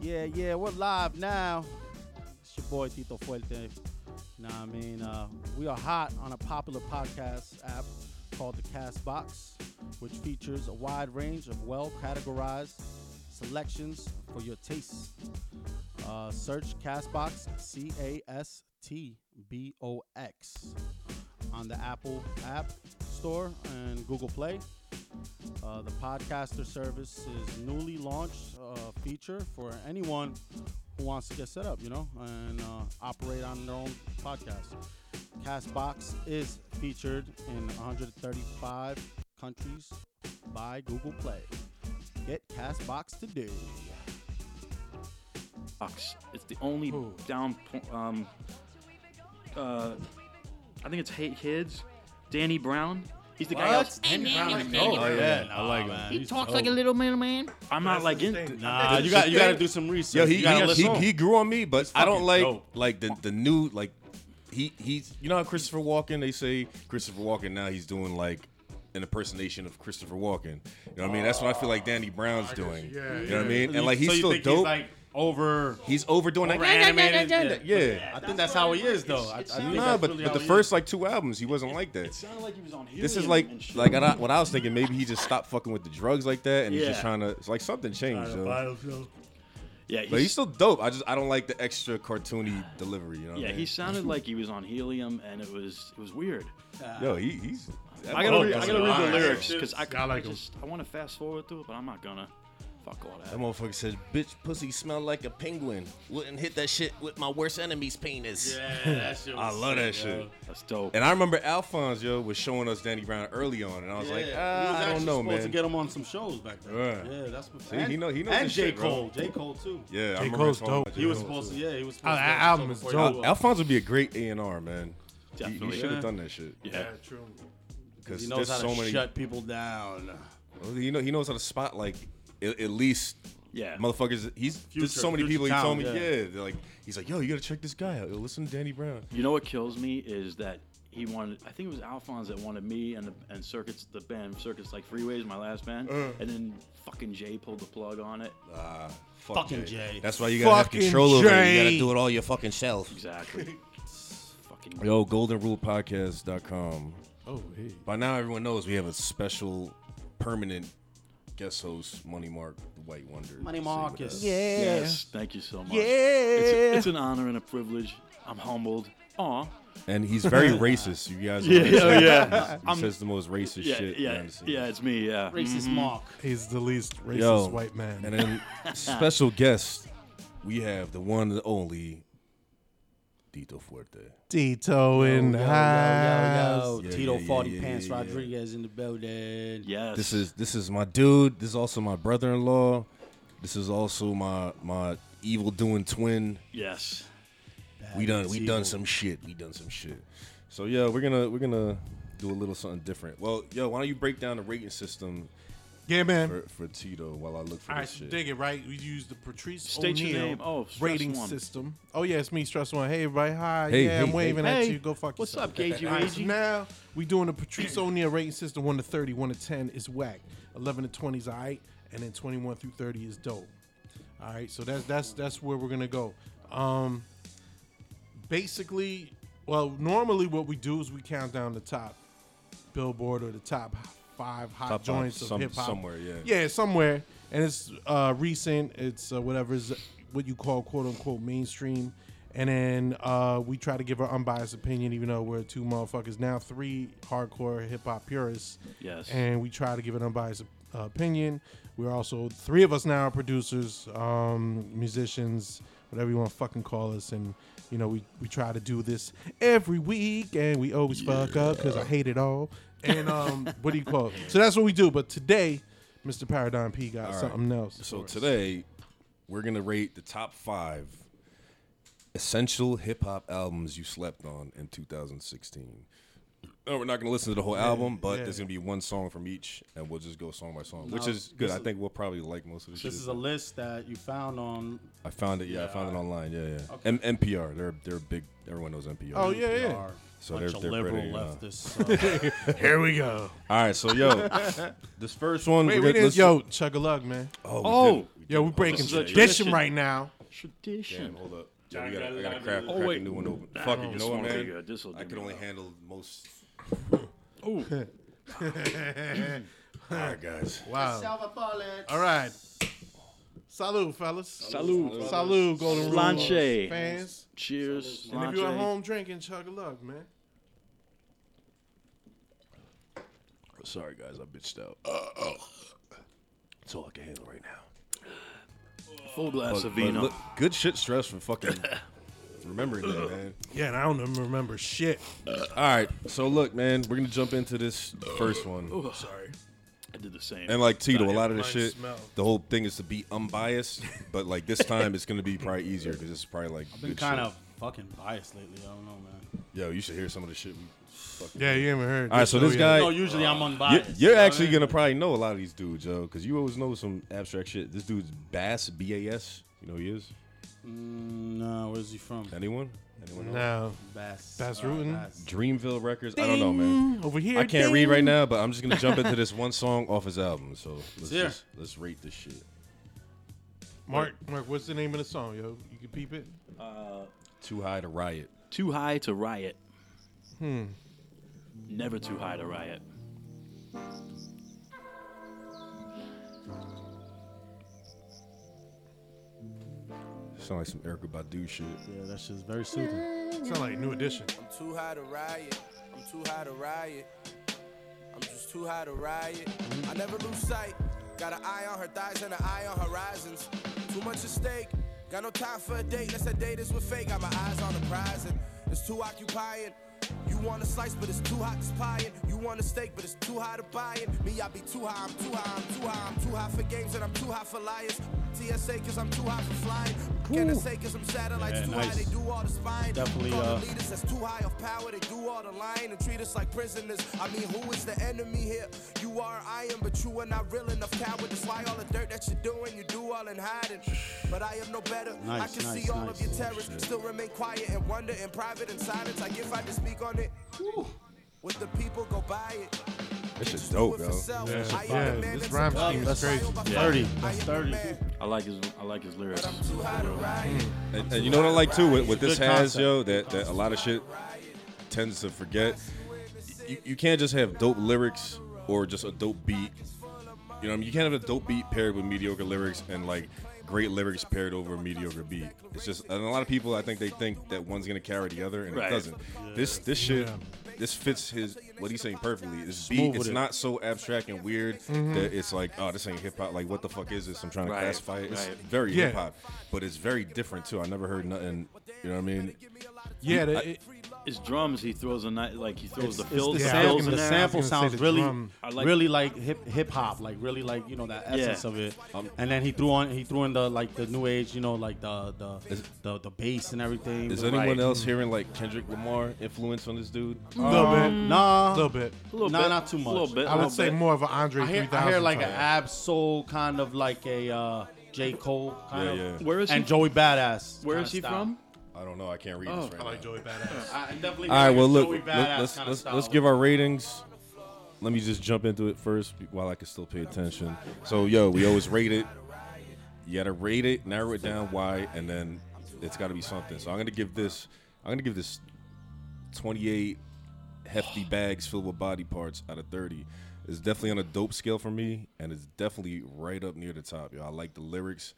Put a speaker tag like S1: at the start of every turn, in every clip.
S1: Yeah, yeah, we're live now. It's your boy Tito Fuerte. Nah, I mean, uh, we are hot on a popular podcast app called the Castbox, which features a wide range of well categorized selections for your tastes. Uh, search Castbox, C A S T B O X, on the Apple App Store and Google Play. Uh, the podcaster service is newly launched uh, feature for anyone who wants to get set up, you know, and uh, operate on their own podcast. Castbox is featured in 135 countries by Google Play. Get Castbox today. Oh,
S2: Fox. It's the only
S1: Who?
S2: down. po- Um, uh, I think it's Hate Kids. Danny Brown. He's the guy. Else.
S3: Danny Brown.
S4: Oh,
S3: Danny Brown.
S4: I like that.
S3: He talks like a little man, man.
S2: I'm not like in.
S1: Nah, you got you got to do some research.
S4: Yo, he
S1: you gotta
S4: he,
S1: listen.
S4: he, he grew on me, but I don't
S3: fucking
S4: like
S3: dope.
S4: like the the new like he he's you know how Christopher Walken they say Christopher Walken now he's doing like an impersonation of Christopher Walken. You know what I mean? That's what I feel like Danny Brown's doing.
S3: yeah,
S4: you know what I
S3: yeah.
S4: mean? And like he's
S3: so you
S4: still
S3: think
S4: dope.
S3: He's
S4: He's,
S3: like over.
S4: overdoing that.
S3: Overanimated.
S4: Yeah.
S1: I think that's how he is, though. I, I think
S4: Nah,
S1: that's
S4: but,
S1: really
S4: but
S1: how
S4: the
S1: he
S4: first like two albums he wasn't like that.
S2: Sounded like he was on
S4: This is
S2: helium
S4: like
S2: and shit.
S4: like I, what I was thinking. Maybe he just stopped fucking with the drugs like that, and he's just
S2: Yeah.
S4: trying to. It's like something changed. yo.
S2: yeah,
S4: But he's
S2: he's,
S4: still dope. I just I don't like the extra cartoony delivery. You know? What
S2: yeah,
S4: I mean?
S2: he sounded like he was on helium, and it was it was weird.
S4: Yo, he, he's.
S2: I gotta,
S3: Oh,
S2: read, I
S3: that's
S2: gotta
S3: a
S2: read
S3: lie.
S2: the lyrics because I,
S3: I like
S2: I
S3: him.
S2: just I want to fast forward through it, but I'm not gonna. Fuck all
S4: That
S2: that.
S4: motherfucker said, "Bitch, pussy smell like a penguin. Wouldn't hit that shit with my worst enemy's penis." I love that shit.
S2: That's dope.
S4: And I remember Alphonse yo was showing us Danny Brown early on, and I was
S1: Yeah,
S4: like,
S1: he was
S4: ah, I
S1: actually
S4: don't know,
S1: supposed
S4: man.
S1: to get him on some shows back then.
S4: Right.
S1: Yeah, that's what.
S4: See, he know- he knows
S1: And
S4: his
S1: J
S4: shit, bro.
S1: Cole, J Cole too.
S4: yeah, I
S3: J.
S4: remember
S3: Cole's
S4: him talking
S3: dope.
S4: about J.
S1: He was
S4: Cole,
S1: supposed to.
S4: too.
S1: Yeah, he was supposed
S3: Oh,
S1: to.
S3: that
S1: be on
S3: album
S1: the show
S3: is
S1: before he
S3: dope.
S4: Al-
S1: blew up.
S4: Alphonse would be a great A and R man. He- He,
S2: Definitely.
S4: should have done that shit.
S2: Yeah,
S3: true.
S4: because
S1: He
S4: there's
S1: knows how
S4: so
S1: to
S4: many.
S1: shut people down.
S4: Well, He know he knows how to spot like at, at least
S2: yeah.
S4: motherfuckers. He's
S1: Future-
S4: there's so many
S1: Future
S4: people. he told
S1: Town,
S4: me,
S1: yeah.
S4: yeah. they're like he's like, yo, you gotta check this guy out. Yo, listen to Danny Brown.
S2: You know what kills me is that he wanted. I think it was Alphonse that wanted me and the and circuits the band circuits like freeways my last band,
S4: Uh-huh.
S2: and then fucking Jay pulled the plug on it.
S4: Ah, fuck
S1: Fucking Jay.
S4: That's why you gotta
S3: Fucking
S4: have control over it. You
S3: Jay.
S4: gotta do it all your fucking self.
S2: Exactly. fucking
S4: Yo, goldenrulepodcast.com.
S3: Oh, hey.
S4: By now, everyone knows we have a special permanent guest host, Money Mark, the White Wonder.
S1: Money
S4: Same with
S1: Marcus.
S4: us.
S2: yes. Thank you so much. Yeah. It's, it's an honor and a privilege. I'm humbled. Aw.
S4: And he's very racist, you guys.
S2: Yeah.
S4: understand.
S2: Yeah. Yeah.
S4: He says the most racist
S2: yeah.
S4: shit. you
S2: Yeah.
S4: understand.
S2: Yeah. It's me. Yeah. Mm-hmm.
S1: Racist Mark.
S3: He's the least racist
S4: Yo,
S3: white man.
S4: And then special guest, we have the one and only Dito Fuerte.
S3: Tito in the house.
S4: Yeah,
S1: Tito
S4: yeah, yeah,
S1: Forty
S4: yeah,
S1: Pants
S4: yeah, yeah.
S1: Rodriguez in the building.
S2: Yes.
S4: This is this is my dude. This is also my brother-in-law. This is also my my evil doing twin.
S2: Yes.
S4: We done we
S1: evil.
S4: done some shit. We done some shit. So yeah, we're gonna we're gonna do a little something different. Well, yo, why don't you break down the rating system
S3: Yeah, man.
S4: for, for Tito while I look for
S3: All right,
S4: this
S3: so
S4: shit?
S3: dig it, right? We use the Patrice
S2: State your
S3: O'Neal
S2: name. Oh, Stress
S3: rating
S2: One.
S3: system. Oh, yeah, it's me, Stress One. Hey, everybody. Hi.
S4: Hey,
S3: yeah, I'm
S4: hey,
S3: waving
S2: hey.
S3: at you. Go fuck
S2: What's
S3: yourself.
S2: up, Gagey
S3: All right, so
S2: Ragey?
S3: now we doing the Patrice O'Neal rating system 1 to 30, 1 to 10 is whack, 11 to 20 is all right, and then 21 through 30 is dope. All right, so that's that's that's where we're going to go. Um, basically, well, normally what we do is we count down the top billboard or the top five hot
S4: Top five,
S3: joints
S4: some-
S3: of hip hop
S4: somewhere, yeah.
S3: yeah, somewhere, and it's uh, recent. It's uh, whatever is what you call quote unquote mainstream, and then uh, we try to give our unbiased opinion, even though we're two motherfuckers now, three hardcore hip hop purists.
S2: Yes.
S3: and we try to give an unbiased uh, opinion. We're also three of us now are producers, um, musicians, whatever you want to fucking call us, and. You know, we, we try to do this every week, and we always fuck up because I hate it all. And um, what do you call it? So that's what we do. But today, Mr. Paradigm P got
S4: right.
S3: something else.
S4: So
S3: for us.
S4: today, we're gonna rate the top five essential hip hop albums you slept on in 2016. No, we're not gonna listen to the whole album, but
S3: yeah.
S4: there's gonna be one song from each, and we'll just go song by song, which is good. I think we'll probably like most of the shit.
S1: This is a list that you found on.
S4: I found it. Yeah, I found it online. Yeah, yeah. M- NPR. They're they're big. Everyone knows NPR.
S3: Oh yeah, yeah.
S1: Our
S4: So
S1: bunch
S4: they're-
S1: of
S4: they're
S1: liberal
S4: pretty, uh,
S1: leftists. uh,
S3: Here we go.
S4: All right. So yo, this first one.
S3: Wait,
S4: we're gonna-
S3: we didn't.
S4: let's-
S3: Yo, chug a lug, man.
S4: Oh. we
S2: Oh,
S4: did- we we
S3: Yo,
S4: do.
S3: we're breaking
S2: This is a
S3: tradition
S2: tradition.
S3: right now.
S2: Tradition.
S4: Damn, hold up. Yeah, we
S5: Jack got
S4: gotta, I
S5: a
S4: gotta
S5: lot
S4: crack,
S5: of
S4: crack a
S2: wait.
S4: new one open.
S2: Nah,
S4: Fuck it, you
S2: this
S4: know what,
S2: won't be
S4: man?
S2: good. This'll do
S4: I can
S2: me
S4: only
S2: well.
S4: handle most.
S2: Oh,
S4: All right, guys.
S3: Wow. All right. Salud, fellas.
S2: salud.
S3: Salud, Golden Rule
S2: Slanche.
S3: fans.
S2: Cheers.
S3: And if you're at
S2: Slanche.
S3: home drinking, chug a lug, man.
S4: Sorry, guys, I bitched out.
S3: Uh, oh.
S4: That's all I can handle right now.
S2: Full glass of vino.
S4: good shit, stress from fucking remembering that, man.
S3: Yeah, and I don't even remember shit.
S4: All right, so look, man, we're gonna jump into this first one,
S3: Sorry.
S2: I did the same.
S4: and like Tito, a lot of the
S3: Mine
S4: shit,
S3: smell.
S4: the whole thing is to be unbiased, but like this time it's gonna be probably easier because this is probably like
S1: Been
S4: good
S1: kind
S4: shit.
S1: of fucking biased lately. I don't know, man.
S4: Yo, you should hear some of the shit. We fucking
S3: Yeah, you haven't heard. Oh,
S4: All right, so this guy,
S1: No, Oh, usually I'm
S4: you're,
S1: unbiased.
S4: you're
S1: you know what
S4: actually
S1: I mean?
S4: gonna probably know a lot of these dudes, yo, because you always know some abstract shit. This dude's Bass, B A S. You know who he is?
S1: No, Mm, where's he from?
S4: Anyone? Anyone? know?
S3: No.
S1: Bass.
S3: Bass
S1: All right,
S3: Rutten.
S1: Bass.
S4: Dreamville Records. I don't know, man.
S3: Over here.
S4: I can't read right now, but I'm just gonna jump into this one song off his album. So let's
S1: here.
S4: just, let's rate this shit.
S3: Mark, Mark, what's the name of the song, yo? You can peep it.
S4: Too high to riot.
S2: Too high to riot. Hmm. Never too high to riot.
S4: Sound like some Erica Badu shit.
S1: Yeah, that shit's very soothing.
S3: Sound like New Edition.
S6: I'm too high to riot. I'm too high to riot. I'm just too high to riot. I never lose sight. Got an eye on her thighs and an eye on horizons. Too much at stake. Got no time for a date. That's a date is with fake. Got my eyes on the prize and it's too occupying. You want a slice, but it's too hot to pie it. You want a steak, but it's too high to buy it. Me, I be too high, I'm too high, I'm too high, I'm too high for games, and I'm too high for liars. TSA, cause I'm too high for flying. NSA, cause I'm satellites
S1: Yeah,
S6: too
S1: nice.
S6: high, they do all the spying.
S1: Definitely,
S6: Call the
S1: uh,
S6: leaders that's too high of power. They do all the lying and treat us like prisoners. I mean, who is the enemy here? You are, I am, but you are not real enough coward. That's why all the dirt that you're doing, you do all in hiding. But I am no better.
S1: Nice,
S6: I can
S1: nice,
S6: see all
S1: nice.
S6: of your terrors. Still remain quiet and wonder in private and silence. Like if I just speak on it, with the people go buy it.
S4: This shit's
S6: Do
S4: dope,
S6: it for
S4: yo.
S6: self.
S3: Yeah,
S6: I am
S3: yeah,
S6: the man
S3: this
S6: that's
S3: rhyme
S6: above
S3: scheme
S6: the
S3: is
S6: trial
S3: crazy.
S6: by
S1: Yeah.
S6: fire.
S1: 30, Oh,
S6: I
S1: that's
S6: am the
S1: 30.
S6: man,
S2: I like his. I like his lyrics.
S6: but I'm too high to ride.
S4: And, and you know what I like too? What, what this
S1: good
S4: has,
S1: concept.
S4: yo, that, that a lot of shit tends to forget. You, you can't just have dope lyrics or just a dope beat. You know, what I mean, you can't have a dope beat paired with mediocre lyrics and like great lyrics paired over a mediocre beat. It's just, and a lot of people, I think they think that one's gonna carry the other, and it
S2: Right.
S4: doesn't. This this shit,
S3: Yeah.
S4: this fits his what he's saying perfectly. This
S1: Smooth
S4: beat,
S1: with
S4: it's
S1: it.
S4: not so abstract and weird that it's like, oh, this ain't hip hop. Like, what the fuck is this? I'm trying to
S2: Mm-hmm. Right,
S4: classify it. It's
S2: right.
S4: very
S3: Yeah.
S4: hip hop, but it's very different too. I never heard nothing. You know what I mean?
S3: Yeah, the, it,
S2: His drums. He throws a night. Like he throws the
S1: It's
S2: fills.
S3: yeah,
S1: the,
S3: I
S1: sam-
S3: was
S1: the
S3: gonna say- I was
S1: sample
S3: gonna say
S1: sounds
S3: the
S1: really,
S3: drum.
S2: I like-
S1: really like hip hip hop, like really like you know that essence
S2: Yeah.
S1: of it. and then he threw on he threw in the like the new age, you know, like the the the, the bass and everything.
S4: Is
S1: Right.
S4: anyone else hearing like Kendrick Lamar influence on this dude?
S3: a little bit.
S1: Nah,
S3: A little bit.
S2: A little
S1: Nah,
S2: bit.
S1: not too
S2: A
S1: much.
S2: little bit.
S3: I
S4: Oh,
S3: would say more of an Andre
S1: I hear,
S3: 3000.
S1: I hear like an
S3: type.
S1: ab soul kind of like a uh, J Cole kind
S4: Yeah,
S1: of.
S4: yeah.
S2: Where is he?
S1: and Joey Badass.
S2: Where
S1: kinda
S2: is he
S1: style.
S2: from?
S4: I don't know. I can't read
S2: Oh.
S4: this right
S3: I like
S4: now.
S3: Joey Badass.
S1: I I definitely.
S4: All right.
S1: hear
S4: Well, look.
S1: Joey
S4: let-
S1: Badass
S4: Let's
S1: kinda
S4: let's
S1: style.
S4: let's give our ratings. Let me just jump into it first while I can still pay attention. So, yo, we always rate it. You gotta rate it, narrow it down, why, and then it's gotta be something. So I'm gonna give this. I'm gonna give this 28 hefty bags filled with body parts out of 30. It's definitely on a dope scale for me, and it's definitely right up near the top. Yo, I like the lyrics,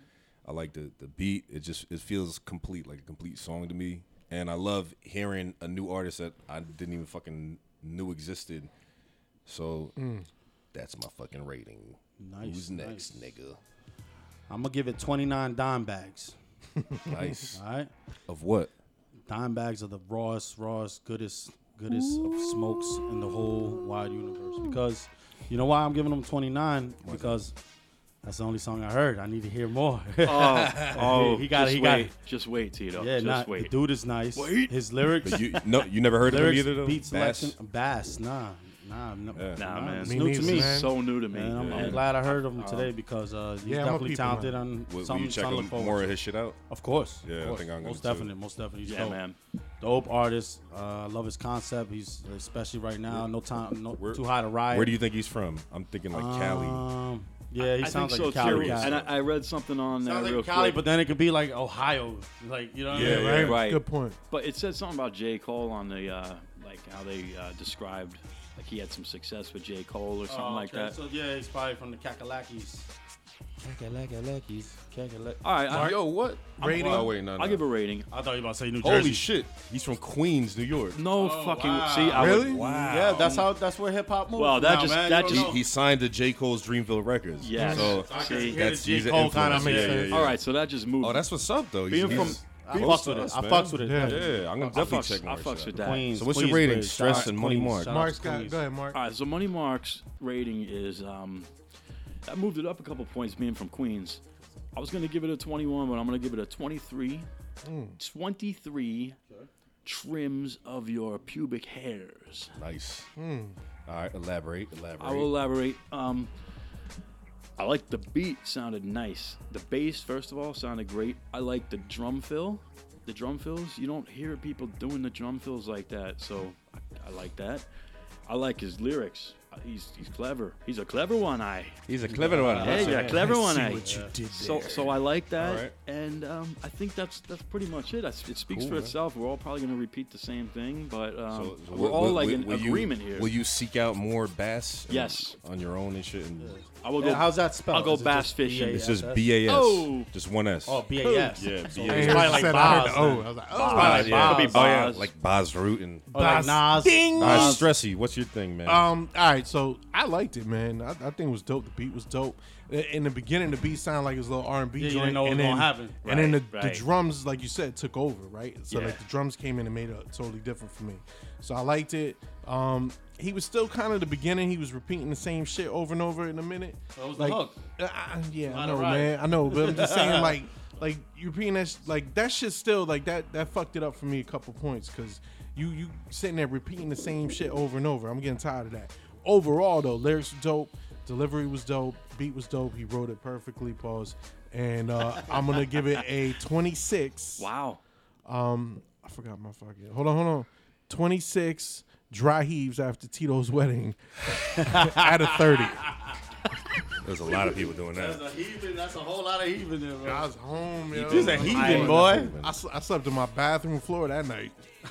S4: I like the the beat. It just it feels complete, like a complete song to me. And I love hearing a new artist that I didn't even fucking knew existed. So that's my fucking rating.
S1: Nice,
S4: Who's next,
S1: nice.
S4: nigga?
S1: I'm gonna give it 29 dime bags.
S4: Nice.
S1: All right,
S4: of what?
S1: dime bags are the rawest, rawest, goodest, goodest of smokes in the whole wide universe. Because you know why I'm giving them 29? Because that's the only song I heard. I need to hear more.
S2: Oh, oh,
S1: he got it,
S2: just
S1: he got
S2: wait.
S1: it.
S2: Just wait, Tito.
S1: yeah,
S2: just
S1: nah, the
S2: wait.
S1: dude is nice.
S2: Wait.
S1: His lyrics,
S4: You no, you never heard of him
S1: lyrics,
S4: either though.
S1: beat
S4: Bass?
S1: selection, bass. Nah, nah, no,
S2: Nah, man.
S1: It's
S2: Me
S1: new to
S3: neither,
S1: me.
S3: man.
S2: so new to me.
S1: And I'm, I'm
S2: man.
S1: glad I heard of him today because uh, he's
S3: yeah, I'm a
S1: definitely
S3: people
S1: talented
S3: man.
S1: on
S4: Will, will
S1: some
S4: you check a
S1: some
S4: little more of his shit out?
S1: Of course.
S4: Yeah, I
S1: of course.
S4: think I'm gonna
S1: most
S4: too.
S1: definitely, most definitely. He's
S2: Yeah,
S1: dope.
S2: man.
S1: Dope artist. Uh, I love his concept. He's especially right now. No time. No
S4: Where-
S1: too high to ride.
S4: Where do you think he's from? I'm thinking like Cali.
S1: Um, Yeah, he
S2: I
S1: sounds
S2: think
S1: like
S2: so
S1: a Cali
S2: too.
S1: guy.
S2: And I, I read something on there
S1: sounds like
S2: real
S1: Cali,
S2: quick.
S1: but then it could be like Ohio, like you know. What I
S4: Yeah,
S1: mean?
S3: right.
S2: right.
S3: Good point.
S2: But it said something about J. Cole on the uh, like how they uh, described like he had some success with J. Cole or something
S1: Oh,
S2: like
S1: okay.
S2: that.
S1: So yeah, he's probably from the Kakalakis. Kakalakis. Kakalak.
S2: All right, I,
S4: Yo, what?
S3: Rating?
S4: Oh, wait, no, no.
S2: I'll give a rating.
S1: I thought you were about to say New Jersey.
S4: Holy shit. He's from Queens, New York.
S2: No
S1: Oh,
S2: fucking.
S1: wow.
S2: See, I
S3: Really?
S2: Would,
S1: Yeah, that's how. That's where hip hop moves.
S2: Well, that
S1: now,
S2: just-
S1: man.
S2: that
S1: You
S2: just-
S1: don't
S4: He, he signed to J. Cole's Dreamville Records. Yeah.
S2: Yes.
S4: So,
S2: So I can
S4: see,
S2: hear
S4: that's
S1: the J.
S4: he's an
S1: Cole kinda
S4: influence.
S1: makes
S4: Yeah, yeah,
S1: sense.
S4: yeah.
S2: All right, so that just moved.
S4: Oh, that's what's up, though.
S2: Being
S4: He's-
S2: from-
S4: he's-
S1: I
S4: close
S1: fucks with
S4: to
S1: it.
S4: us,
S1: I
S4: man.
S1: fucks with it.
S3: Yeah.
S4: Yeah, I'm gonna
S2: I
S4: definitely
S2: fucks,
S4: check
S2: I
S4: more.
S2: fucks with that.
S1: Queens.
S4: So what's your rating? Stress and Money Mark.
S3: Mark's got. Go ahead, Mark.
S2: All right, so Money Mark's rating is um, I moved it up a couple points being from Queens. I was gonna give it a 21, but I'm gonna give it a 23. 23 trims of your pubic hairs.
S4: Nice. Hmm. All right, elaborate, elaborate.
S2: I will elaborate. Um, I like the beat sounded nice. The bass, first of all, sounded great. I like the drum fill. The drum fills, you don't hear people doing the drum fills like that, so I, I like that. I like his lyrics. Uh, He's he's clever. He's a clever one. I
S4: He's a clever one.
S2: yeah,
S4: huh?
S2: yeah, clever one. I
S3: what you did
S2: so
S3: there.
S2: so I like that,
S4: Alright.
S2: and um, I think that's that's pretty much it. That's, it speaks
S4: Cool,
S2: for
S4: man.
S2: itself. We're all probably gonna repeat the same thing, but um,
S4: So- so
S2: we're
S4: will-
S2: all
S4: will-
S2: like
S4: will-
S2: in
S4: will you-
S2: agreement here.
S4: Will you seek out more bass? and-
S2: Yes.
S4: On your own and shit. And
S2: I will go.
S1: Yeah, how's that spelled?
S2: I'll go
S1: Is it
S2: bass
S1: just
S2: fishing.
S1: B A
S4: It's
S1: S?
S4: just
S1: that's-
S4: B A S.
S2: Oh.
S4: Just one S.
S1: Oh, BAS.
S4: Yeah,
S1: So
S4: B A S.
S1: it's probably like
S3: Said I heard
S1: Boz.
S3: the O. I
S1: then.
S3: was like,
S4: Boz,
S3: oh.
S1: Probably
S4: yeah.
S1: like Boz.
S4: Oh, yeah,
S2: Boz.
S4: like Boz Root and
S1: Or Oh, like
S3: Boz.
S1: Nas.
S3: Ding.
S4: All right, Stressy, what's your thing, man?
S3: Um. All right. So I liked it, man. I, I think it was dope. The beat was dope. I- In the beginning, the beat sounded like it was a little R and B
S1: Yeah, you
S3: joint.
S1: didn't know what
S3: and
S1: was
S3: then,
S1: gonna happen.
S3: And then the,
S2: Right,
S3: the
S2: right.
S3: drums, like you said, took over, right? So
S2: Yeah.
S3: like the drums came in and made it totally different for me. So I liked it. Um. He was still kind of the beginning. He was repeating the same shit over and over in a minute.
S1: That was the hook.
S3: Uh, uh, yeah, I
S1: Let it
S3: know,
S1: ride.
S3: man. I know, but I'm just saying, like, like you repeating that, sh- like that shit still, like that, that fucked it up for me a couple points because you, you sitting there repeating the same shit over and over. I'm getting tired of that. Overall, though, lyrics were dope, delivery was dope, beat was dope. He wrote it perfectly. Pause. And uh, I'm gonna give it a 26.
S2: Wow.
S3: I forgot my fucking. Hold on, hold on. 26 dry heaves after Tito's wedding out of 30.
S4: There's a lot of people doing
S1: That's
S4: that.
S1: a heathen. That's a whole lot of heathen there, bro.
S3: I was home, yo.
S1: He's a heathen, boy.
S3: I, sl- I slept on my bathroom floor that night.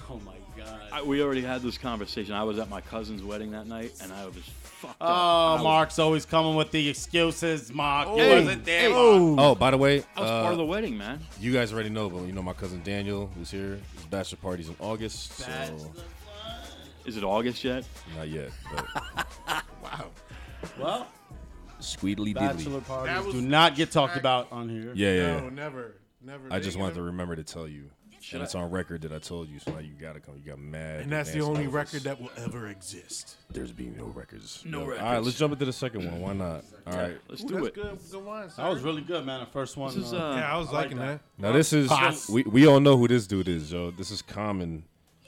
S1: Oh my god.
S2: I, we already had this conversation. I was at my cousin's wedding that night, and I was fucked up.
S1: Oh, Mark's always coming with the excuses, Mark. You
S3: Hey,
S1: wasn't there,
S3: hey.
S1: Mark.
S3: Oh.
S4: Oh, by the way,
S2: I was
S4: uh,
S2: part of the wedding, man.
S4: you guys already know, but you know my cousin Daniel is here. His bachelor party's in August, so
S2: Is it August yet?
S4: not yet. But
S1: Well,
S4: squeedly
S1: bachelor
S4: diddly.
S1: parties
S3: was-
S1: do not get talked about on here.
S4: Yeah, yeah.
S3: No, never, never.
S4: I just
S3: They
S4: wanted to
S3: never-
S4: remember to tell you. And it's on record that I told you, so now you gotta come. You got mad.
S3: And that's the
S4: advance
S3: only
S4: notice.
S3: record that will ever exist.
S4: There's being no records.
S2: No
S4: Yeah.
S2: records.
S4: All right, let's jump into the second one. Why not? All right.
S2: Let's
S3: Ooh,
S2: do
S3: that's
S2: it.
S3: Good. Good wine, sir.
S1: That was really good, man. The first one.
S2: This is,
S1: uh,
S2: uh,
S3: yeah, I was
S1: I like
S3: liking
S1: that.
S3: that.
S4: Now this is
S3: Pass.
S4: we, we all know who this dude is, yo. This is Common.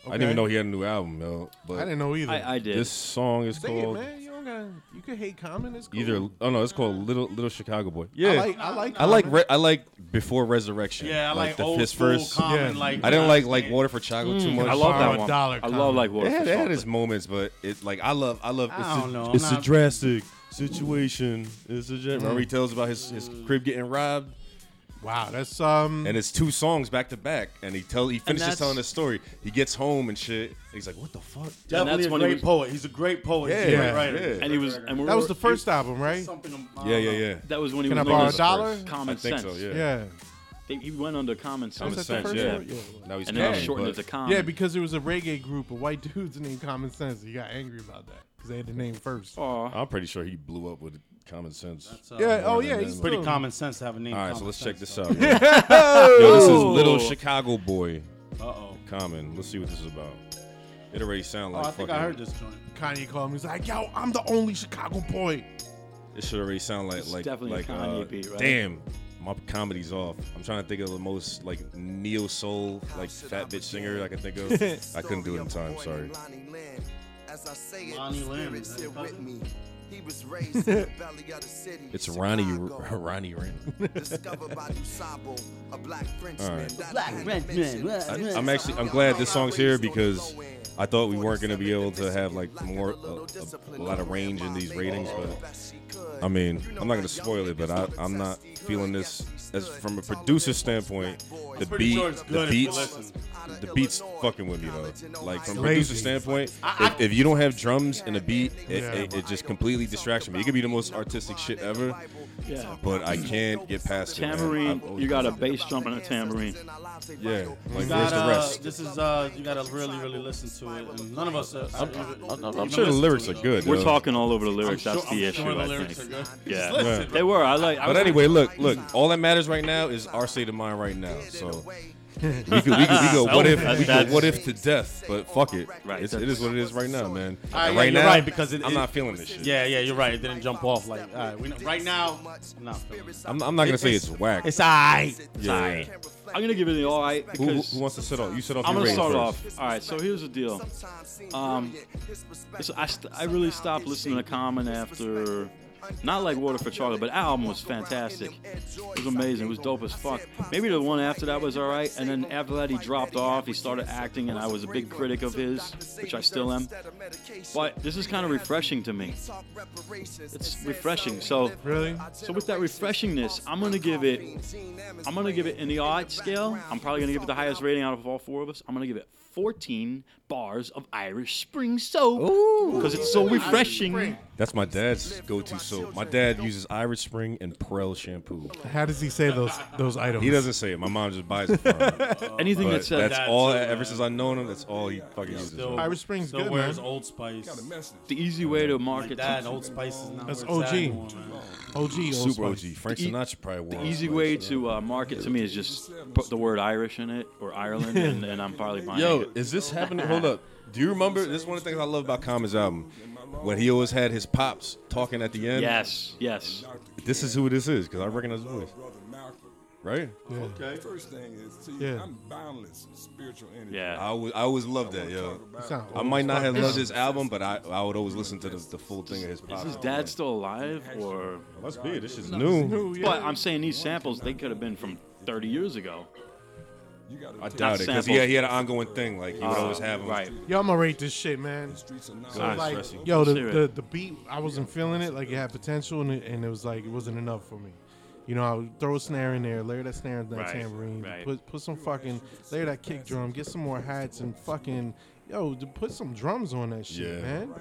S4: I didn't
S3: Okay.
S4: even know he had a new album, yo. But
S3: I didn't know either.
S2: I, I did.
S4: this song is
S3: Dang it,
S4: called
S3: man. You don't gotta. You could hate Common. It's cool.
S4: either. Oh no, it's called Little Little Chicago Boy.
S3: I
S4: Yeah,
S3: like. I like.
S4: I like
S3: Common.
S4: re- I like before resurrection.
S1: Um, yeah, I like,
S4: the,
S1: old
S4: his
S1: school Mm.
S4: first.
S1: common.
S3: Yeah.
S1: Like
S4: I didn't like like Water for Chocolate too much.
S2: I love
S3: Borrow
S2: that
S3: a
S2: one.
S3: dollar,
S2: I
S3: Colin.
S2: love like water.
S4: It
S2: for
S4: had, it had
S2: Chocolate.
S4: its moments, but it's like I love I love.
S1: I
S4: It's,
S1: don't
S4: a,
S1: know, I'm
S4: it's a
S1: not-
S4: drastic situation. It's a
S2: Mm.
S4: dra- Remember he tells about his, his crib getting robbed,
S3: Wow, that's um.
S4: and it's two songs back to back, and he tell he finishes
S2: that's-
S4: telling his story. He gets home and shit. and he's like, what the fuck?
S2: And
S1: definitely
S2: that's
S1: a
S2: when he
S1: great
S2: was-
S1: poet. He's a great poet. He's a
S4: Yeah,
S1: great writer.
S4: yeah.
S2: and he was. And we
S3: that was
S2: were-
S3: the first album, right?
S1: Something. I
S4: Yeah,
S1: don't
S4: yeah,
S1: know.
S4: yeah.
S2: That was when he
S3: Can I
S2: was.
S3: borrow
S2: known
S3: a
S2: as
S3: dollar?
S2: Common
S4: I think
S2: sense.
S4: so, yeah.
S3: Yeah.
S2: They- He went under common sense.
S4: Common
S3: that the
S4: sense,
S3: first
S4: yeah.
S3: one? Yeah.
S4: Now he's
S2: And then
S4: common,
S2: they shortened it
S4: but-
S2: to common.
S3: Yeah, because it was a reggae group of white dudes named Common Sense. He got angry about that because they had the name first.
S2: Aw.
S4: I'm pretty sure he blew up with common sense.
S1: So,
S3: yeah. Oh
S4: more
S3: yeah.
S4: than
S3: He's
S4: that.
S1: Pretty
S3: still-
S1: common sense to have a name.
S4: All right, so
S1: Common
S4: let's check
S1: Sense,
S4: this
S1: though.
S4: out. yo. Yo, this is
S2: Oh.
S4: Little Chicago Boy
S1: Uh-oh.
S4: Common. Let's see what this is about. It already sound
S1: Oh,
S4: like
S1: I think
S4: fucking,
S1: I heard this joint.
S3: Kanye called me. He's like, "Yo, I'm the only Chicago boy."
S4: It should already sound like
S2: It's
S4: like
S2: definitely a
S4: like
S2: Kanye
S4: uh,
S2: beat, right?
S4: damn. My comedy's off. I'm trying to think of the most like neo soul like fat bitch singer I can think of. I couldn't do it in time. Sorry.
S6: As I say it,
S1: Lonnie
S6: the
S1: Lamb,
S6: spirits
S1: is that
S6: here
S1: his
S6: with
S1: cousin?
S6: me. He was raised in the belly of the city.
S4: It's Ronnie
S6: Chicago.
S4: Ronnie Rand.
S6: discovered by Dusabo, a black Frenchman.
S4: All right.
S6: that
S1: Black
S6: I had
S1: Frenchman,
S6: mentioned.
S1: well,
S4: I- I'm actually- I'm glad this song's here because I thought we weren't gonna be able to have like more a, a, a lot of range in these ratings, but I mean, I'm not gonna spoil it, but I, I'm not feeling this as from a producer standpoint. The beat,
S5: sure it's
S4: the
S5: good if you
S4: beats,
S5: listen.
S4: the beats fucking with me though. Like from a
S3: Crazy.
S4: producer standpoint, if, if you don't have drums and a beat, it, it, it just completely distracts me. It could be the most artistic shit ever,
S2: Yeah.
S4: but I can't get past it. man.
S2: Tambourine,
S4: I've always-
S2: you got a bass drum and a tambourine.
S4: yeah. Like where's
S1: Gotta-
S4: the rest?
S1: This is uh, you gotta really, really listen to it. And none of us. Are, I'm,
S4: I'm sure the lyrics are good.
S2: We're
S4: though.
S2: talking all over the lyrics.
S1: sure-
S2: That's the
S1: I'm
S2: issue,
S1: sure the
S2: I
S1: lyrics
S2: think.
S1: are good.
S2: Yeah.
S1: listen,
S2: they were. I like. I
S4: But
S2: was-
S4: anyway, look, look. All that matters right now is our state of mind right now. So we could, we could, we go. What if we go?
S2: That's-
S4: What if to death? But fuck it.
S2: Right,
S4: It's, it is what it is right now, man.
S1: right,
S4: And
S1: yeah,
S4: right
S1: you're
S4: now,
S1: right, because it-
S4: I'm
S1: it-
S4: not feeling this shit.
S1: Yeah, yeah, you're right. It didn't jump off like. All right, we, right now, I'm not feeling it.
S4: I'm, I'm not gonna say it's whack.
S1: It's alright.
S4: yeah.
S2: I'm gonna give it the all right
S4: Who, who-
S2: because
S4: who wants to sit off? You sit off.
S2: I'm
S4: your
S2: gonna
S4: rating
S2: start
S4: first.
S2: off. All right, so here's the deal. Um, so I, st- I really stopped listening to Common after, not like Water for Chocolate, but that album was fantastic. It was amazing. It was dope as fuck. Maybe the one after that was all right, and then after that he dropped off. He started acting, and I was a big critic of his, which I still am. But this is kind of refreshing to me. It's refreshing. So
S3: Really?
S2: so with that refreshingness, I'm gonna give it. I'm gonna give it in the odd scale. I'm probably gonna give it the highest rating out of all four of us. I'm gonna give it 14 bars of Irish Spring soap because it's so refreshing.
S4: That's my dad's go-to soap. My dad uses Irish Spring and Prel shampoo.
S3: How does he say those those items?
S4: He doesn't say it. My mom just buys it for him.
S2: Anything
S4: But
S2: that says
S4: that's
S1: that
S4: all.
S1: too,
S4: Ever
S1: man.
S4: since I've known him, that's all he fucking uses.
S1: Still,
S3: Irish Spring's
S1: still
S3: good,
S1: wears
S3: man.
S1: Old Spice.
S2: the easy way to market
S1: Like that
S2: some-
S1: Old Spice is not.
S3: That's
S1: where it's at
S3: OG.
S1: anymore, man.
S3: OG. Old
S4: Super OG.
S3: Spice.
S4: Frank
S2: The e-
S4: Sinatra probably wore
S2: The
S4: it.
S2: easy way to uh, market to me is just put the word Irish in it or Ireland, and, and I'm probably buying
S4: Yo,
S2: it.
S4: is this happening? Hold up. Do you remember? This is one of the things I love about Common's album. When he always had his pops talking at the end.
S2: Yes, yes.
S4: This is who this is because I recognize his voice. Right?
S5: Okay.
S7: First thing is, see,
S3: Yeah.
S7: I'm boundless in spiritual energy.
S4: I
S2: Yeah.
S4: always, I always loved that, yo.
S3: Sound
S4: I
S3: old
S4: might not
S3: as
S4: have
S3: fuck.
S4: loved his album, but I, I would always listen to the, the full thing of his pops.
S2: Is his dad still alive? Or
S4: Must be. This is new.
S2: but I'm saying these samples they could have been from 30 years ago.
S7: You got
S4: I
S7: to
S4: doubt it because he, had- he had an ongoing thing. Like he would
S2: Uh,
S4: always have him.
S2: right.
S3: Yo, I'm gonna rate this shit, man.
S7: streets of
S4: Nah,
S7: knowledge.
S4: it's
S3: Like,
S4: stressing.
S3: yo, the,
S2: Serious.
S3: the the beat, I wasn't feeling it. Like it had potential, and it, and it was like it wasn't enough for me. You know, I would throw a snare in there, layer that snare in that
S2: Right,
S3: tambourine,
S2: right.
S3: put put some fucking layer that kick drum, get some more hats, and fucking yo, to put some drums on that shit,
S4: Yeah.
S3: man.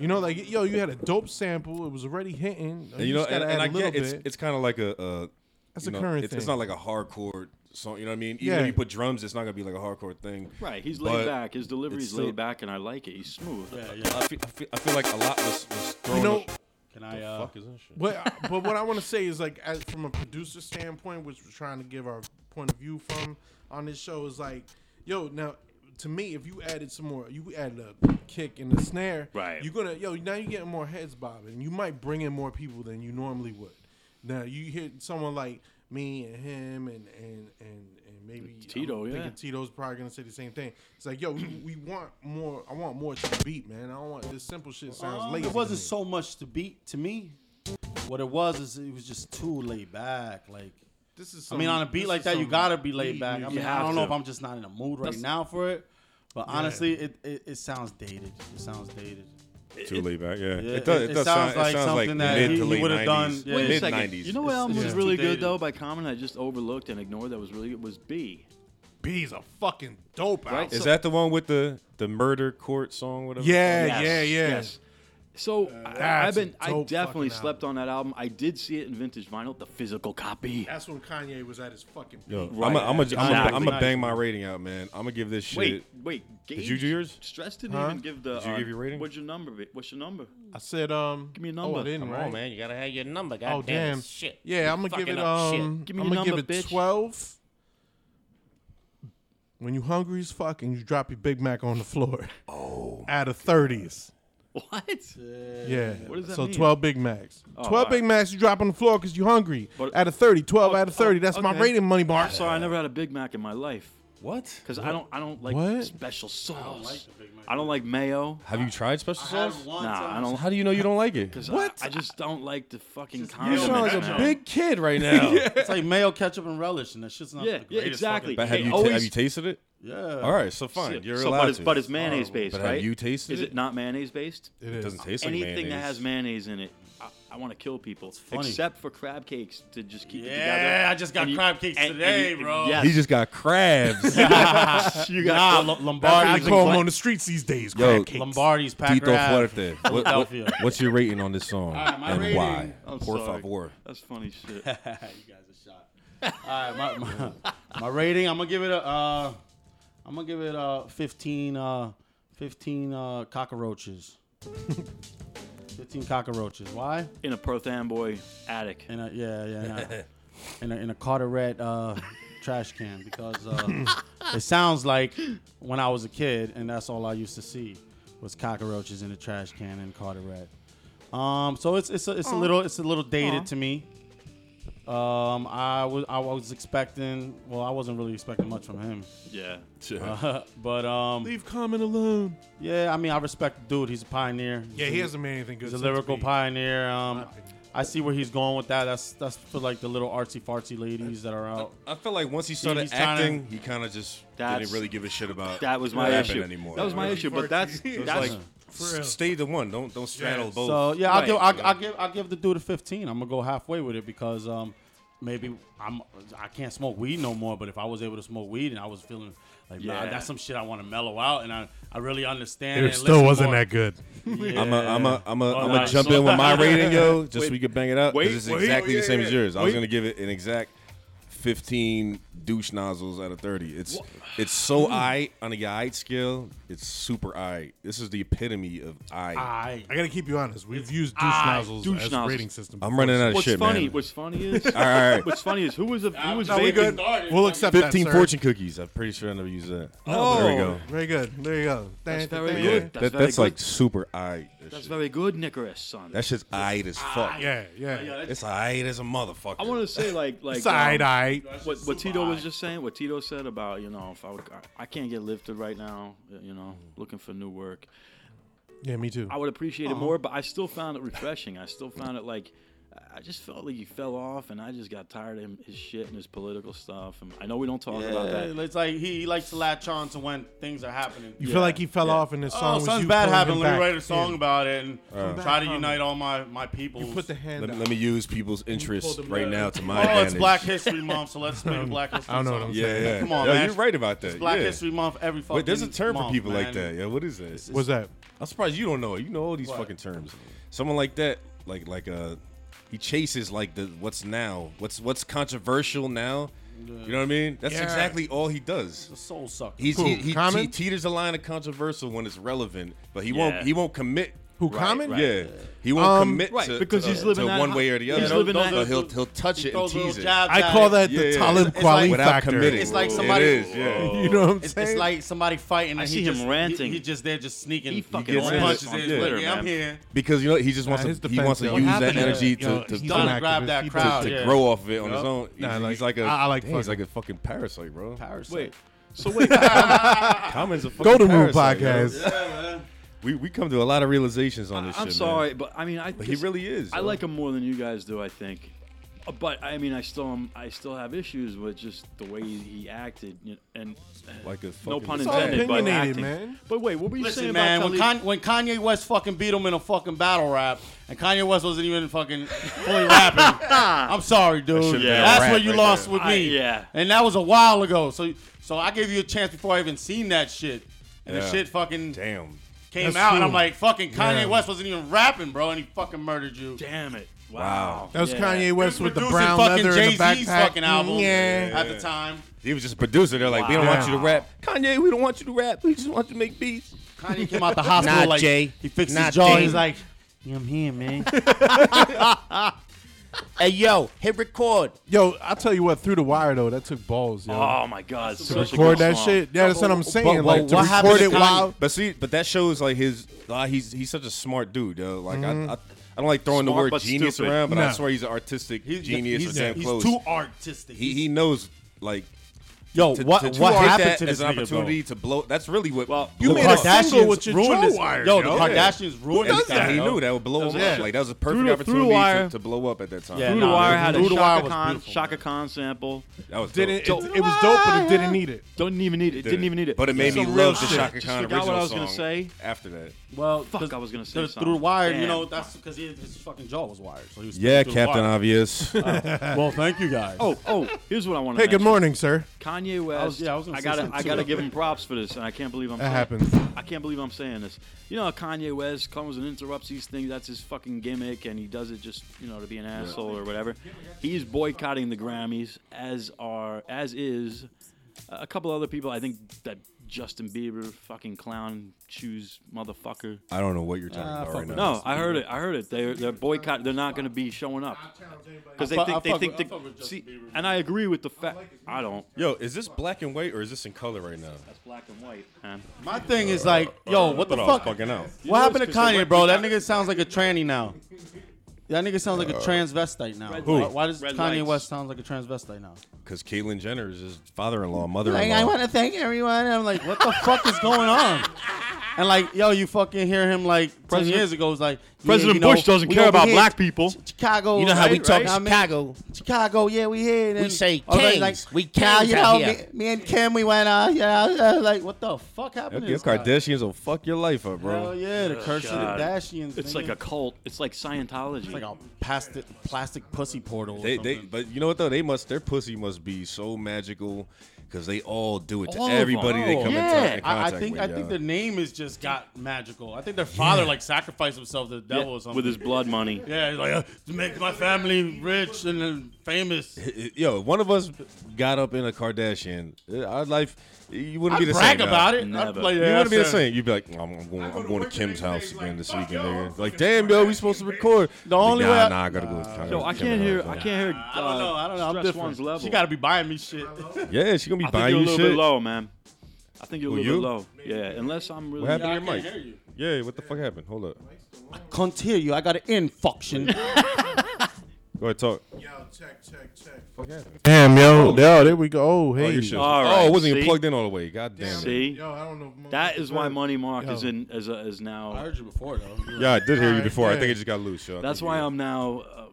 S3: You know, like yo, you had a dope sample. It was already hitting.
S4: And you know,
S3: just
S4: and, and
S3: gotta add
S4: I
S3: a little
S4: get it's
S3: bit.
S4: it's kind of like a uh,
S3: That's
S4: you
S3: a
S4: know,
S3: current
S4: it's, It's
S3: thing.
S4: not like a hardcore song. You know what I mean? Even
S3: Yeah.
S4: if you put drums, it's not gonna be like a hardcore thing.
S2: Right, he's
S4: But
S2: laid back. His delivery's
S4: still-
S2: laid back, and I like it. He's smooth.
S1: Yeah, yeah.
S4: I feel, I feel, I feel like a lot was, was thrown.
S3: you know,
S1: Can I? Uh,
S4: fuck is this shit?
S3: But but what I want to say is like as from a producer standpoint, which we're trying to give our point of view from on this show is like, yo, now to me, if you added some more, you added a kick and a snare,
S2: Right.
S3: You're gonna yo now you're getting more heads bobbing. You might bring in more people than you normally would. Now you hear someone like me and him and and and and maybe
S2: Tito,
S3: I'm
S2: yeah.
S3: thinking Tito's probably gonna say the same thing. It's like yo, we, we want more. I want more to the beat, man. I don't want this simple shit sounds
S1: um,
S3: lazy.
S1: it
S3: to
S1: wasn't
S3: me.
S1: so much to beat to me. What it was is it was just too laid back. Like
S3: This is.
S1: I mean,
S3: some-
S1: on a beat
S3: this
S1: like
S3: is
S1: that, you
S3: some
S1: gotta be laid
S3: beat
S1: back. I
S3: music.
S1: mean, I
S2: have
S1: don't know
S2: to.
S1: if I'm just not in a mood right
S2: That's-
S1: now for it. But honestly, it, it, it sounds dated. It sounds dated.
S4: Too laid back, yeah.
S1: Yeah,
S4: it does.
S1: it-
S4: It,
S1: it
S4: does
S1: sounds
S4: sound
S1: like
S4: it sounds like
S1: something that
S4: mid
S1: he-
S4: to
S1: he
S4: late
S1: would've done-
S4: 90s.
S1: yeah.
S2: Wait a
S4: Mid
S2: second.
S4: 90s.
S2: You know what album
S1: it's
S2: was
S1: just
S2: really
S1: too dated.
S2: good though by Common? I just overlooked and ignored. That was really good. Was B.
S3: B's a fucking dope
S2: Right?
S3: album.
S4: Is that the one with the the murder court song? Whatever.
S3: Yeah,
S2: Oh, Yes,
S3: yeah, yeah.
S2: Yes. So I, I've
S3: that's a
S2: been. I
S3: dope
S2: definitely
S3: fucking
S2: slept on that album. I did see it in vintage vinyl, the physical copy.
S3: That's when Kanye was at his fucking peak.
S4: Yo,
S2: Right.
S4: I'm gonna I'm
S2: Exactly.
S4: I'm gonna bang my rating out, man. I'm gonna give this shit.
S2: Wait, wait. Gage,
S4: you do yours?
S2: Stress didn't even give the.
S4: Did you
S2: uh,
S4: give your rating?
S2: What's your number? be? What's your number?
S3: I said, um, give
S2: me a number.
S3: Oh, I didn't,
S8: Come
S3: right?
S8: on, man. You gotta have your number. God
S3: Oh damn,
S8: Shit.
S3: Yeah, I'm gonna give
S8: fucking
S3: it
S8: up shit.
S3: um,
S2: Give me
S3: I'm
S2: your
S3: gonna give
S2: number,
S3: it
S2: bitch.
S3: twelve. When you hungry as fuck and you drop your Big Mac on the floor, oh, out of thirties,
S2: What?
S3: yeah.
S2: What does that
S3: so
S2: mean?
S3: twelve Big Macs, Twelve
S2: all
S3: Big Macs you drop on the floor because you hungry.
S2: But-
S3: out of thirty, 12 out of thirty.
S2: oh,
S3: That's my
S2: okay.
S3: rating, money bar.
S2: Sorry, I never had a Big Mac in my life
S4: What?
S2: because I don't. I don't like
S3: What?
S2: special sauce. I don't like, mayo.
S4: Have you tried special sauce?
S2: Nah, I don't.
S4: How do you know you don't like it?
S2: 'cause
S3: What?
S2: I, I just don't like the fucking
S4: You
S2: condiments.
S4: sound like a
S2: man.
S4: big kid right now.
S1: It's like mayo, ketchup, and relish, and that shit's not the
S2: Yeah, yeah,
S1: greatest.
S2: exactly.
S1: fucking-
S4: But have
S2: Hey,
S4: you ta-
S2: always- Uh,
S4: have you tasted it?
S1: Yeah.
S4: All right, so fine.
S2: So-
S4: You're
S2: so,
S4: allowed
S2: but it's,
S4: to.
S2: But it's mayonnaise based,
S4: But have
S2: right?
S4: you tasted
S2: Is
S4: it?
S2: it not mayonnaise based?
S3: It
S4: It
S3: is.
S4: doesn't taste like
S2: Anything
S4: mayonnaise.
S2: that has mayonnaise in it, I, I want to kill people.
S1: funny.
S2: Except for crab cakes to just keep it together.
S1: Yeah, I just got
S2: And you-
S1: crab cakes
S2: and- and
S1: today,
S2: you-
S1: bro.
S2: Yes.
S4: He just got crabs.
S2: you
S1: Nah,
S2: got
S1: Lo-
S3: I
S1: Lombardi's,
S3: call him on the streets these days.
S4: Yo,
S3: crack cakes.
S1: Lombardi's Packer
S4: Tito
S1: Ave,
S4: Fuerte. What- What,
S1: Philadelphia.
S4: what's your rating on this song
S1: right, my
S4: and
S1: rating-
S4: why?
S2: I'm
S4: Por
S2: sorry.
S4: favor.
S2: That's funny shit.
S1: you guys are shot. All right, my, my, my rating. I'm gonna give it a. Uh, I'm gonna give it a 15. Uh, 15 uh, cockroaches. 15 cockroaches. Why?
S2: In a Perth Amboy attic.
S1: In a yeah yeah in a, in a, in a Carteret uh, trash can because uh, it sounds like when I was a kid and that's all I used to see was cockroaches in a trash can in Carteret. Um, so it's it's a, it's a little it's a little dated to me. Um, I was I was expecting well I wasn't really expecting much from him,
S2: Yeah. Uh-huh.
S1: but um,
S3: Leave Common alone.
S1: yeah I mean I respect the dude he's a pioneer.
S3: Yeah, he hasn't made anything good.
S1: He's a
S3: since
S1: lyrical
S3: Beat.
S1: pioneer. Um, I see where he's going with that. That's that's for like the little artsy fartsy ladies that are out.
S4: I feel like once he
S1: he's
S4: started
S1: tryna-
S4: acting, he kind of just
S2: That's-
S4: didn't really give a shit about
S2: That was
S4: what
S2: my
S4: happened
S2: issue.
S4: anymore.
S2: That was my
S4: Really.
S2: issue, but that's
S3: It's
S2: that's
S4: like-
S3: For real.
S4: S- Stay the one. Don't don't straddle both.
S1: So yeah, I'll
S2: Right.
S1: give I'll, I'll give I'll give the dude a fifteen. I'm gonna go halfway with it because um maybe I'm I can't smoke weed no more. But if I was able to smoke weed and I was feeling like nah,
S2: Yeah.
S1: that's some shit I want to mellow out and I I really understand.
S3: It
S1: and
S3: still
S1: listen
S3: wasn't
S1: more.
S3: that good.
S4: I'm a, I'm a, I'm a,
S2: Oh,
S4: I'm
S1: right.
S4: gonna jump in with my rating, yo, just
S2: Wait.
S4: so we can bang it out. 'cause
S2: Wait,
S4: it's
S2: wait,
S4: exactly
S2: yeah,
S4: the same
S2: yeah.
S4: as yours. I was
S2: Wait.
S4: gonna give it an exact 15 douche nozzles out of 30. It's it's so I on a I scale. It's super I. This is the epitome of I.
S1: I
S3: I gotta keep you honest. We've used douche nozzles
S2: douche
S3: as
S2: nozzles.
S3: rating system.
S4: I'm
S3: before.
S4: running out of
S2: what's
S4: shit,
S2: funny.
S4: man.
S2: What's funny is
S4: all right, all right.
S2: what's funny is who was a, who was
S1: No, we
S2: vaping?
S1: good.
S3: We'll accept
S4: 15
S3: that, sir.
S4: fortune cookies. I'm pretty sure I never used that. Oh, there we go.
S3: Very good. There you go.
S2: That's
S3: Dang,
S2: very
S3: dang,
S2: good.
S3: dang.
S4: That,
S2: That's very
S4: that's
S2: good.
S4: like super I. That
S2: That's
S4: shit.
S2: very good, Nicholas son.
S4: That shit's I as fuck.
S3: Yeah, yeah.
S4: It's I as a motherfucker.
S2: I want to say like like um,
S3: Side eye.
S2: what, what Tito was just saying, what Tito said about you know if I would, I can't get lifted right now, uh, you know, looking for new work.
S3: Yeah, me too.
S2: I would appreciate
S1: Uh-huh.
S2: it more, but I still found it refreshing. I still found it like I just felt like he fell off, and I just got tired of him, his shit and his political stuff. And I know we don't talk about that.
S1: Yeah, it's like he, he likes to latch on to when things are happening.
S3: You
S2: yeah,
S3: feel like he fell
S2: yeah.
S3: off in this song.
S1: Oh,
S3: was
S1: something
S3: you
S1: bad
S3: pulling him
S1: happened. Let me
S3: back.
S1: write a song
S3: Yeah.
S1: about it and try
S3: back
S1: to
S3: on
S1: unite all my my people.
S3: You put the hand
S4: let, me-
S3: out.
S4: let me use people's interest
S3: them
S4: right
S3: down.
S4: now to my
S1: Oh,
S4: advantage.
S1: it's Black History Month, so let's make a Black History.
S3: I don't know what
S1: song.
S3: I'm saying.
S4: Yeah, yeah.
S1: Come on,
S4: Yo,
S1: man.
S4: You're right about that.
S1: It's Black
S4: yeah.
S1: History Month every fucking.
S4: Wait, there's a term for
S1: month,
S4: people
S1: man.
S4: like that. Yeah, what is that?
S3: What's that?
S4: I'm surprised you don't know. it. You know all these
S1: What?
S4: fucking terms. Someone like that, like like uh, he chases like the what's now, what's what's controversial now. You know what I mean? That's
S3: Yeah.
S4: exactly all he does.
S1: The soul sucker.
S4: He's
S3: Who,
S4: he, he,
S3: Common?
S4: he teeters the line of controversial when it's relevant, but he
S2: Yeah.
S4: won't he won't commit.
S3: Who,
S4: Right,
S3: Common?
S4: Right. Yeah, he won't
S3: Um,
S4: commit
S2: Right,
S4: to,
S2: because
S4: to,
S2: he's living
S4: to
S2: that
S4: one
S2: hot-
S4: way or the
S2: he's
S4: other.
S2: living that-
S4: but he'll he'll touch
S1: he
S4: it and
S1: throws little
S4: tease it
S1: jabs
S3: I
S1: at
S3: call
S1: it.
S3: that
S4: Yeah,
S3: the
S4: yeah.
S3: Talib
S1: It's like-
S3: Kweli
S4: without
S3: factor.
S4: committing.
S1: It's like
S4: It
S1: somebody-
S4: is, yeah.
S3: You know what I'm
S1: It's,
S3: saying?
S1: it's like somebody fighting. And
S2: I
S1: he
S2: see him
S1: just,
S2: ranting.
S1: He, he just there, just sneaking.
S2: He fucking
S4: gets in
S1: punches
S4: it.
S1: in.
S4: Yeah.
S1: Like, yeah, I'm
S2: Man.
S1: here.
S4: because you know he just wants
S3: Nah, his
S4: to he
S3: defense,
S4: wants to
S3: yo.
S4: use
S1: What
S4: that
S1: happened to-
S4: energy
S3: yo,
S4: to, to,
S3: he's
S4: to,
S3: done
S1: Done
S3: an
S1: grab
S3: activist.
S1: that
S3: He did-
S1: crowd.
S4: to
S1: yeah.
S4: grow off of it on
S1: Yup.
S4: his own. He's,
S3: Nah, like,
S4: he's like a
S3: I- I like
S4: damn, he's
S3: fucking-
S4: like a fucking parasite, bro.
S1: Parasite.
S2: Wait, so wait, I
S4: Common's a fucking
S3: Golden Rule
S4: parasite, yo.
S3: podcast.
S4: We we come to a lot of realizations on this.
S2: I'm
S4: shit,
S2: sorry,
S4: man.
S2: but I mean, I
S4: but he
S2: just-
S4: really is.
S2: I
S4: yo.
S2: like him more than you guys do, I think. Uh, But I mean, I still am, I still have issues with just the way he acted, you know, and
S4: like a fucking
S2: no pun
S3: all
S2: intended, but
S3: opinionated,
S2: acting.
S3: man.
S2: But wait, what were you
S1: Listen,
S2: saying
S1: man.
S2: about
S1: When,
S2: Talib?
S1: Kan- when Kanye West fucking beat him in a fucking battle rap, and Kanye West wasn't even fucking fully rapping, I'm sorry, dude.
S4: should've been a
S1: That's
S4: rap
S1: where you
S4: right
S1: lost
S4: there.
S1: with me.
S2: I- yeah.
S1: and that was a while ago. So, so I gave you a chance before I even seen that shit, and the
S4: Yeah.
S1: shit fucking
S4: Damn.
S1: came
S3: That's
S1: out, and
S3: true.
S1: I'm like, fucking Kanye
S3: Yeah.
S1: West wasn't even rapping, bro, and he fucking murdered you.
S2: Damn it! Wow.
S4: Wow.
S3: That was
S2: Yeah.
S3: Kanye West with the
S1: Producing
S3: brown
S1: fucking
S3: leather and the
S1: Jay-Z's
S3: backpack. Mm,
S1: fucking album
S3: Yeah.
S1: at the time.
S4: He was just a producer. They're like, we don't want you to rap, Kanye. We don't want you to rap. We just want you to make beats.
S1: Kanye came out the hospital
S4: Nah,
S1: like
S4: Jay.
S1: he fixed
S4: Nah,
S1: his jaw.
S4: Jay.
S1: He's like, yeah, I'm here, man.
S4: Hey yo, hit record.
S3: Yo, I'll tell you what. Through the wire though, that took balls, yo.
S4: Ah,
S2: Oh my God!
S3: to
S2: such a
S3: record
S2: good
S3: that
S2: song.
S3: shit. Yeah, that's what I'm saying.
S4: But,
S3: like
S4: but
S3: to
S4: what happened to
S3: record it
S4: Kanye?
S3: while
S4: But see, but that shows like his. Uh, he's he's such a smart dude, though. Like I, I, I don't like throwing
S2: Smart
S4: the word
S2: but
S4: genius
S2: stupid.
S4: around, but I
S3: No.
S4: swear he's an artistic
S1: He's
S4: genius
S1: he's,
S4: or damn
S1: he's
S4: close.
S1: too artistic.
S4: he he knows like
S1: Yo,
S4: To,
S1: what
S4: to, to
S1: what
S4: take
S1: happened
S4: that
S1: to this
S4: as an
S1: nigga, bro?
S4: opportunity to blow? That's really what
S2: Well,
S4: you
S1: The
S4: made a
S1: Kardashians
S4: single with your
S1: ruined
S4: True
S1: this-
S4: Wire.
S1: Yo, the
S4: yo.
S1: Kardashians ruined
S4: And
S1: this.
S4: and
S1: guy,
S4: he
S1: yo.
S4: knew that would blow up.
S2: Yeah.
S4: Like that was a
S2: Through
S4: perfect
S2: the- through the
S4: opportunity
S2: wire.
S4: to, to blow up at that time.
S1: Yeah,
S2: Through
S1: nah,
S2: the Wire
S1: the
S2: had a
S1: Through the Wire
S2: Shaka
S1: was
S2: Khan,
S1: beautiful,
S2: Shaka Khan sample.
S4: That was dope.
S3: Didn't it, it was dope, but it didn't need it.
S2: Didn't even need it. Didn't, even need it.
S4: But it made me
S3: Some real
S4: love the
S3: shit.
S4: Shaka
S2: Just
S4: Khan
S2: forgot
S4: original
S2: what I was gonna
S4: song
S2: say.
S4: after that.
S1: Well,
S2: Fuck,
S1: 'cause
S2: I was gonna say
S1: through-
S2: something.
S1: Through the wire, you
S2: Damn.
S1: know, that's because his fucking jaw was wired, so he was.
S4: Yeah,
S1: through the
S4: Captain
S1: wire.
S4: Obvious.
S1: Well, thank you guys.
S2: Oh, oh, here's what I want to
S3: Hey, good morning, sir.
S2: Kanye West.
S1: was- yeah, I was gonna say
S2: gotta,
S1: something
S2: I
S1: too.
S2: gotta give him props for this, and I can't believe I'm.
S3: That
S2: saying-
S3: happens.
S2: I can't believe I'm saying this. You know, how Kanye West comes and interrupts these things. That's his fucking gimmick, and he does it just, you know, to be an asshole or whatever. He's boycotting the Grammys, as are, as is, a couple other people. I think that Justin Bieber, fucking clown shoes motherfucker.
S4: I don't know what you're talking
S1: Ah,
S4: about
S1: fuck
S4: right
S1: it.
S4: now.
S2: No, I heard it. I heard it. They're they're boycott. They're not going to be showing up because they
S1: I fuck-
S2: think
S1: I
S2: they
S1: fuck
S2: think
S1: with- I
S2: the-
S1: fuck with Justin
S2: see. And I agree with the fact. I don't.
S4: Yo, is this black and white or is this in color right now?
S2: That's black and white, man.
S1: My thing is like,
S2: Uh,
S1: yo, Oh, what the
S4: But I was
S1: fuck?
S4: fucking out.
S1: What
S2: know
S1: happened to
S2: it's 'cause the
S1: Kanye,
S2: red-
S1: bro? That nigga sounds like a tranny now. That nigga sounds like a transvestite now.
S2: Uh, Red
S1: Why,
S2: lights.
S1: why does
S2: Red
S1: Kanye
S2: lights.
S1: West sound like a transvestite now?
S4: Because Caitlyn Jenner is his father-in-law, mother-in-law.
S1: Like, I want to thank everyone. I'm like, what the fuck is going on? And like, yo, you fucking hear him like
S2: President-
S1: ten years ago was like, yeah,
S2: President
S1: you know,
S2: Bush doesn't
S1: we
S2: care
S1: over
S2: about
S1: here,
S2: black people.
S1: Ch- Chicago,
S5: You know how we
S1: right,
S5: talk
S1: right? I mean,
S5: Chicago.
S1: Chicago, yeah, we here. And
S5: say
S1: I was
S5: kings. We
S1: "Nah,
S5: kings
S1: you
S5: out
S1: know,
S5: here."
S1: Me, me and Kim, we went out. You know, uh, like, what the fuck happened?
S4: Okay,
S1: to
S4: your
S1: this guy?
S4: Kardashians will fuck your life up, bro.
S1: Hell yeah, the curse
S2: God.
S1: of the Dashians.
S2: It's like a cult. It's like Scientology.
S1: It's like a plastic, plastic pussy portal. or
S4: They, they,
S1: something.
S4: but you know what though? They must, their pussy must be so magical because they all do it to
S2: All of 'em.
S4: everybody they
S2: Oh,
S4: come
S2: yeah.
S4: in, touch, in
S1: I, I
S4: contact
S1: think
S4: with.
S1: I think the name is just got magical. I think their father like sacrificed himself to the
S2: Yeah,
S1: devil or something.
S2: with his blood money.
S1: yeah, he's like uh, to make my family rich and then famous.
S4: yeah. yo, if one of us got up in a Kardashian. uh, Our life, you wouldn't
S1: I'd
S4: be the
S1: brag
S4: same.
S1: about
S4: now.
S1: it. I'd
S2: Never.
S1: be like,
S4: You
S1: yeah,
S4: wouldn't be the
S1: son.
S4: same. You'd be like, I'm, I'm going, I'm going to Kim's house again this weekend, nigga. Like, damn, yo, we supposed to record. The
S1: only
S4: nah,
S1: way I-
S4: nah, I gotta go. to Kim-
S2: Yo, I
S4: Kim's
S2: can't hear.
S4: house,
S2: I
S4: man.
S2: can't hear. uh,
S1: I don't know. I don't know. I'm different.
S2: One's level.
S1: She gotta be buying me shit.
S4: Yeah, she gonna be
S2: I think
S4: buying
S2: you're a
S4: you
S2: little
S4: shit.
S2: bit low, man. I think you're a
S4: Who,
S2: little
S4: you?
S2: bit low. Yeah, unless I'm really.
S4: What happened
S1: I
S4: to your
S1: can't
S4: mic?
S1: hear you.
S4: Yeah, what the fuck happened? Hold up.
S1: Can't hear you. I got an infunction.
S4: Go ahead, talk.
S3: Damn, yo, yo, there we go. Oh, hey,
S4: Oh, your shit.
S2: All
S4: oh,
S2: right,
S4: it wasn't even
S2: see?
S4: plugged in all the way. God damn it.
S2: See,
S3: I don't know. If
S2: that is why Money Mark
S3: Yo.
S2: is in is a, is
S1: I
S2: now.
S1: heard you before though.
S4: Yeah, I did hear you
S3: Alright,
S4: before. I
S3: yeah.
S4: think it just got loose. Yo. I
S2: That's
S4: think
S2: why
S4: you-
S2: I'm now. Uh,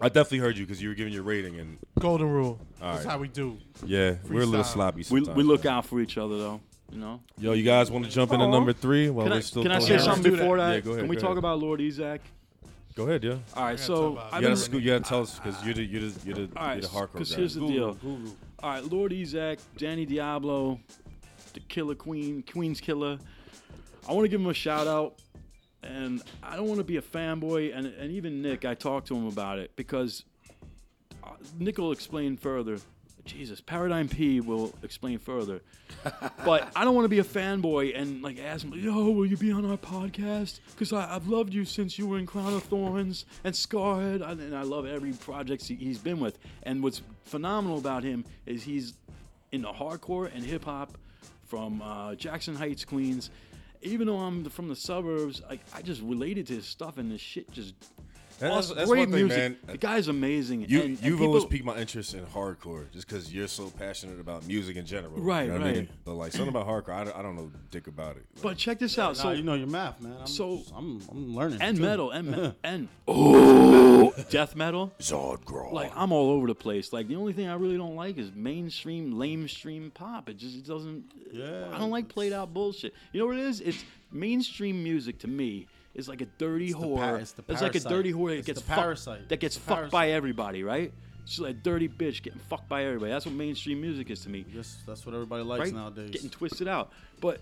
S4: I definitely heard you because you were giving your rating, and
S3: golden rule.
S4: right.
S3: That's how we do.
S4: yeah, we're a little
S3: Freestyle.
S4: sloppy.
S2: we
S4: Sometimes,
S2: we look
S4: man.
S2: out for each other though. You know.
S4: Yo, you guys want to jump into number three while
S2: Can
S4: we're
S2: I,
S4: still?
S2: can I
S4: pulling
S2: say
S4: it?
S2: something before
S4: Yeah,
S2: that?
S4: go ahead,
S2: Can we
S4: go
S2: talk
S4: ahead.
S2: about Lord Ezak?
S4: Go ahead, yeah.
S2: All right,
S3: gotta
S2: so
S3: talk
S2: I've
S3: about
S4: You gotta,
S2: been-
S4: scoop, you gotta tell us because you're the you're the you're the,
S2: all right,
S4: you're the
S2: because
S4: hardcore guy.
S2: here's the deal. All right, Lord Ezak, Danny Diablo, the Killer Queen, Queen's Killer. I want to give him a shout out, and I don't want to be a fanboy. And and even Nick, I talked to him about it because uh, Nick will explain further. Jesus, Paradigm P will explain further. but I don't want to be a fanboy and like ask him, yo, will you be on our podcast? Because I've loved you since you were in Crown of Thorns and Scarhead, and, and I love every project he, he's been with. And what's phenomenal about him is he's in the hardcore and hip hop from uh, Jackson Heights, Queens. Even though I'm from the suburbs, like I just related to his stuff, and this shit just
S4: And that's,
S2: awesome.
S4: that's
S2: great
S4: one thing,
S2: music.
S4: man.
S2: The guy's amazing.
S4: You
S2: and- and
S4: you've always
S2: people-
S4: piqued my interest in hardcore just because you're so passionate about music in general.
S2: Right,
S4: you know what I mean?
S2: right.
S4: But like something about hardcore, I don't, I don't know dick about it.
S2: But check this out.
S1: Nah,
S2: So
S1: you know your math, man. I'm,
S2: So-
S1: I'm, I'm learning.
S2: and
S1: too.
S2: metal and me- and oh death metal
S4: Zodgraw.
S2: like i'm all over the place like the only thing i really don't like is mainstream lamestream pop it just it doesn't
S1: Yeah.
S2: i don't like played out bullshit you know what it is it's mainstream music to me is like a dirty
S1: the
S2: whore
S1: par- it's the
S2: like a
S1: parasite.
S2: dirty whore that
S1: It's
S2: gets
S1: the
S2: fucked-
S1: parasite.
S2: that gets
S1: It's the
S2: fucked by everybody right she's like a dirty bitch getting fucked by everybody that's what mainstream music is to me
S1: Yes, that's what everybody likes
S2: right?
S1: nowadays.
S2: Getting twisted out. But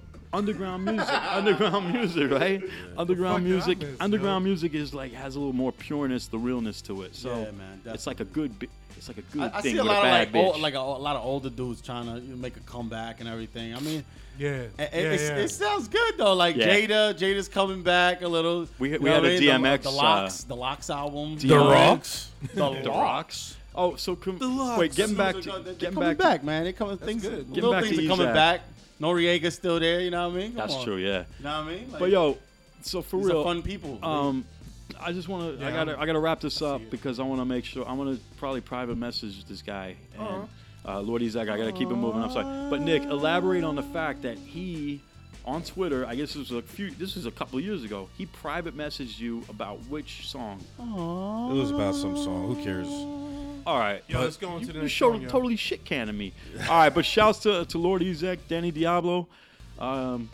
S2: underground music, underground music, right? Underground music,
S3: miss,
S2: underground music is like has a little more pureness, the realness to it. So
S1: Yeah, man,
S2: it's like a good, bi- it's like a good
S1: I, I
S2: thing
S1: see a
S2: with
S1: lot
S2: a
S1: of
S2: bad
S1: like,
S2: bitch.
S1: old, like a, a lot of older dudes trying to you know, make a comeback and everything. I mean,
S3: Yeah,
S1: it,
S3: yeah,
S1: it's,
S3: yeah.
S1: it sounds good though. Like
S2: Yeah.
S1: Jada, Jada's coming back a little.
S2: We-
S1: you
S2: we
S1: know
S2: had
S1: what
S2: a
S1: I mean? The-
S2: DMX,
S1: the,
S2: uh,
S1: locks, the locks album,
S2: The Rocks?
S1: the
S2: The
S1: locks.
S2: rocks. Oh, so com- wait, getting back to
S1: they're
S2: getting
S1: coming
S2: back.
S1: back,
S2: to-
S1: man. They coming things.
S3: good.
S1: Little
S2: back to
S1: things are coming
S2: Ezak.
S1: back. Noriega's still there. You know what I mean? Come
S2: that's
S1: on.
S2: true,
S1: You
S2: yeah.
S1: know what I mean? Like,
S2: But yo, so for
S1: these are
S2: real,
S1: fun people.
S2: Um, I just want to. I
S3: Yeah,
S2: gotta.
S3: I'm-
S2: I gotta wrap this up because I want to make sure. I want to probably private message this guy. And Uh, Lordy Zach, I gotta keep it moving. I'm sorry, but Nick, elaborate on the fact that he, on Twitter, I guess this was a few, this was a couple of years ago. He private messaged you about which song.
S3: Oh.
S4: It was about some song. Who cares?
S2: All right,
S3: Yo,
S2: but
S3: let's go on
S2: you,
S3: to the
S2: you
S3: next
S2: showed
S3: one, yo.
S2: totally shit canning me. All right, but shouts to to Lord Ezek, Danny Diablo. Um,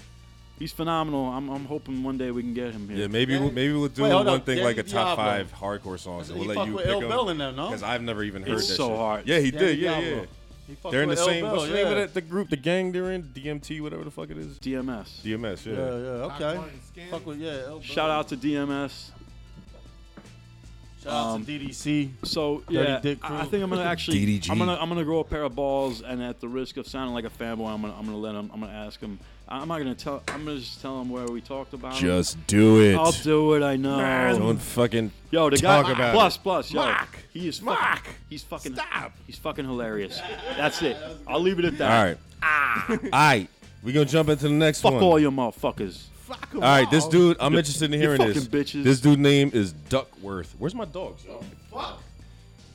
S2: he's phenomenal. I'm, I'm hoping one day we can get him here.
S4: Yeah, maybe we'll, maybe we'll do
S1: Wait, hold
S4: one
S1: up.
S4: thing
S1: Danny
S4: like a top
S1: Diablo.
S4: five hardcore songs.
S1: He
S4: and We'll
S1: fucked
S4: let you
S1: with
S4: pick
S1: L. Bell in there, no?
S4: Because I've never even heard
S2: It's
S4: that
S2: so
S4: shit.
S2: hard.
S4: Yeah, he
S1: Danny
S4: did. Yeah,
S1: Diablo.
S4: yeah.
S1: He fucked
S4: They're in the
S1: with
S4: same.
S1: L.
S4: What's
S1: Bell,
S4: the name of
S1: yeah.
S4: that? The group, the gang they're in, DMT, whatever the fuck it is.
S2: DMS.
S4: DMS. Yeah.
S1: Yeah, yeah,
S3: Hot
S1: okay.
S3: one, skin.
S1: Fuck with yeah. L. Bell.
S2: Shout out to DMS.
S1: Shout out
S2: um,
S1: to DDC.
S2: So
S1: Dirty
S2: yeah,
S1: Dick
S2: I I
S1: Crew.
S2: think I'm gonna actually,
S4: DDG.
S2: I'm gonna, I'm gonna grow a pair of balls, and at the risk of sounding like a fanboy, I'm gonna, I'm gonna let him, I'm gonna ask him. I- I'm not gonna tell, I'm gonna just tell him where we talked about. him.
S4: do it.
S2: I'll do it. I know.
S4: fucking.
S2: Yo, the guy.
S4: Talk about
S2: plus,
S4: it.
S2: plus, yo.
S4: Mark.
S2: He is fucking.
S4: Mark.
S2: He's fucking.
S4: Stop.
S2: He's fucking hilarious. That's it. I'll leave it at
S4: All
S2: that.
S4: right. All right. We gonna jump into the next
S2: Ah. Fuck
S4: one.
S2: all your motherfuckers.
S4: all right, this dude, I'm interested in
S2: you
S4: hearing this.
S2: fucking bitches.
S4: This dude name is Duckworth. Where's my dogs? Yo?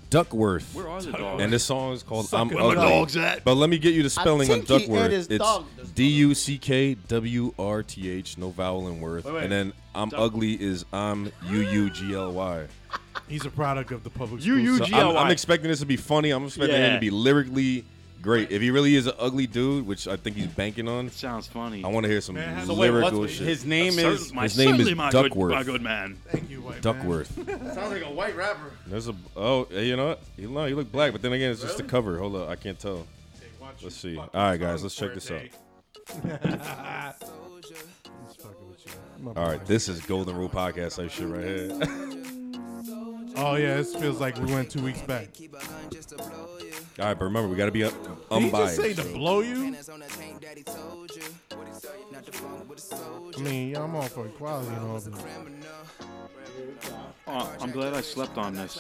S4: Duckworth.
S2: Where are the dogs?
S4: And this song is called "I'm
S2: my
S4: Ugly."
S2: dogs at?
S4: But let me get you the spelling on
S1: think he ate
S4: Duckworth.
S1: his dog. There's
S4: It's D U C K W R T H, no vowel in worth.
S1: wait.
S4: And then "I'm Ugly" is "I'm U U G L Y.
S3: He's a product of the public
S2: You-
S3: school
S2: you-
S4: So
S3: system.
S4: I'm,
S2: G-L-Y.
S4: I'm expecting this to be funny. I'm expecting him
S2: Yeah.
S4: to be lyrically great. If he really is an ugly dude, which I think he's banking on,
S2: Sounds funny.
S4: I want to hear some
S3: Man, so wait,
S1: what's-
S4: lyrical shit.
S1: his name
S2: Certain-
S1: is
S2: my,
S4: his name is
S2: certainly my good-
S4: Duckworth.
S2: my good man.
S3: Thank you, white man.
S4: Duckworth.
S1: Sounds like a white rapper.
S4: There's a oh, hey, you know what? You look, you look black, but then again, it's just the cover. Hold up, I can't tell.
S3: They want you
S4: Let's see. All
S3: fucking
S4: right, guys, let's
S3: for
S4: check
S3: a
S4: this out.
S3: day. He's fucking with you.
S4: All right, this is Golden Rule podcast type shit right here.
S3: Oh yeah, this feels like we went two weeks back.
S4: All right, but remember, we gotta be un-
S3: Did he just
S4: unbiased.
S3: say to blow you? I mean, yeah, I'm all for equality and all, but
S2: Oh, I'm glad I slept on this.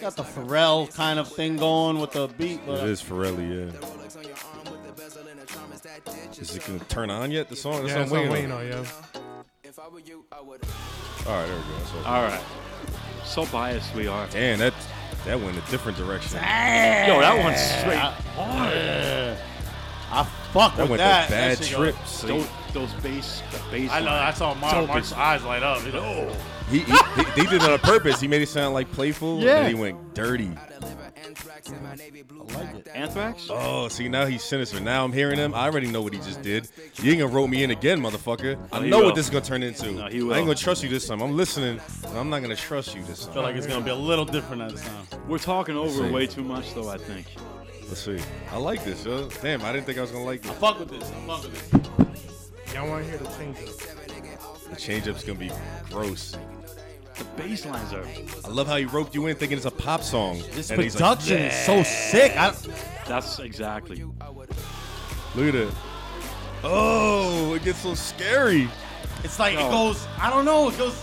S1: Got the Pharrell kind of thing going with the beat, but
S4: It is Pharrelli, yeah. Is it gonna turn on yet? The song? That's
S3: yeah,
S4: what I'm waiting
S3: waiting
S4: on.
S3: on you.
S4: All right, there we go. So,
S2: All right. So biased we are.
S4: damn, that that went a different direction.
S2: Yo, that one's straight.
S1: I fuck
S4: That
S1: with
S4: went
S1: that.
S4: the bad
S1: That shit
S4: trip.
S1: goes-
S4: See,
S2: Those, those bass, the bass.
S1: I know.
S2: line.
S1: I saw Mar-
S2: Dope
S1: Mark's
S2: as-
S1: eyes light up. He's like, oh.
S4: he, he, they, they did it on purpose. He made it sound like playful, and
S2: Yeah.
S4: then he went dirty.
S1: I like it.
S2: Anthrax.
S4: Oh, see now he's sinister. Now I'm hearing him. I already know what he just did. You ain't gonna rope me in again, motherfucker. I
S2: No, he
S4: know
S2: will.
S4: what this is gonna turn into.
S2: No,
S4: I
S2: he
S4: ain't
S2: will.
S4: gonna trust you this time. I'm listening. but I'm not gonna trust you
S1: I
S4: this
S1: feel
S4: time.
S1: like it's gonna be a little different at this time.
S2: We're talking over
S4: see.
S2: way too much, though. I think.
S4: Let's see. I like this, yo. Damn, I didn't think I was gonna like this.
S1: Fuck with this. I fuck with this.
S3: Y'all want to hear the change? up.
S4: The changeup's gonna be gross.
S2: The bass lines are.
S4: I love how he roped you in thinking it's a pop song.
S1: This
S4: And he's like,
S1: production is so sick. I,
S2: That's exactly.
S4: Look at it. Oh, it gets so scary.
S1: it's like
S2: No.
S1: it goes. I don't know. It goes,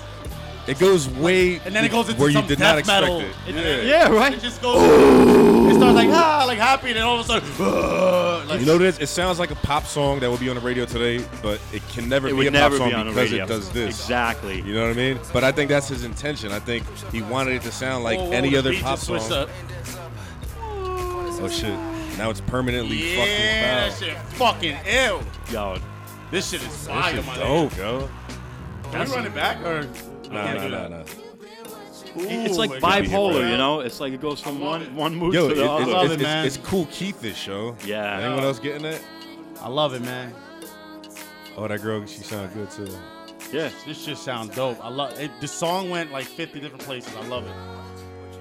S4: It goes way
S1: and then it goes into
S4: where
S1: some
S4: you did
S1: death
S4: not expect
S1: metal.
S4: it.
S1: It-
S2: Yeah,
S1: It
S2: right.
S1: just goes. It starts like ah, like happy, and then all of a sudden, ah, like,
S4: You know this? It sounds like a pop song that would be on the radio today, but it can never
S2: It
S4: be a
S2: would
S4: pop
S2: never
S4: song
S2: be on the
S4: because
S2: radio.
S4: it does this.
S2: Exactly.
S4: You know what I mean? But I think that's his intention. I think he wanted it to sound like
S1: whoa, whoa,
S4: any
S1: the
S4: other
S1: beat
S4: pop
S1: just switched
S4: song.
S1: up.
S4: Oh shit! Now it's permanently
S1: Yeah, that
S4: fucking
S1: shit fucking ill.
S2: Yo,
S1: This shit is fire, my
S4: foul.
S1: nigga.
S4: Dope, yo.
S1: Can we run it back or?
S4: Nah, nah, nah, nah.
S2: it's like
S1: Ooh,
S4: could be hit
S2: bipolar.
S4: right.
S2: You know, it's like it goes from one one mood
S4: Yo,
S2: to
S4: it,
S2: the
S4: it's-
S2: other.
S1: love it,
S4: it's,
S1: man.
S4: it's, it's cool Keith this show.
S2: Yeah.
S4: Anyone else getting that?
S1: I love it, man.
S4: Oh, that girl, she sounded good too.
S2: yeah.
S1: This shit sound dope. I love it. The song went like 50 different places. I love it.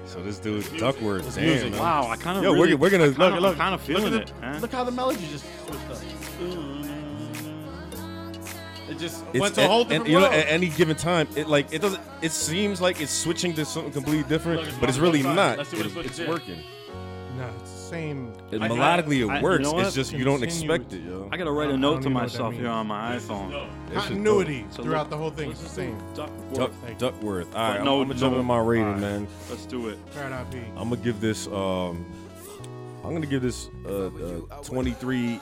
S4: So this dude Duckworth, damn.
S1: music.
S4: man.
S2: Wow, I kind of.
S4: Yo, we're-
S2: really,
S4: we're gonna-
S2: I kinda,
S4: look, look,
S2: I'm kind of feeling
S1: look,
S2: it.
S1: at the-
S2: man.
S1: look how the melody just switched up. It just
S4: It's
S1: went to a
S4: at-
S1: whole
S4: and,
S1: different
S4: you know,
S1: world.
S4: at any given time, it like it doesn't. It seems like it's switching to something completely different,
S1: Look, it's
S4: but it's really
S1: 145.
S4: not.
S1: Let's see what
S4: It-
S1: it's what it
S4: it's
S1: did.
S4: working.
S3: Nah, it's the same.
S4: It,
S2: I-
S4: melodically,
S2: I-
S4: it
S2: you
S4: works.
S2: know what?
S4: it's just you don't
S3: Continue.
S4: expect it, yo.
S2: I gotta write
S3: I
S2: a
S3: don't
S2: note to
S3: even know what that
S2: myself here
S3: means.
S2: on my iPhone.
S4: That shit's
S3: Continuity
S2: So
S3: throughout
S2: look-
S3: the whole thing is the same.
S4: Duck,
S2: Duckworth.
S3: Thank you.
S4: Duckworth. All right,
S2: no-
S4: I'm, gonna jump
S2: no-
S4: into my rating,
S3: alright.
S4: man.
S2: Let's do it.
S3: Turn out beat.
S4: I'm gonna give this. Um, I'm gonna give this uh, uh, 23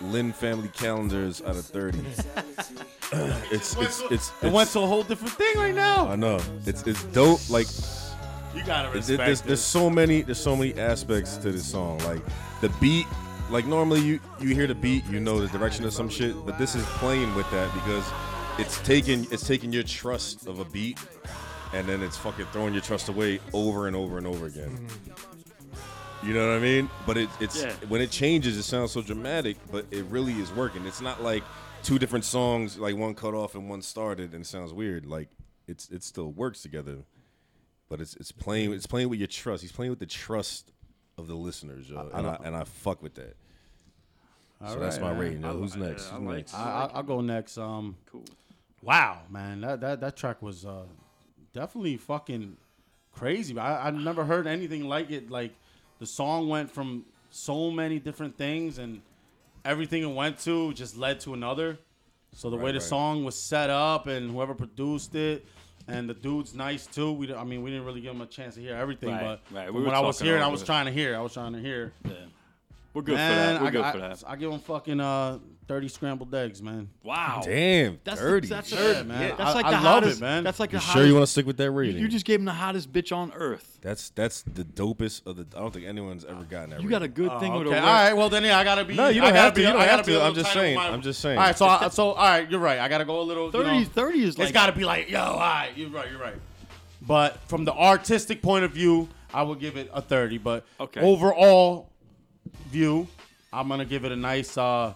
S4: Lynn family calendars out of 30. it's, it's it's it's
S1: it went to a whole different thing right now.
S4: I know it's it's dope. Like
S1: You gotta
S4: There's,
S1: respect
S4: there's, there's
S1: this.
S4: so many there's so many aspects to this song. Like the beat, like normally you you hear the beat, you know the direction of some shit, but this is playing with that because it's taking it's taking your trust of a beat and then it's fucking throwing your trust away over and over and over again. You know what I mean? But it, it's
S2: Yeah.
S4: when it changes, it sounds so dramatic, but it really is working. It's not like two different songs, like one cut off and one started, and it sounds weird. Like it's it still works together, but it's it's playing it's playing with your trust. He's playing with the trust of the listeners, yo, and I and I fuck with that. so that's my
S1: man.
S4: rating. yo.
S2: I-
S4: Who's
S2: I-
S4: next?
S2: I
S4: Who's
S2: like-
S4: next?
S1: I, I, I'll go next. Um,
S2: Cool.
S1: wow, man, that that, that track was uh, definitely fucking crazy. I I never heard anything like it. Like the song went from so many different things, and everything it went to just led to another. So the way the
S4: right.
S1: song was set up, and whoever produced it. And the dude's nice too. We, di- I mean, we didn't really give him a chance to hear everything,
S2: Right,
S1: but
S2: right. We
S1: from
S2: were
S1: what I was
S2: talking
S1: hearing, I
S2: over
S1: was
S2: it.
S1: trying to hear. I was trying to hear.
S2: Yeah. We're good
S1: man,
S2: for that. We're
S1: I,
S2: good
S1: I,
S2: for that.
S1: I give him fucking uh, thirty scrambled eggs, man.
S2: Wow.
S4: Damn,
S2: That's the-
S4: dirty.
S2: that's
S1: Yeah,
S2: the-
S1: man.
S2: yeah,
S1: I-
S2: That's like
S1: I
S2: the
S1: love
S2: hottest,
S1: it, man.
S2: That's like the
S4: you
S2: hottest.
S4: sure you want to stick with that rating?
S2: You just gave him the hottest bitch on earth.
S4: that's that's the dopest of the. I don't think anyone's ever gotten that.
S2: You
S4: rating.
S2: got a good thing
S1: Oh,
S2: with a
S1: okay.
S2: word.
S1: All right. Well, then yeah, I gotta be.
S4: No, you
S1: I
S4: don't
S1: gotta
S4: have to.
S1: be-
S4: You don't
S1: I gotta
S4: have
S1: be a
S4: to.
S1: little
S4: I'm just
S1: tighter with
S4: saying.
S1: my-
S4: I'm just saying.
S1: All right. So, I, so all right. You're right. I gotta go a little.
S2: 30,
S1: You know,
S2: 30 is like
S1: it's gotta be like, yo, all right. You're right. You're right. But from the artistic point of view, I would give it a thirty. But
S2: Okay.
S1: overall view, I'm gonna give it a nice uh,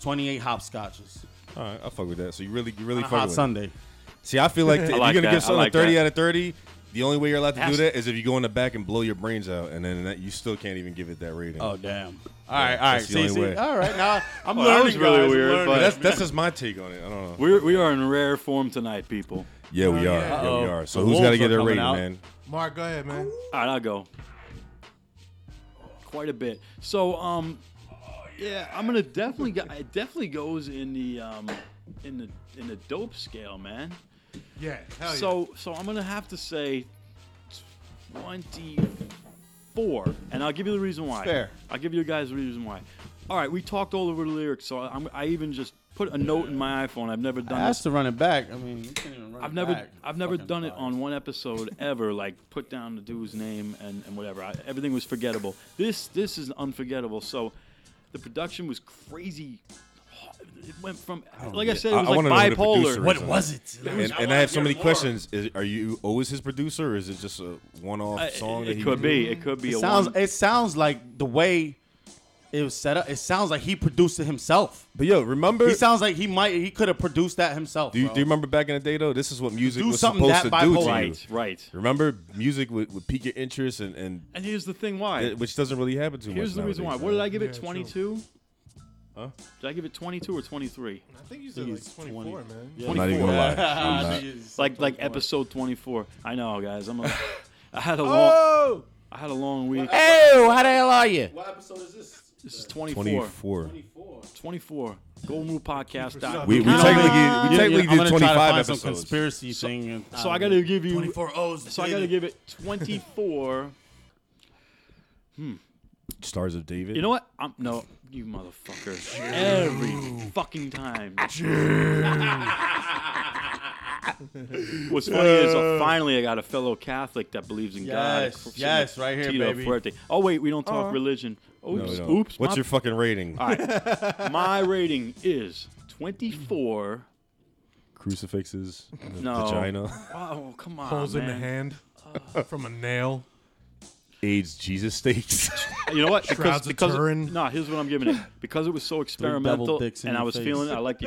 S1: 28 hopscotches
S4: All right, I fuck with that. So you really, you really
S1: on a
S4: fuck
S1: hot
S4: with it.
S1: Sunday.
S4: See, I feel like if
S2: like
S4: you're gonna
S2: that.
S4: give
S2: I
S4: someone
S2: like
S4: a 30
S2: that.
S4: out of 30, the only way you're allowed to
S2: Has
S4: do
S2: to-
S4: that is if you go in the back and blow your brains out, and then that, you still can't even give it that rating.
S1: Oh damn. All right. All right.
S4: that's the
S1: See.
S4: only
S1: see
S4: way.
S1: all right. Now I'm
S2: Well, that
S1: learning.
S2: was really
S1: guys, I'm
S2: weird,
S1: learning.
S2: but-
S4: that's that's just my take on it. I don't know.
S2: We're, we are in rare form tonight, people.
S4: yeah, we are. Yeah,
S3: yeah.
S4: we
S1: Uh-oh.
S4: are. So
S1: The
S4: who's got to
S1: wolves
S4: get
S1: are
S4: their
S1: coming
S4: rating,
S1: out.
S4: man?
S3: Mark, go ahead, man.
S2: All right, I'll go. Quite a bit. So, um, yeah, I'm gonna definitely. Go, it definitely goes in the um, in the in the dope scale, man.
S3: Yeah, hell yeah.
S2: so, so I'm gonna have to say twenty-four, and I'll give you the reason why.
S1: Fair.
S2: I'll give you guys the reason why. All right, we talked all over the lyrics, so I'm, I even just put a note in my iPhone. I've never done
S1: I
S2: this
S1: asked to run it back. I mean, you can't even run
S2: I've
S1: it
S2: never
S1: back.
S2: I've never
S1: Fucking
S2: done it
S1: fire.
S2: on one episode ever. Like put down the dude's name and, and whatever. I, everything was forgettable. This this is unforgettable. So the production was crazy. It went from
S1: Oh,
S2: like I said, it
S4: I-
S2: was
S4: I
S2: like
S4: wanna know who the
S2: bipolar.
S4: producer
S1: What
S4: is.
S1: was it?
S4: And, and I have so many questions. Is, are you always his producer, or is it just a one-off
S2: Uh,
S4: song?
S2: it,
S4: that
S2: it
S4: he
S2: could
S4: did?
S2: be. It could be.
S1: It
S2: a
S1: sounds.
S2: one-
S1: It sounds like the way it was set up. It sounds like he produced it himself.
S4: But yo, remember?
S1: He sounds like he might. He could have produced that himself.
S4: do, you,
S1: bro.
S4: do you remember back in the day though? This is what music
S1: Do
S4: was
S1: something
S4: supposed to
S1: that
S4: do to
S1: bipolar.
S4: you.
S2: right. Right.
S4: Remember, music would, would pique your interest, and, and
S2: And here's the thing. Why?
S4: it- which doesn't really happen too much.
S2: here's the reason why.
S4: nowadays,
S2: What did I give
S3: Yeah,
S2: it?
S3: true.
S2: Twenty two.
S4: Huh?
S2: Did I give it 22 or 23?
S3: I think you said like
S1: He's
S3: 24,
S1: 20.
S3: man.
S1: Yeah.
S4: I'm not even gonna lie. I'm
S1: I
S4: not.
S1: think it's
S2: Like like
S1: something
S2: episode 24. I know, guys. I'm a, I had a long
S1: Oh,
S2: I had a long week.
S1: hey, how the hell are you? What episode is this?
S2: This is 24.
S4: 24.
S2: 24. GoldenRootPodcast.com.
S4: We, we technically, did- we
S1: I'm
S4: technically
S1: gonna
S4: did
S1: try to
S4: 25
S1: find
S4: episodes.
S1: some conspiracy thing. and-
S2: so I got to give you.
S1: 24 O's.
S2: So I got to give it 24.
S4: Stars of David.
S2: You know what? I'm no, you motherfucker. Every fucking time. What's funny is uh, finally I got a fellow Catholic that believes in
S1: Yes,
S2: God.
S1: yes, right here,
S2: Tito
S1: baby.
S2: Fuerte. Oh wait, we don't talk religion.
S4: No,
S2: Oops,
S4: we don't.
S2: oops.
S4: What's
S2: my,
S4: your fucking rating?
S2: my rating is 24.
S4: Crucifixes, in the
S2: No.
S4: vagina,
S2: Oh come on,
S3: Holes in the
S2: man.
S3: hand from a nail.
S4: AIDS, Jesus steaks.
S2: You know what?
S3: Shrouds of Turin.
S2: No, here's what I'm giving it. Because it was so experimental,
S1: dicks in
S2: and I
S1: your
S2: was
S1: face. Uh.
S2: feeling I like the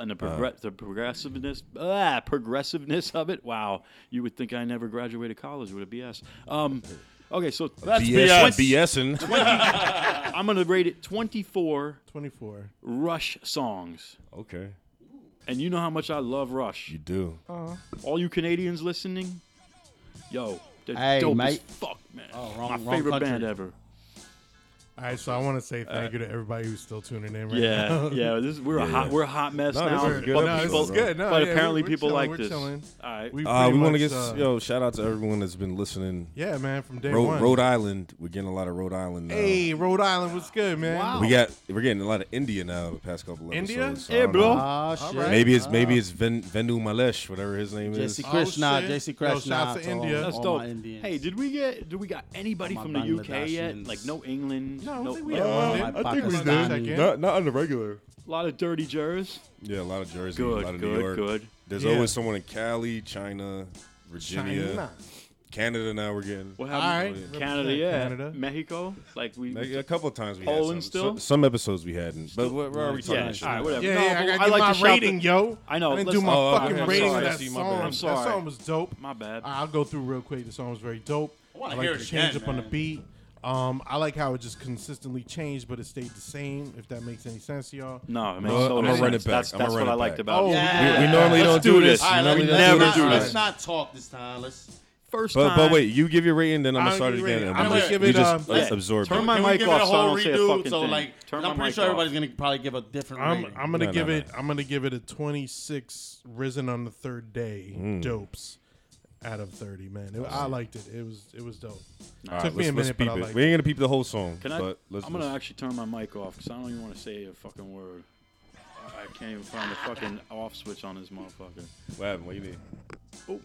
S2: and the, progre- the progressiveness, ah, progressiveness of it. Wow, you would think I never graduated college with a BS. Um, okay, so that's
S4: BS,
S2: BS.
S4: BSing.
S2: I'm gonna rate it 24
S3: 24.
S2: Rush songs,
S4: Okay,
S2: and you know how much I love Rush.
S4: you do. Uh,
S2: All you Canadians listening, yo, they're
S1: Hey,
S2: dope
S1: mate.
S2: as fuck, man.
S1: Oh, wrong-
S2: My
S1: wrong
S2: favorite
S1: country.
S2: band ever.
S3: All right, so I want to say thank you to everybody who's still tuning in
S2: Uh,
S3: right
S2: Yeah,
S3: now.
S2: yeah. This we're a
S4: Yeah.
S2: hot we're a hot mess
S4: No, this
S2: now.
S4: is a good
S2: but
S4: episode,
S2: people,
S4: bro. This is
S3: good. No,
S2: but
S3: yeah,
S2: apparently
S3: we're- we're
S2: people
S3: chilling,
S2: like
S3: we're
S2: this.
S3: chilling.
S2: All right.
S3: We,
S4: Uh,
S3: pretty
S4: we want to
S3: much,
S4: get
S3: uh,
S4: yo shout out to everyone that's been listening.
S3: Yeah, man, from day
S4: Rhode,
S3: one.
S4: Rhode Island, we're getting a lot of Rhode Island. Now.
S3: Hey, Rhode Island, what's good, man?
S1: Wow.
S4: we got we're getting a lot of India now. The past couple of
S3: India?
S4: episodes. so I
S2: Yeah,
S4: don't know.
S2: bro.
S1: Ah, shit.
S3: right.
S4: Maybe it's
S1: Ah.
S4: maybe Oh, it's Ven, Venu Malesh, whatever his name is.
S1: JC Krishna,
S3: shit.
S1: JC
S3: Yo,
S1: Krishna.
S3: shout out to India.
S2: That's
S1: all
S2: dope.
S1: my Indians.
S2: Hey, did we get? Do we got anybody
S1: All
S2: from
S1: my
S2: the UK
S1: Bangladeshians.
S2: yet? Like no England.
S3: No, I don't think we
S2: like,
S3: have one.
S1: Oh, my
S3: dude.
S1: I think we did.
S3: Pakistani.
S1: Check in.
S4: not not on the regular.
S2: A lot of dirty jurors.
S4: Yeah, a lot of Jersey, a lot
S2: Good,
S4: of New York.
S2: good, good.
S4: There's
S3: Yeah.
S4: always someone in Cali, China, Virginia,
S3: China.
S4: Canada. Now we're getting
S2: What
S3: All
S2: happened?
S3: right.
S2: Canada,
S3: Represent
S2: yeah.
S3: Canada.
S2: Mexico, like we.
S4: Like, a couple of times we
S2: Poland
S4: had some,
S2: still?
S4: some, some episodes we hadn't, but we're, we're already
S1: Nice.
S4: talking
S2: yeah,
S4: shit.
S2: all right, whatever.
S3: Yeah,
S2: No,
S3: yeah, I
S2: but
S3: gotta
S2: I
S3: get
S2: like
S3: my
S2: to shout
S3: rating,
S2: the-
S3: yo.
S2: I know,
S3: I didn't
S2: let's-
S3: do my
S4: Oh, okay,
S3: fucking
S4: I'm
S3: rating
S4: sorry,
S3: of that
S4: see, my bad.
S3: song.
S4: I'm
S2: sorry.
S3: That song was dope.
S2: My bad.
S3: I'll go through real quick. The song was very dope. I,
S1: wanna
S3: like
S1: hear
S3: the
S1: it
S3: change
S1: again,
S3: up on the
S1: man.
S3: beat. Um, I like how it just consistently changed, but it stayed the same. If that makes any sense to y'all.
S2: No, man.
S4: No,
S2: so
S4: I'ma
S2: does
S4: run
S2: that.
S4: it back.
S2: That's,
S4: I'ma
S2: that's
S4: run
S2: what
S4: it
S2: I liked
S4: back.
S3: Oh,
S2: about it.
S1: Yeah.
S4: We, we normally
S2: Let's
S4: don't do
S2: do
S4: this.
S2: this. All
S4: We
S2: right,
S4: normally
S2: let's
S4: don't
S2: never
S1: not,
S4: do
S2: do
S4: this.
S1: Let's not talk this time. Let's
S2: First
S4: But
S2: time.
S4: but wait, you give your rating, then I'm gonna
S3: I'll
S4: start it
S3: give you
S4: again.
S3: rating.
S4: and
S3: I'm
S4: we-
S3: gonna give
S4: we
S3: it,
S4: just
S3: um,
S4: let's
S2: Yeah.
S4: absorb
S2: Turn
S4: it.
S2: my
S1: Can we
S2: mic
S1: give
S2: off
S1: it a
S2: so I
S1: whole
S2: don't say a
S1: redo?
S2: fucking
S1: so
S2: thing.
S1: like,
S2: Turn
S1: I'm
S2: my
S1: pretty
S2: mic
S1: sure
S2: off.
S1: everybody's gonna probably give a different
S3: I'm
S1: rating.
S3: I'm gonna
S4: No, no,
S3: give
S4: no.
S3: it I'm gonna give it a 26 risen on the third day
S4: Mm.
S3: dopes out of 30 man. It- I liked it. It was it was dope.
S4: All right,
S3: Took
S4: let's-
S3: me a
S4: let's
S3: minute, but
S4: peep
S3: I
S4: it.
S3: liked
S4: We
S3: it.
S4: ain't gonna peep the whole song,
S2: Can I?
S4: but let's.
S2: I'm gonna
S4: let's-
S2: actually turn my mic off because I don't even want to say a fucking word. I I can't even find the fucking off switch on this motherfucker.
S4: What happened? What you need? Oh,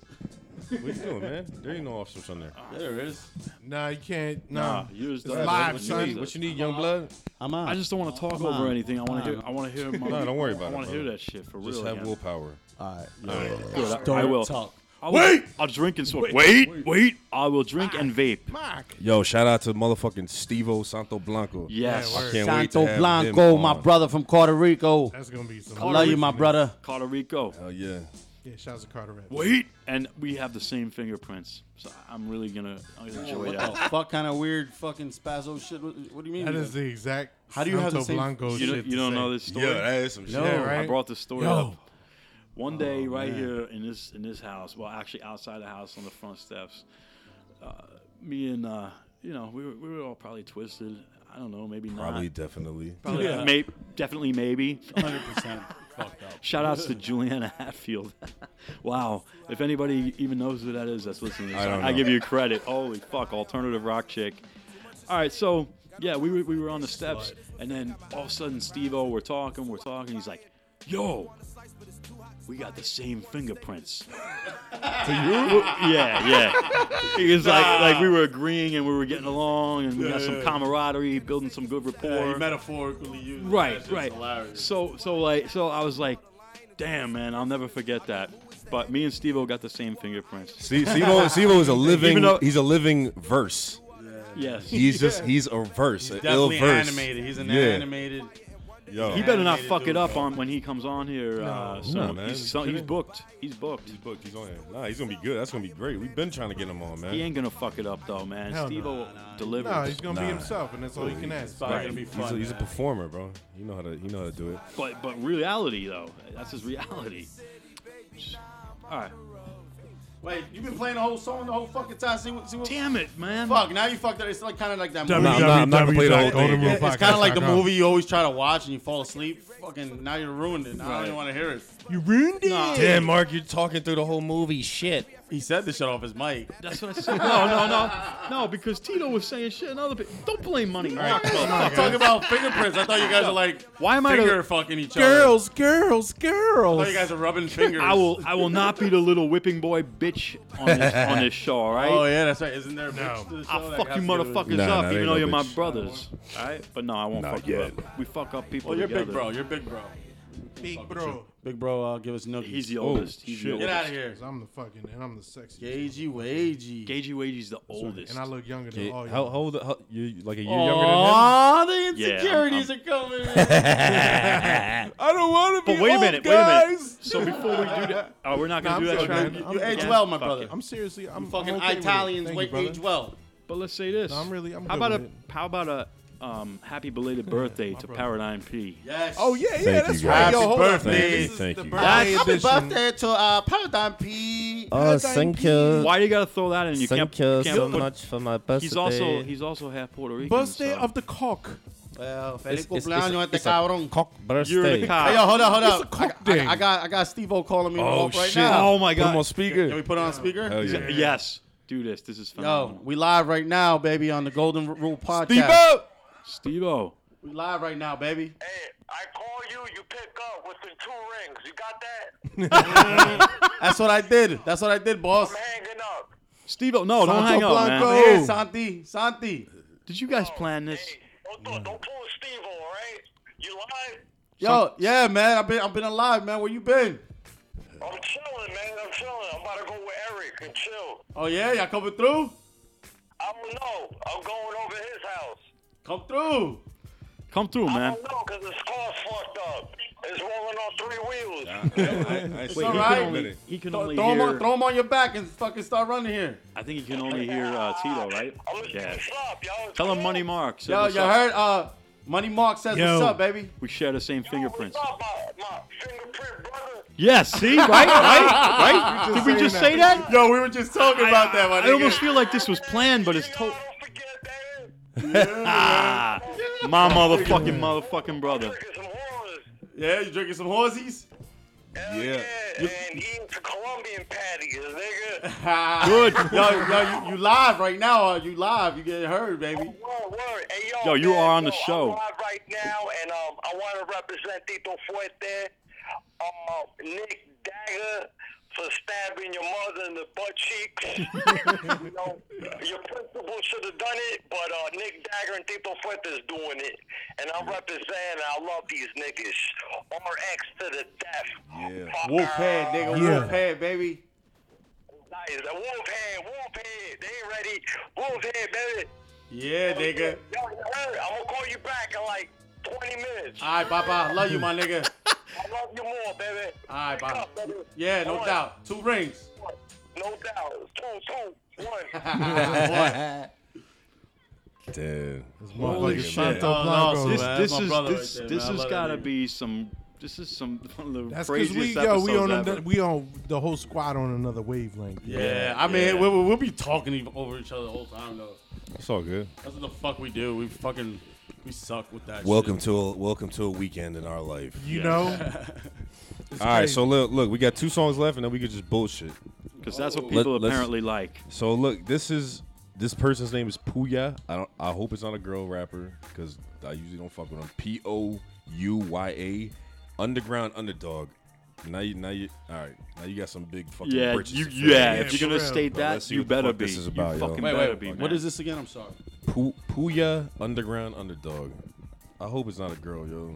S4: what you doing, man? There ain't no off switch on there.
S1: there it is.
S3: Nah, you can't. Nah,
S2: Nah, yours
S3: it's
S2: does.
S3: live,
S4: What you
S3: son.
S4: need? What you need, young blood?
S1: I'm on.
S2: I just don't want to talk
S1: Come
S2: over
S1: on.
S2: anything. I want to
S1: Come
S2: hear. I
S1: on.
S2: want to hear. My,
S4: No, don't worry about
S2: I
S4: it,
S2: want to hear
S4: brother.
S2: that shit for real.
S4: Just have
S2: again.
S4: willpower.
S1: All right.
S2: Good, I- I
S1: Don't
S2: will.
S1: talk.
S2: I will-
S3: Wait!
S2: I'll drink and smoke. Wait, wait. I will drink and vape.
S3: Mark.
S4: Yo, shout out to motherfucking Stevo Santo Blanco.
S2: Yes.
S3: Yeah, word.
S4: Can't wait to
S1: Santo
S4: have him
S1: Blanco,
S4: on.
S1: my brother from Puerto Rico.
S3: That's gonna be some.
S1: I love you, my brother.
S2: Puerto Rico.
S4: Hell yeah.
S3: Yeah, shouts to Carter Red.
S2: Wait, and we have the same fingerprints, so I'm really gonna I enjoy
S1: What
S2: that.
S1: the fuck kind of weird fucking spazzo shit? What, what do you mean?
S3: That is the exact.
S1: How do you have
S3: Santo
S1: the same-
S2: You
S3: Blanco shit
S2: don't, you
S3: to
S2: don't know
S3: say.
S2: this story.
S4: Yeah, that is some
S1: No.
S4: shit.
S3: Yeah, right.
S2: I brought this story
S3: Yo.
S2: up. One day, right here in this in this house, well, actually outside the house on the front steps, uh, me and uh, you know we were, we were all probably twisted. I don't know, maybe
S4: Probably,
S2: not.
S4: definitely.
S2: Probably, may- definitely, maybe.
S1: 100% fucked up.
S2: Shout outs to Juliana Hatfield. wow. If anybody even knows who that is that's listening, to this,
S4: I don't
S2: I, I
S4: know.
S2: give you credit. Holy fuck, alternative rock chick. All right, so yeah, we were, we were on the steps, and then all of a sudden, Steve O, we're talking, we're talking. He's like, yo, we got the same fingerprints. Yeah, yeah. He was like, like we were agreeing and we were getting along, and we got some camaraderie, building some good rapport.
S1: metaphorically used
S2: Right, right. So, so like, so I was like, damn, man, I'll never forget that. But me and Steve-O got the same fingerprints.
S4: See, Stevo, Stevo is a living.
S2: Even though-
S4: he's a living verse.
S2: Yes. He
S4: He's just. He's a verse. an ill
S1: Definitely
S4: verse.
S1: animated. He's an
S4: Yeah.
S1: animated.
S4: Yo.
S1: He
S2: better not
S1: Animated
S2: fuck it
S1: dude,
S2: up
S1: bro.
S2: on when he comes on here. Uh, so
S4: Nah, man.
S2: he's, so- he's booked. He's booked.
S4: He's booked. He's on here. Nah, he's gonna be good. That's gonna be great. We've been trying to get him on, man.
S2: He ain't gonna fuck it up though, man.
S3: Hell no.
S2: Steve-O delivers.
S3: No, he's gonna be
S4: Nah.
S3: himself, and that's all you can ask.
S1: Probably gonna be
S4: He's,
S1: fun,
S4: a, he's a
S1: man.
S4: performer, bro. You know how to. You know how to do it.
S2: But but reality though, that's his reality. All right.
S1: Wait, you've been playing the whole song the whole fucking time. See what? See what?
S2: Damn it, man.
S1: Fuck, now you fucked up. It's like kind of like that
S4: Nah,
S1: movie.
S4: I'm not- I'm not gonna play the whole thing.
S1: Yeah, it's kind of like the
S3: www.goldenrulePodcast.com.
S1: movie you always try to watch and you fall asleep. Fucking now you ruined it. Now I don't even want to hear it.
S3: You ruined it.
S4: Damn, Mark, you're talking through the whole movie. Shit.
S1: He said this shit off his mic.
S2: That's what I said. No, no, no, no. Because Tito was saying shit and other people. Don't blame money. Mark.
S1: I'm talking about fingerprints. I thought you guys were like
S2: Why am I the-
S1: finger fucking each other.
S3: Girls, girls,
S1: I
S3: girls.
S1: thought you guys were rubbing fingers.
S2: I will. I will not be the little whipping boy bitch on this, on this show. All right.
S1: Oh yeah, that's right. Isn't there? A bitch to the show
S2: I'll
S1: that
S2: fuck
S1: has
S2: you
S1: to do with-
S2: motherfuckers
S4: Nah,
S2: up,
S4: nah, they
S2: even though
S4: no
S2: you're my
S4: bitch.
S2: brothers. All right. But no, I won't
S4: Not
S2: fuck you
S4: yet.
S2: up. We fuck up people
S1: Well, Oh, you're
S2: together.
S1: big bro. You're big bro.
S3: Big bro.
S1: Big bro, uh, give us noogies.
S2: He's the oldest. He's the
S4: shit.
S1: Get
S2: oldest.
S1: out of here.
S3: 'Cause I'm the fucking and I'm the sexiest.
S1: Gagey wagey.
S2: Gagey Wagey's the oldest.
S3: And I look younger than all
S4: How,
S3: you.
S4: how old? How, you like a year younger
S1: Aw, the
S2: Yeah, I'm-
S1: insecurities
S2: I'm-
S1: are coming. in.
S3: I don't want to
S2: but wait a minute. Wait a minute. So before we do that, oh, we're not
S3: Nah,
S2: gonna
S3: I'm
S2: do that
S3: sorry,
S2: track.
S3: man.
S1: you
S3: I'm-
S1: age
S2: Yeah,
S1: well, my
S2: fuck
S1: brother.
S2: it.
S3: I'm seriously. I'm
S1: Fucking
S3: I'm okay with it.
S1: Italians
S3: Thank you,
S1: wait
S3: brother.
S1: age well.
S2: But let's say this.
S3: No, I'm really- I'm
S2: how
S3: good
S2: about a?
S3: with it.
S2: How about a? um, happy belated birthday to Paradigm P.
S1: Yes.
S3: Oh yeah, yeah,
S4: Thank
S3: that's
S4: you,
S3: right.
S4: guys.
S3: Yo,
S4: Happy
S3: hold on, man.
S4: birthday.
S3: This is
S4: Thank
S3: the
S4: you.
S3: birthday
S1: Happy
S3: edition.
S1: birthday to uh, Paradigm P.
S5: Oh,
S3: Paradigm
S5: thank
S3: P.
S5: you.
S2: Why do you gotta throw that in? You
S5: Thank
S2: can't,
S5: you
S2: can't
S5: so
S2: put-
S5: much for my birthday.
S2: He's also he's also half Puerto Rican.
S3: Birthday
S2: so.
S3: of the cock.
S1: Well,
S5: It's-
S1: feliz
S5: it's- it's-
S1: cumpleaños este
S5: it's a
S1: cabrón.
S5: Cock birthday.
S2: You're the
S1: Hey,
S2: cop.
S1: yo, hold up, hold
S3: It's
S1: up.
S3: a cock
S1: I, I,
S3: thing.
S1: I got I got Steve O calling me
S4: Oh
S1: off right
S4: shit!
S1: now.
S2: Oh, my
S4: Put
S2: God.
S4: him on speaker.
S1: Can we put it on speaker?
S4: Hell yeah.
S2: Yes. Do this. This is
S1: Yo,
S2: phenomenal.
S1: we live right now, baby, on the Golden Rule podcast.
S2: Steve O.
S1: We live right now, baby.
S8: Hey, I call you, you pick up within two rings. You got that?
S1: That's what I did. That's what I did, boss.
S8: I'm hanging up.
S2: Steve O. No, don't hang up, man.
S3: Blanco.
S1: Yeah, Santi, Santi.
S2: Did you guys plan this?
S8: Hey, don't, don't, don't pull a Steve, all right? You lied?
S1: Yo, yeah, man. I've been I've been alive, man. Where you been?
S8: I'm chilling, man. I'm chilling. I'm about to go with Eric and chill.
S1: Oh yeah, y'all coming through?
S8: I don't know. I'm going over his house.
S1: Come through.
S2: Come through,
S8: I
S2: man.
S8: don't know because his car's fucked up. It's rolling on three wheels.
S4: It's
S1: all
S2: He
S1: right.
S2: can only, he can
S1: Throw
S2: only
S1: 'em throw, him on,
S2: hear.
S1: throw 'em on your back and fucking start running here.
S2: I think he can only hear uh, Tito, right?
S8: I'm gonna see
S2: Yeah.
S8: what's up, y'all.
S2: Tell him Money Mark. said
S1: Yo,
S2: what's
S1: you
S2: up.
S1: heard? Uh, Money Mark says
S3: Yo.
S1: what's up, baby.
S2: We share the same
S8: Yo,
S2: fingerprints.
S8: what's up, my, my fingerprint brother?
S2: Yes. See, right, right, right. Did we just say that?
S1: Yo, we were just talking about that, my
S2: I almost feel like this was planned, but it's
S8: You know
S2: total.
S8: I don't forget that.
S2: Ah, my motherfucking motherfucking brother.
S8: Look at some horrors.
S1: Yeah, you drinking some horsies?
S8: Hell
S7: Yeah.
S8: yeah. and eating the Colombian patties, nigga.
S1: Good. yo, yo, you, you live right now. Uh, you live. You getting heard, baby.
S8: Word, word. Hey,
S2: Yo,
S8: yo,
S2: you
S8: man,
S2: are on the
S8: yo,
S2: show.
S8: I'm live right now, and um, I want to represent Tito Fuerte, uh, Nick Dagger for stabbing your mother in the butt cheeks. you know, your principal should have done it, but uh, Nick Dagger and Tito Fuerte is doing it, and I'm representing. I love these niggas. RX to the death.
S4: Yeah.
S8: Fuck.
S1: Wolfhead, nigga.
S3: Yeah.
S1: Wolfhead, baby.
S8: Nice. The wolf head, wolf head. They ain't ready. Wolf head, baby.
S1: Yeah, nigga.
S8: Yo, you heard? I'm gonna call you back in like 20 minutes.
S1: All right, Papa. I love you, my nigga.
S8: I love you more, baby.
S1: All right,
S8: Pick
S1: Papa.
S8: up, baby.
S1: Yeah, no
S8: One,
S1: doubt. Two rings.
S8: one. No doubt. Two, two, one.
S4: Dude.
S2: Holy shit.
S3: Santo Blanco.
S2: This,
S1: man. That's
S2: this
S1: my
S2: is
S1: brother right
S2: this,
S1: there,
S2: this
S1: man. I
S2: has
S1: love that
S2: got to
S1: nigga.
S2: be some. This is some one of the
S3: That's because
S2: craziest
S3: we yo we on
S2: episodes
S3: another,
S2: ever.
S3: we on the whole squad on another wavelength.
S1: Yeah, I mean,
S2: Yeah.
S1: We'll, we'll- we'll be talking ev- over each other the whole time, though.
S4: It's all good.
S1: That's what the fuck we do. We fucking, we suck with that
S4: Welcome
S1: shit.
S4: to a, welcome to a weekend in our life.
S3: You know. It's
S4: All right,
S3: crazy.
S4: so look, look, we got two songs left, and then we could just bullshit.
S2: Because that's what
S4: Let-
S2: people
S4: let's-
S2: apparently like.
S4: So look, this is this person's name is Puya. I don't, I hope it's not a girl rapper because I usually don't fuck with them. P O U Y A, underground underdog. Now you, now you, all right. Now you got some big fucking.
S2: Yeah,
S4: britches
S2: you,
S4: to fill.
S2: yeah. If
S3: for
S2: you're gonna
S3: real.
S2: state
S4: Bro,
S2: that,
S4: let's see
S2: you
S4: what the
S2: better
S4: fuck
S2: be.
S4: this is
S2: You
S4: about, yo.
S2: fucking
S1: Wait,
S2: better
S1: wait.
S2: be.
S1: what
S2: man.
S1: is this again? I'm sorry.
S4: Pu- Puya underground underdog. I hope it's not a girl, yo.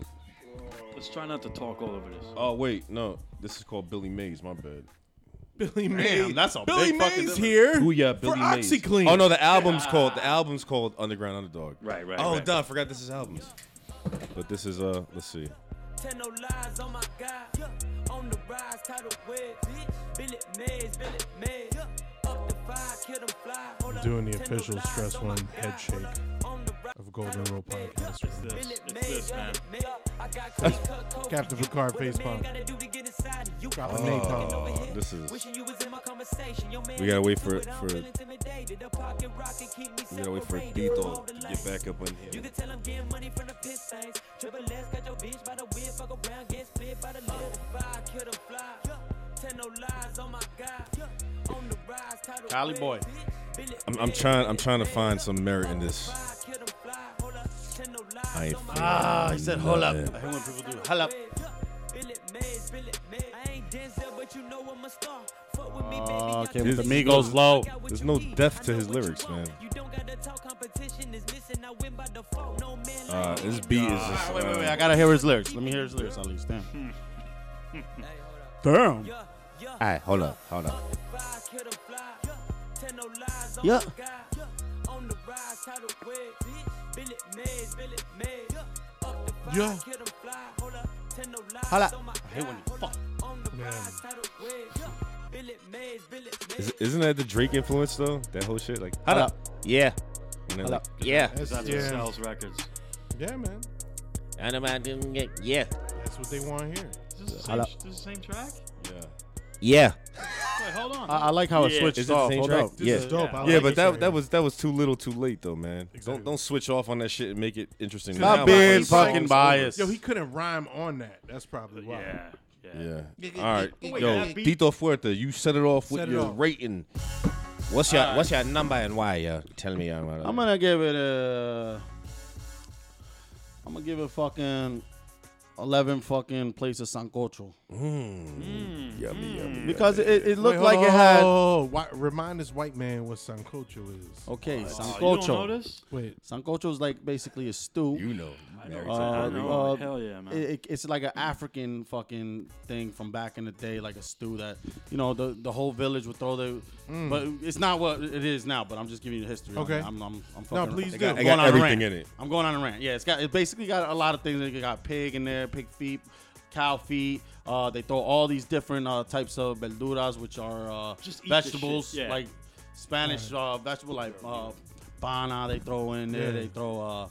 S2: Let's try not to talk all over this.
S4: Oh wait, no, this is called Billy Mays. My bad.
S3: Billy Mays.
S1: that's a
S3: Billy
S1: big fucking
S3: Mays
S1: difference.
S3: here.
S4: Puya Billy
S3: for
S4: Mays.
S3: OxyClean.
S4: Oh no, the album's called the album's called Underground Underdog.
S2: Right, right.
S4: Oh,
S2: right.
S4: duh, I forgot this is albums. But this is uh, let's see.
S9: Tell no lies, oh my God. On the rise, tidal wave. Billy Mays, Billy Mays. Up the fire, kill them fly. Hold up.
S3: Doing the
S9: Tell no
S3: official
S9: lies,
S3: stress
S9: oh my
S3: one head
S9: God.
S3: shake
S9: Hold up. On the rise,
S3: of Golden
S9: tidal
S3: Rule
S9: wave.
S3: Podcast.
S9: Billy
S2: It's
S9: Mays,
S2: this, man.
S9: Billy Mays. I got clean cut coke.
S3: Captain Picard
S9: What a
S3: face
S9: man
S3: palm.
S9: gotta do to get inside of you?
S3: Drop a name
S9: Looking
S4: Oh.
S3: call.
S9: over here,
S4: Uh, this is-
S9: wishing you was in my conversation. Your man
S4: We gotta wait
S9: do
S4: for-
S9: I don't
S4: for-
S9: feel intimidated. The pocket rocket keep me
S4: We gotta wait for
S9: separated from all
S4: Dito
S9: the
S4: to
S9: lights.
S4: get back up in
S9: You
S4: here.
S9: can tell I'm getting money from the piss things. Triple S got your bitch by the whip. Fuck around, get spit by the lip. Fire, kill them fly. Tell no lies, oh my God. On the rise, title.
S1: Cali boy.
S4: I'm, I'm trying. I'm trying to find some merit in this. I ain't. Oh,
S1: Ah, he said, hold up. I
S4: nothing.
S1: hate when people do, hold up.
S9: Billy Mays, Billy Mays. I ain't Denzel, but you know I'm a star. Fuck with me, baby.
S1: Oh,
S9: I
S1: okay,
S9: got
S1: with the
S9: you.
S1: Migos low.
S9: I got what
S4: There's
S9: you
S4: no
S9: need.
S4: depth
S9: I
S4: to
S9: know
S4: his
S9: what you
S4: lyrics,
S9: want.
S4: man.
S9: You don't gotta talk, competition is missing. I win by default. No man like
S4: Uh,
S9: me.
S4: this beat is just.
S1: Wait, wait, wait.
S4: uh,
S1: I gotta hear his lyrics. Let me hear his lyrics at least. Damn.
S9: Hey, hold up.
S1: Damn.
S9: Yeah, yeah.
S4: All right, hold up, hold up.
S9: Rise, kill them fly. Tell no lies on
S1: Yeah.
S9: the guy. On the rise, tidal wave. Billy Mays, Billy Mays. Up the fire,
S3: Yeah.
S9: kill them fly. Hold up. Tell no lies
S1: Hold up.
S9: on my
S1: I hate when you
S9: guy. Hold
S1: fuck.
S9: up. On the
S3: Man.
S9: rise, tidal wave. Billy Mays, Billy Mays.
S4: Is, isn't that the Drake influence though? That whole shit, like.
S1: Hold up.
S5: Yeah.
S4: and then like,
S5: Yeah.
S3: That's,
S2: That's what
S3: yeah.
S2: sells records.
S3: yeah, man.
S5: And I'm out doing it. Yeah.
S3: That's what they want here.
S2: Is this the same,
S1: Hello.
S2: this the same track?
S4: yeah.
S5: Yeah.
S2: Wait, hold on.
S1: I, I like how it
S2: Yeah.
S1: switches
S4: Is it the
S1: off.
S4: same
S1: Hold
S4: track?
S1: up.
S3: This
S4: Yeah.
S3: is dope.
S4: yeah, but
S3: I like this
S4: that that
S3: right here.
S4: was that was too little, too late though, man.
S3: Exactly.
S4: Don't don't switch off on that shit and make it interesting.
S1: Stop
S4: Now,
S1: being
S4: like,
S1: fucking
S4: songs-
S1: biased.
S3: Yo, he couldn't rhyme on that. That's probably why.
S2: yeah. Yeah.
S4: Yeah. All right.
S2: Wait,
S4: Yo,
S2: that beat-
S4: Tito Fuerte, you set it off with
S3: Set it
S4: your
S3: off.
S4: rating.
S5: What's your What's your number and why? Yeah. Tell me.
S4: uh,
S5: I'm
S1: I'm gonna give it a. I'm gonna give it fucking eleven fucking places sancocho
S4: Yummy, yummy.
S1: because it, it looked
S3: Wait,
S1: like
S3: hold
S1: it
S3: on,
S1: had.
S3: hold on, hold on. Why- remind this white man what sancocho is.
S1: Okay,
S2: Oh, you don't know
S1: sancocho.
S2: this?
S3: Wait,
S1: Sancocho is like basically a stew.
S4: You know. Mary
S1: Uh,
S4: Tyler
S2: I
S4: Moore.
S2: know.
S1: uh,
S2: Hell yeah, man.
S1: it, it- it's like an African fucking thing from back in the day, like a stew that you know the the whole village would throw their. But it's not what it is now. But I'm just giving you the history. on
S3: Okay.
S1: it. I'm I'm, I'm fucking.
S3: please
S1: I'm
S3: do.
S4: got
S3: It
S1: going on a
S4: everything
S1: rant.
S4: in it.
S1: I'm going on a rant. Yeah, it's got it basically got a lot of things. It got pig in there, pig feet, cow feet. Uh, they throw all these different uh, types of verduras, which are uh,
S2: Just eat the shit,
S1: vegetables,
S2: yeah.
S1: like Spanish uh, vegetable like uh, bana. They throw in there.
S3: Yeah.
S1: They throw. Uh,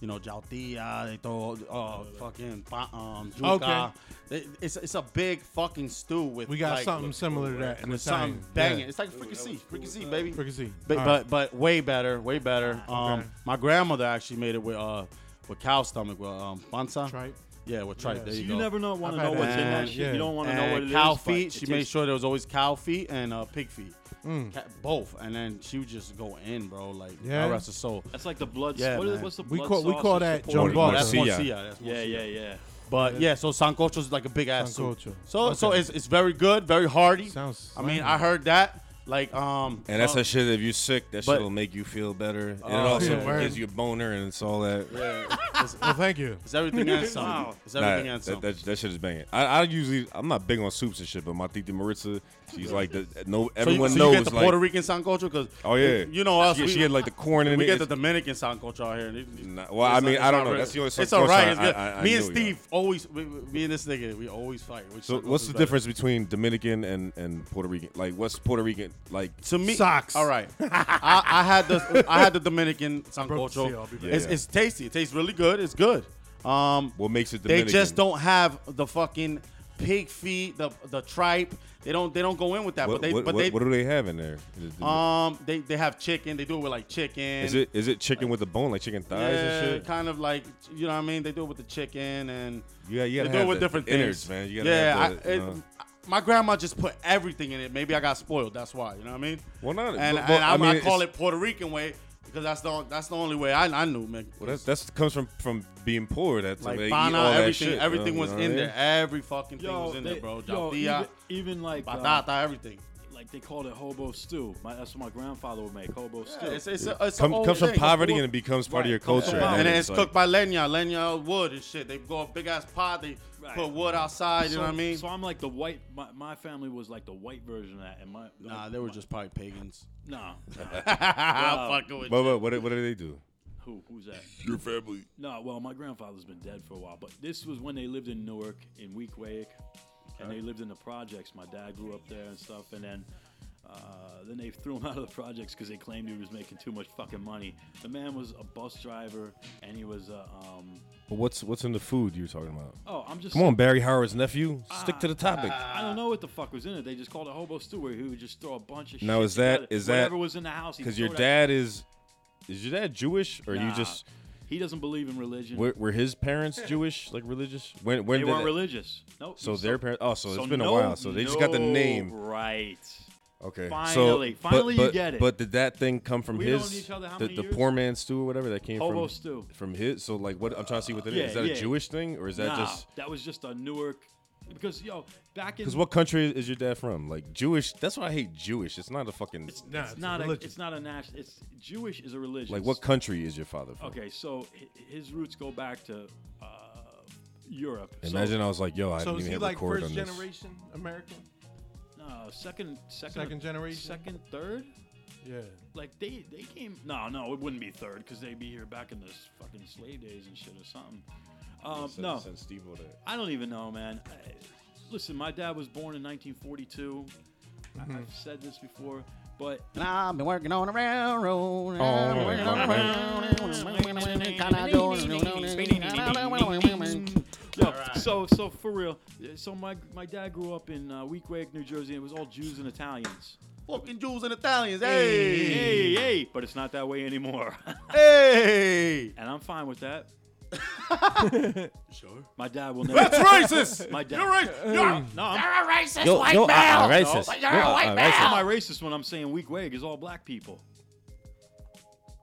S1: you know, jaltilla, they throw uh, fucking pa- um,
S3: Okay.
S1: yuca. They- It's, it's a big fucking stew with
S3: we got
S1: like,
S3: something similar to that. in
S1: with
S3: Italian.
S1: something banging.
S3: Yeah.
S1: It's like fricassee, fricassee, baby.
S3: Fricassee.
S1: But,
S3: All right.
S1: but but way better, way better. Um,
S3: Okay.
S1: my grandmother actually made it with uh with cow stomach with um panza.
S3: Tripe.
S1: Yeah, with tripe.
S3: Yeah.
S1: There
S2: So
S1: you,
S2: you
S1: go.
S2: never know want to
S3: I've
S2: know
S3: had
S2: what's in
S1: that.
S2: that shit.
S3: Yeah.
S2: You don't want to know
S1: and
S2: what it is.
S1: cow
S2: but
S1: feet.
S2: it
S1: She made
S2: tastes-
S1: sure there was always cow feet and uh, pig feet, Ca- both, and then she would just go in, bro. Like
S3: Yeah.
S1: yeah. rest her soul.
S2: That's like the blood.
S1: Yeah,
S2: what is,
S1: man.
S2: what's the
S3: We
S2: blood
S3: call- we
S2: sauce?
S3: call
S2: It's
S3: that
S2: the
S3: John
S2: pork.
S3: Ball.
S1: That's
S4: Morcilla.
S1: morcilla. That's
S2: Yeah,
S1: morcilla.
S2: yeah, yeah.
S1: But yeah, so sancocho is like a big ass soup.
S3: Sancocho.
S1: So so
S3: Okay.
S1: it's, it's very good, very hearty.
S3: Sounds
S1: I mean,
S3: slangy.
S1: I heard that like um
S4: And that's
S1: uh,
S4: that shit. If you're sick, that
S1: but-
S4: shit will make you feel better. And it also
S3: yeah.
S4: gives you a boner, and it's all that.
S3: well, thank you.
S1: it's everything and some. It's
S4: Nah,
S1: everything and some.
S4: that, that, that shit is banging. I, I usually I'm not big on soups and shit, but my tita Maritza, she's like the
S1: So
S4: no
S1: you-
S4: everyone
S1: so you,
S4: knows
S1: get the
S4: like
S1: Puerto Rican sancocho because
S4: oh yeah,
S1: you know us
S4: She,
S1: we,
S4: she had like the corn in
S1: we
S4: it.
S1: get the
S4: It's-
S1: Dominican sancocho out here. and it-
S4: Nah, well,
S1: it's
S4: I mean,
S1: not-
S4: I
S1: it's
S4: don't
S1: not
S4: know.
S1: real.
S4: That's the only
S1: It's
S4: sancocho
S1: all right.
S4: I-
S1: It's good.
S4: I- I- I
S1: me and
S4: knew, yeah.
S1: Steve always we, we- me and this nigga we always fight. Which
S4: so
S1: sancocho
S4: what's
S1: is
S4: the
S1: better.
S4: difference between Dominican and and Puerto Rican? Like what's Puerto Rican like?
S1: To me,
S3: Socks.
S1: All right, I, I had the I had the Dominican
S3: Bro, see, I'll
S1: sancocho.
S3: be back.
S1: It's,
S4: Yeah.
S1: it's tasty. It tastes really good. It's good. Um,
S4: What makes it
S1: they
S4: Dominican?
S1: just don't have the fucking pig feet, the the tripe. They don't they don't go in with that.
S4: What,
S1: but they
S4: what,
S1: but
S4: what,
S1: they
S4: what do they have in there?
S1: um they they have chicken. They do it with like chicken.
S4: is it is it chicken with a bone, like chicken
S1: Yeah,
S4: thighs and Oh, shit?
S1: kind of like you know what I mean. They do it with the chicken and
S4: Yeah, you
S1: they
S4: gotta
S1: do it
S4: have
S1: with
S4: the
S1: different
S4: innards,
S1: things,
S4: man. You gotta
S1: yeah,
S4: have the,
S1: I,
S4: you
S1: it-
S4: know.
S1: my grandma just put everything in it. Maybe I got spoiled. That's why. You know what I mean?
S4: Well, not-
S1: and,
S4: but- but,
S1: and I,
S4: I
S1: I,
S4: mean,
S1: call
S4: it's-
S1: it Puerto Rican way because that's the on- that's the only way I, I knew, man.
S4: Well, that's that's comes from from being poor. That's
S1: like
S4: they eat
S1: Bana,
S4: all that
S1: everything,
S4: shit,
S1: everything
S4: bro,
S1: was
S4: you know what
S1: in
S4: I mean?
S1: there. Every fucking thing
S2: Yo,
S1: was in
S2: they-
S1: there, bro.
S2: yo,
S1: Jatilla,
S2: even, even like uh,
S1: batata, everything.
S2: like they called it hobo stew. My, that's what my grandfather would make hobo stew.
S1: Yeah, it's, it's, a, it's a
S4: Come,
S1: old
S4: comes from
S1: thing.
S4: poverty and it becomes part of
S2: Right,
S4: your
S2: comes
S4: culture.
S2: from
S1: Yeah,
S2: poverty.
S1: and then
S4: then
S1: it's cooked by Lenya, Lenya wood and shit. They go a big ass pot, they
S2: Right.
S1: put wood outside, you know what I mean?
S2: So I'm like the white. My, my family was like the white version of that, and my
S1: Nah,
S2: like,
S1: they were just probably pagans.
S2: no.
S1: I'm fucking with
S4: But,
S1: you.
S4: but what, do- what do they do?
S2: Who who's that?
S7: Your family.
S2: No, well, my grandfather's been dead for a while, but this was when they lived in Newark in Weequahic, and they lived in the projects. My dad grew up there and stuff, and then uh, then they threw him out of the projects because they claimed he was making too much fucking money. The man was a bus driver, and he was a um,
S4: But what's what's in the food you're talking about?
S2: oh, I'm just
S4: Come on, Barry Howard's nephew. Stick to the topic.
S2: I don't know what the fuck was in it. They just called it hobo stew, where he would just throw a bunch of
S4: Now,
S2: shit
S4: is that-
S2: together.
S4: is that-
S2: whatever was in the house? he'd
S4: Because your
S2: throw that-
S4: dad is is your dad Jewish or you
S2: Nah,
S4: just
S2: he doesn't believe in religion.
S4: were, were his parents Jewish like religious? When when
S2: they
S4: did
S2: weren't
S4: that-
S2: religious. Nope.
S4: So their parents. Oh, so,
S2: So
S4: it's been
S2: no-
S4: a while. So they just got the
S2: no,
S4: name.
S2: right.
S4: Okay.
S2: Finally.
S4: so, but-
S2: Finally you
S4: but,
S2: get it.
S4: But did that thing come from
S2: We known
S4: his
S2: each other how
S4: the,
S2: many
S4: the
S2: years?
S4: poor man stew or whatever that came
S2: Hobo
S4: from
S2: stew.
S4: from his? So like what I'm trying to see what that is.
S2: Yeah,
S4: Is that
S2: yeah.
S4: a Jewish thing or is that
S2: nah,
S4: just
S2: that was just a Newark because yo back in
S4: Because what country is your dad from? Like Jewish. That's why I hate Jewish. It's not a fucking.
S2: it's,
S3: Nah,
S2: it's
S3: it's
S2: not a,
S3: religion.
S2: it's not a national it's Jewish is a religion
S4: like what country is your father from?
S2: okay so hi- his roots go back to uh, Europe So,
S4: Imagine I was like, yo, I
S3: So
S4: didn't
S3: is
S4: even
S3: he
S4: hit
S3: like
S4: record
S3: first
S4: on this.
S3: generation American?
S2: no, second second
S3: Second generation?
S2: second third
S3: Yeah.
S2: like they they came no no it wouldn't be third because they'd be here back in the s- fucking slave days and shit or something um, no I don't even know, man. I, Mm-hmm. listen, my dad was born in 1942. I- I've said this before. But
S1: And I've been working on the railroad. I've been working on the railroad. Kinda going-
S2: Yo, so so for real. So my my dad grew up in uh, Weequake, New Jersey. And it was all Jews and Italians.
S1: Fucking Jews and Italians. Hey.
S2: hey, hey! But it's not that way anymore,
S1: Hey.
S2: and I'm fine with that.
S1: Sure.
S2: My dad will never. That's
S4: racist.
S2: My dad. You're right. no, I'm,
S5: Yo, yo, uh, racist.
S2: No.
S5: Yo, uh, racist.
S2: am I racist when I'm saying weak wig is all black people?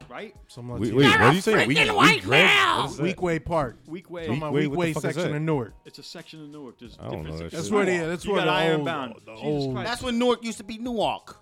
S2: Right?
S3: Some
S4: Wait,
S3: Latino.
S4: wait what are you saying? We, we grand- what is that?
S3: Weekway Park.
S2: Weak wig.
S3: Talking about
S4: Wait, what the
S3: Weekway
S4: fuck is
S3: section
S4: that?
S3: in Newark.
S2: It's a section of Newark. There's
S4: I don't
S2: different
S4: know that
S2: sections.
S4: shit.
S3: That's where the that's
S2: You
S3: where
S2: got
S3: the
S2: iron
S3: old,
S2: bound.
S3: the
S2: Jesus
S3: old-
S2: Christ.
S1: That's when Newark used to be Newark.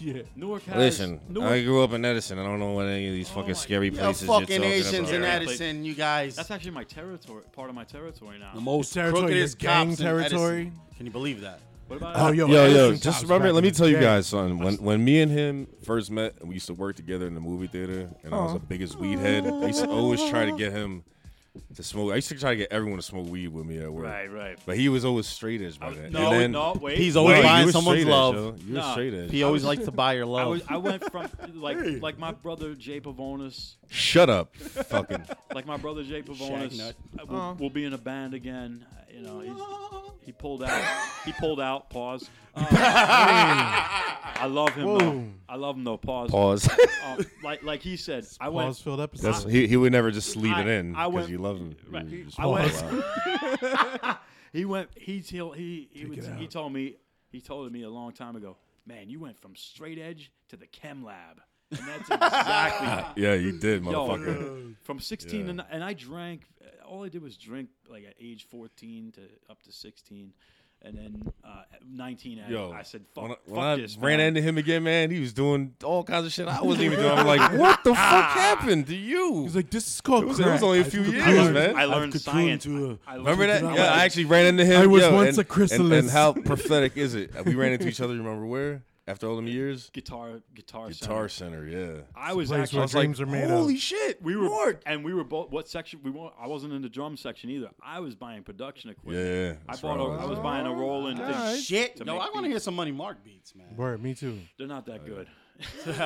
S3: yeah.
S2: Newark has.
S5: Listen,
S2: Newark,
S5: I grew up in Edison. I don't know what any of these fucking scary
S1: Yeah,
S5: places you're
S1: fucking
S5: talking
S1: Asians in
S5: about.
S2: that-
S1: Edison, you guys.
S2: that's actually my territory. Part of my territory now.
S1: the most
S3: territory
S1: crooked
S3: is gang territory.
S1: Can you believe that?
S2: What about?
S3: Oh, yo,
S4: Yo, yo,
S3: Edison
S4: just
S3: cops
S4: remember.
S3: back
S4: Let me
S3: in the
S4: tell you
S3: day.
S4: guys something. When when me and him first met, we used to work together in the movie theater, and I was the biggest weed head. I used to always try to get him to smoke. I used to try to get everyone to smoke weed with me at work.
S2: Right, right.
S4: But he was always straight edge by
S2: was-
S4: then.
S2: no,
S4: and then,
S2: no, wait.
S1: He's always
S4: Wait, you
S1: buying
S4: were
S1: someone's
S4: straight edge,
S1: love.
S4: yo. You were
S2: Nah.
S4: straight edge.
S1: He always likes to buy your
S2: I
S1: love.
S2: was. I went from like like my brother Jay Pavonis.
S4: Shut up, fucking.
S2: Like my brother Jay Pavonis.
S1: Shagnut.
S2: uh, Will,
S4: Uh-huh.
S2: will be in a band again. Uh, You know, he's, he pulled out. He pulled out. Pause. Um, I love him. Though. I love him though. Pause.
S5: Pause.
S2: Uh, like like he said, I
S3: Pause
S2: went.
S3: filled episode.
S4: That's, he, he would never just sleep it
S2: I-
S4: in
S2: I
S4: because
S2: went-
S4: you love him.
S2: Right.
S4: You just
S2: I
S4: walk
S2: went-
S4: out.
S2: He went. He he he he, was,
S3: it out.
S2: he told me. He told me a long time ago. Man, you went from straight edge to the chem lab, and that's exactly.
S4: Yeah, you did, motherfucker.
S2: Yo, from 16
S4: Yeah.
S2: and, and I drank. uh, All I did was drink like at age 14 to up to 16, and then uh, at 19. I,
S4: Yo,
S2: I said, "Fuck,
S4: when I,
S2: fuck
S4: when I
S2: this."
S4: ran
S2: man.
S4: into him again, man, he was doing all kinds of shit I wasn't even doing. I'm like, what
S2: Ah.
S4: the fuck happened to you?
S3: He's like, this is called
S4: It was- it
S3: crack.
S4: was only a few
S3: took
S4: years,
S3: crack.
S4: man.
S2: I
S3: I've
S2: learned
S3: controlled
S2: science.
S3: into
S2: I- I
S4: Remember that?
S2: learned-
S4: Yeah, I actually ran into him.
S3: I was
S4: yo, and-
S3: once
S4: and-
S3: a
S4: And,
S3: chrysalis.
S4: how prophetic is it? We ran into each other. Remember where? After all them years,
S2: guitar guitar
S4: Guitar
S2: guitar.
S4: Center. Yeah.
S2: I was
S3: place
S2: actually
S3: where
S4: I was like,
S3: dreams are made of.
S4: holy shit,
S2: We were
S4: Newark.
S2: and we were both what section we weren't I wasn't in the drum section either. I was buying production equipment.
S4: Yeah,
S2: I
S4: that's
S2: bought
S4: right.
S2: a, I was buying a Roland. thing.
S1: Shit.
S2: To
S1: No,
S2: make
S1: I want to
S2: beats.
S1: hear some Money Mark beats, man.
S3: Word, me too.
S2: They're not that good.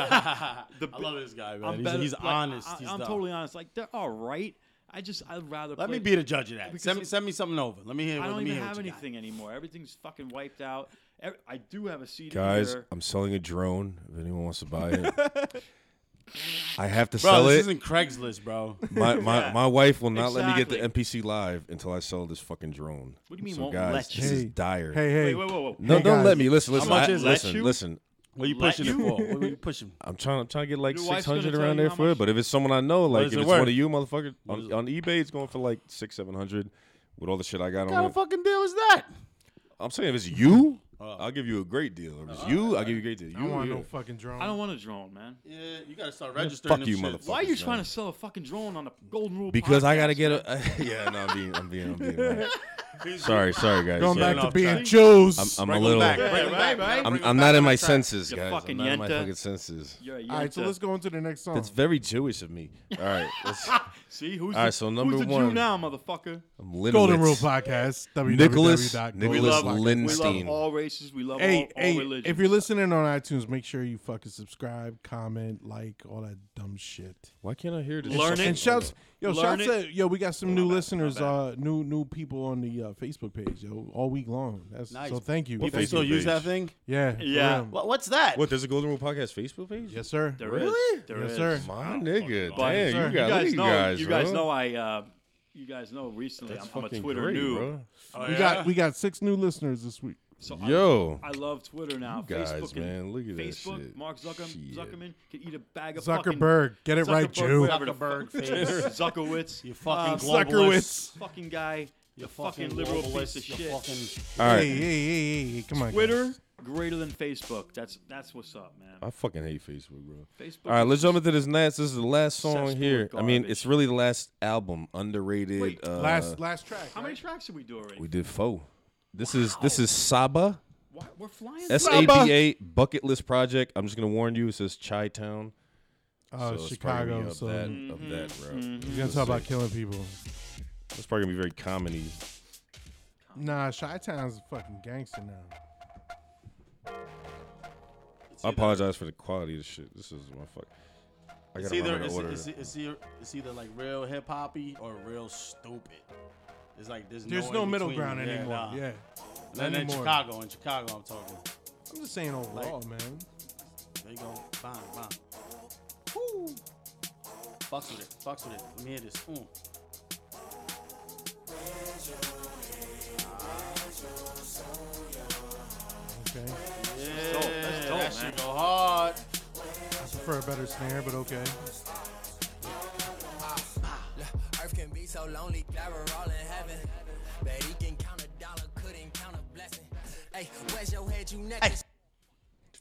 S1: I love this guy, man.
S2: I'm
S1: He's,
S2: better-
S1: he's
S2: like,
S1: honest.
S2: I,
S1: he's
S2: am
S1: the-
S2: totally honest. Like they're all right. I just I'd rather
S1: Let me
S2: play-
S1: be the judge of that.
S2: Because
S1: Send me,
S2: it-
S1: send me something over. Let me hear.
S2: I
S1: let
S2: don't
S1: me
S2: even
S1: hear what
S2: have
S1: you got.
S2: anything anymore. Everything's fucking wiped out. Every, I do have a CD
S4: Guys,
S2: here.
S4: I'm selling a drone. If anyone wants to buy it, I have to
S1: Bro,
S4: sell
S1: this
S4: it.
S1: isn't Craigslist, bro.
S4: My my, my wife will not let me get
S2: Exactly.
S4: the MPC live until I sell this fucking drone.
S2: What do you mean
S4: so
S2: won't
S4: guys,
S2: let you?
S4: This is
S3: Hey,
S4: dire.
S3: Hey, hey.
S2: Wait, wait, wait, wait.
S4: no,
S3: hey,
S4: don't
S3: guys.
S4: let me. Listen, listen,
S2: much
S4: I-
S2: is let
S4: listen,
S2: you?
S4: listen.
S1: What are you
S2: Let
S1: pushing
S2: you-
S1: it for? What are you pushing?
S4: I'm trying. I'm trying to get like
S2: Your wife's
S4: six hundred
S2: gonna tell
S4: around
S2: you
S4: there
S2: how
S4: for
S2: much?
S4: it. But if it's someone I know, like
S1: is
S4: if
S1: it
S4: it's
S1: worth?
S4: one of you, motherfucker, on,
S1: is it-
S4: on eBay, it's going for like six, seven hundred. With all the shit I got
S1: What kind
S4: on
S1: of
S4: it,
S1: fucking deal is that?
S4: I'm saying if it's you,
S2: Oh.
S4: I'll give you a great deal. If it's you, I'll give you a great deal. You
S3: I don't want
S4: yeah.
S3: no fucking drone.
S2: I don't want a drone, man.
S1: Yeah, you gotta start registering.
S4: fuck
S1: them
S4: you,
S1: shits.
S4: motherfucker.
S2: Why are you
S4: Fuckers,
S2: trying
S4: man.
S2: to sell a fucking drone on the Golden Rule?
S4: because I
S2: podcast,
S4: gotta get
S2: man?
S4: a. yeah, no, I'm being. I'm being. I'm being. right. sorry, sorry, guys.
S3: Going
S4: sorry.
S3: back to
S1: off
S3: being
S1: track.
S3: Jews.
S4: I'm, I'm a
S1: Bring 'em
S4: little.
S1: back.
S2: Yeah,
S1: Bring 'em
S2: right,
S1: back.
S2: right.
S1: Bring
S4: I'm,
S1: 'em back
S4: I'm not
S1: on
S4: in my
S1: that track.
S4: senses,
S2: You
S4: guys.
S2: fucking
S4: I'm not in my
S2: yenta.
S4: fucking senses.
S2: You're a
S3: All right, so
S2: yenta.
S3: let's go into the next song.
S4: That's very Jewish of me. All right, let's,
S2: See who's
S4: All
S2: the,
S4: right, so number
S2: who's the Jew
S4: one.
S2: now, motherfucker.
S4: I'm Linowitz.
S3: Golden Rule Podcast.
S4: Nicholas-
S3: www.goldenrulepodcast.
S4: Nicholas
S2: we love, We
S4: Lindstein.
S2: love all races. We love all,
S3: Hey,
S2: all
S3: hey,
S2: religions.
S3: if you're listening on iTunes, make sure you fucking subscribe, comment, like, all that dumb shit.
S4: Why can't I hear this?
S2: Learn
S4: shit?
S2: it.
S3: And shouts, yo,
S2: Learn
S3: shouts
S2: it.
S3: out, yo, we got some new listeners, uh, new new people on the uh, Facebook page, yo, all week long. That's
S1: Nice.
S3: so thank you.
S1: People
S4: Facebook
S1: still use
S4: page.
S1: that thing.
S3: Yeah, for
S2: Yeah.
S3: real.
S1: What, what's that?
S4: What? There's a Golden Rule Podcast Facebook page.
S3: yes, sir.
S2: there is,
S4: Really?
S2: there
S3: Yes,
S2: is.
S3: sir.
S4: My nigga,
S2: But
S4: damn,
S3: sir.
S4: you,
S2: you
S4: got,
S2: guys know.
S4: you guys,
S2: you guys
S4: bro.
S2: know. I. Uh, you guys know. Recently,
S4: That's
S2: I'm, I'm a
S4: fucking
S2: Twitter
S4: great,
S2: noob.
S4: bro.
S3: we got we got six new listeners this week.
S2: So
S4: Yo.
S2: I, I love Twitter now.
S4: guys,
S2: Facebook, and-
S4: man, look at that
S2: Facebook,
S4: shit.
S2: Mark Zuckerman,
S4: Shit.
S2: Zuckerman can eat a bag of fucking-
S3: Zuckerberg, get it right,
S2: Zuckerberg,
S3: Jew.
S2: whatever the
S1: Zuckerberg
S2: fuck-
S1: face.
S2: Zuckerwitz,
S1: You fucking
S2: uh,
S1: globalist.
S3: Zuckerwitz.
S2: fucking guy,
S1: You
S2: you fucking liberal piece of
S1: you
S2: shit.
S1: Fucking,
S4: All right,
S3: Hey, hey, hey, hey, hey, come on.
S2: Twitter greater than Facebook. That's that's what's up, man.
S4: I fucking hate Facebook, bro.
S2: Facebook.
S4: All right, let's jump into this next. This is the last song
S2: Cesspool
S4: here. I mean,
S2: garbage.
S4: it's really the last album, underrated.
S2: Wait,
S4: uh,
S3: guys. last last track.
S2: How many tracks did we do already?
S4: we did four. This is this is Saba.
S2: Why, we're flying.
S4: S A B A bucket list project. I'm just gonna warn you. It says Chi Town.
S3: Uh,
S4: so it's probably gonna
S3: Chicago.
S4: be
S3: So
S4: of that,
S3: we're
S4: of that, bro.
S3: gonna talk about killing people.
S4: It's probably gonna be very comedy.
S3: Nah, Chi Town's a fucking gangster now.
S4: I apologize for the quality of the shit. This is my fuck. I
S1: It's
S4: gotta
S1: either
S4: remember
S1: it's,
S4: to order.
S1: it's, it's, either, it's either like real hip hoppy or real stupid. It's like there's,
S3: There's no
S1: in
S3: middle
S1: between.
S3: ground
S1: Yeah,
S3: anymore.
S1: nah.
S3: Yeah.
S1: And then
S3: Anymore.
S1: Chicago, in Chicago, I'm talking.
S3: I'm just saying overall, man.
S1: There you go. Fine, fine. Woo. Fucks with it. Fucks with it. Let me hear this. Mm.
S3: Okay.
S1: Yeah,
S2: dope. That's dope,
S1: that shit
S2: man.
S1: go hard.
S3: I prefer a better snare, but okay.
S9: Earth can be so lonely, God, we're all in heaven. Bet he can count a dollar, couldn't count a blessing. Hey, where's your head, you neck?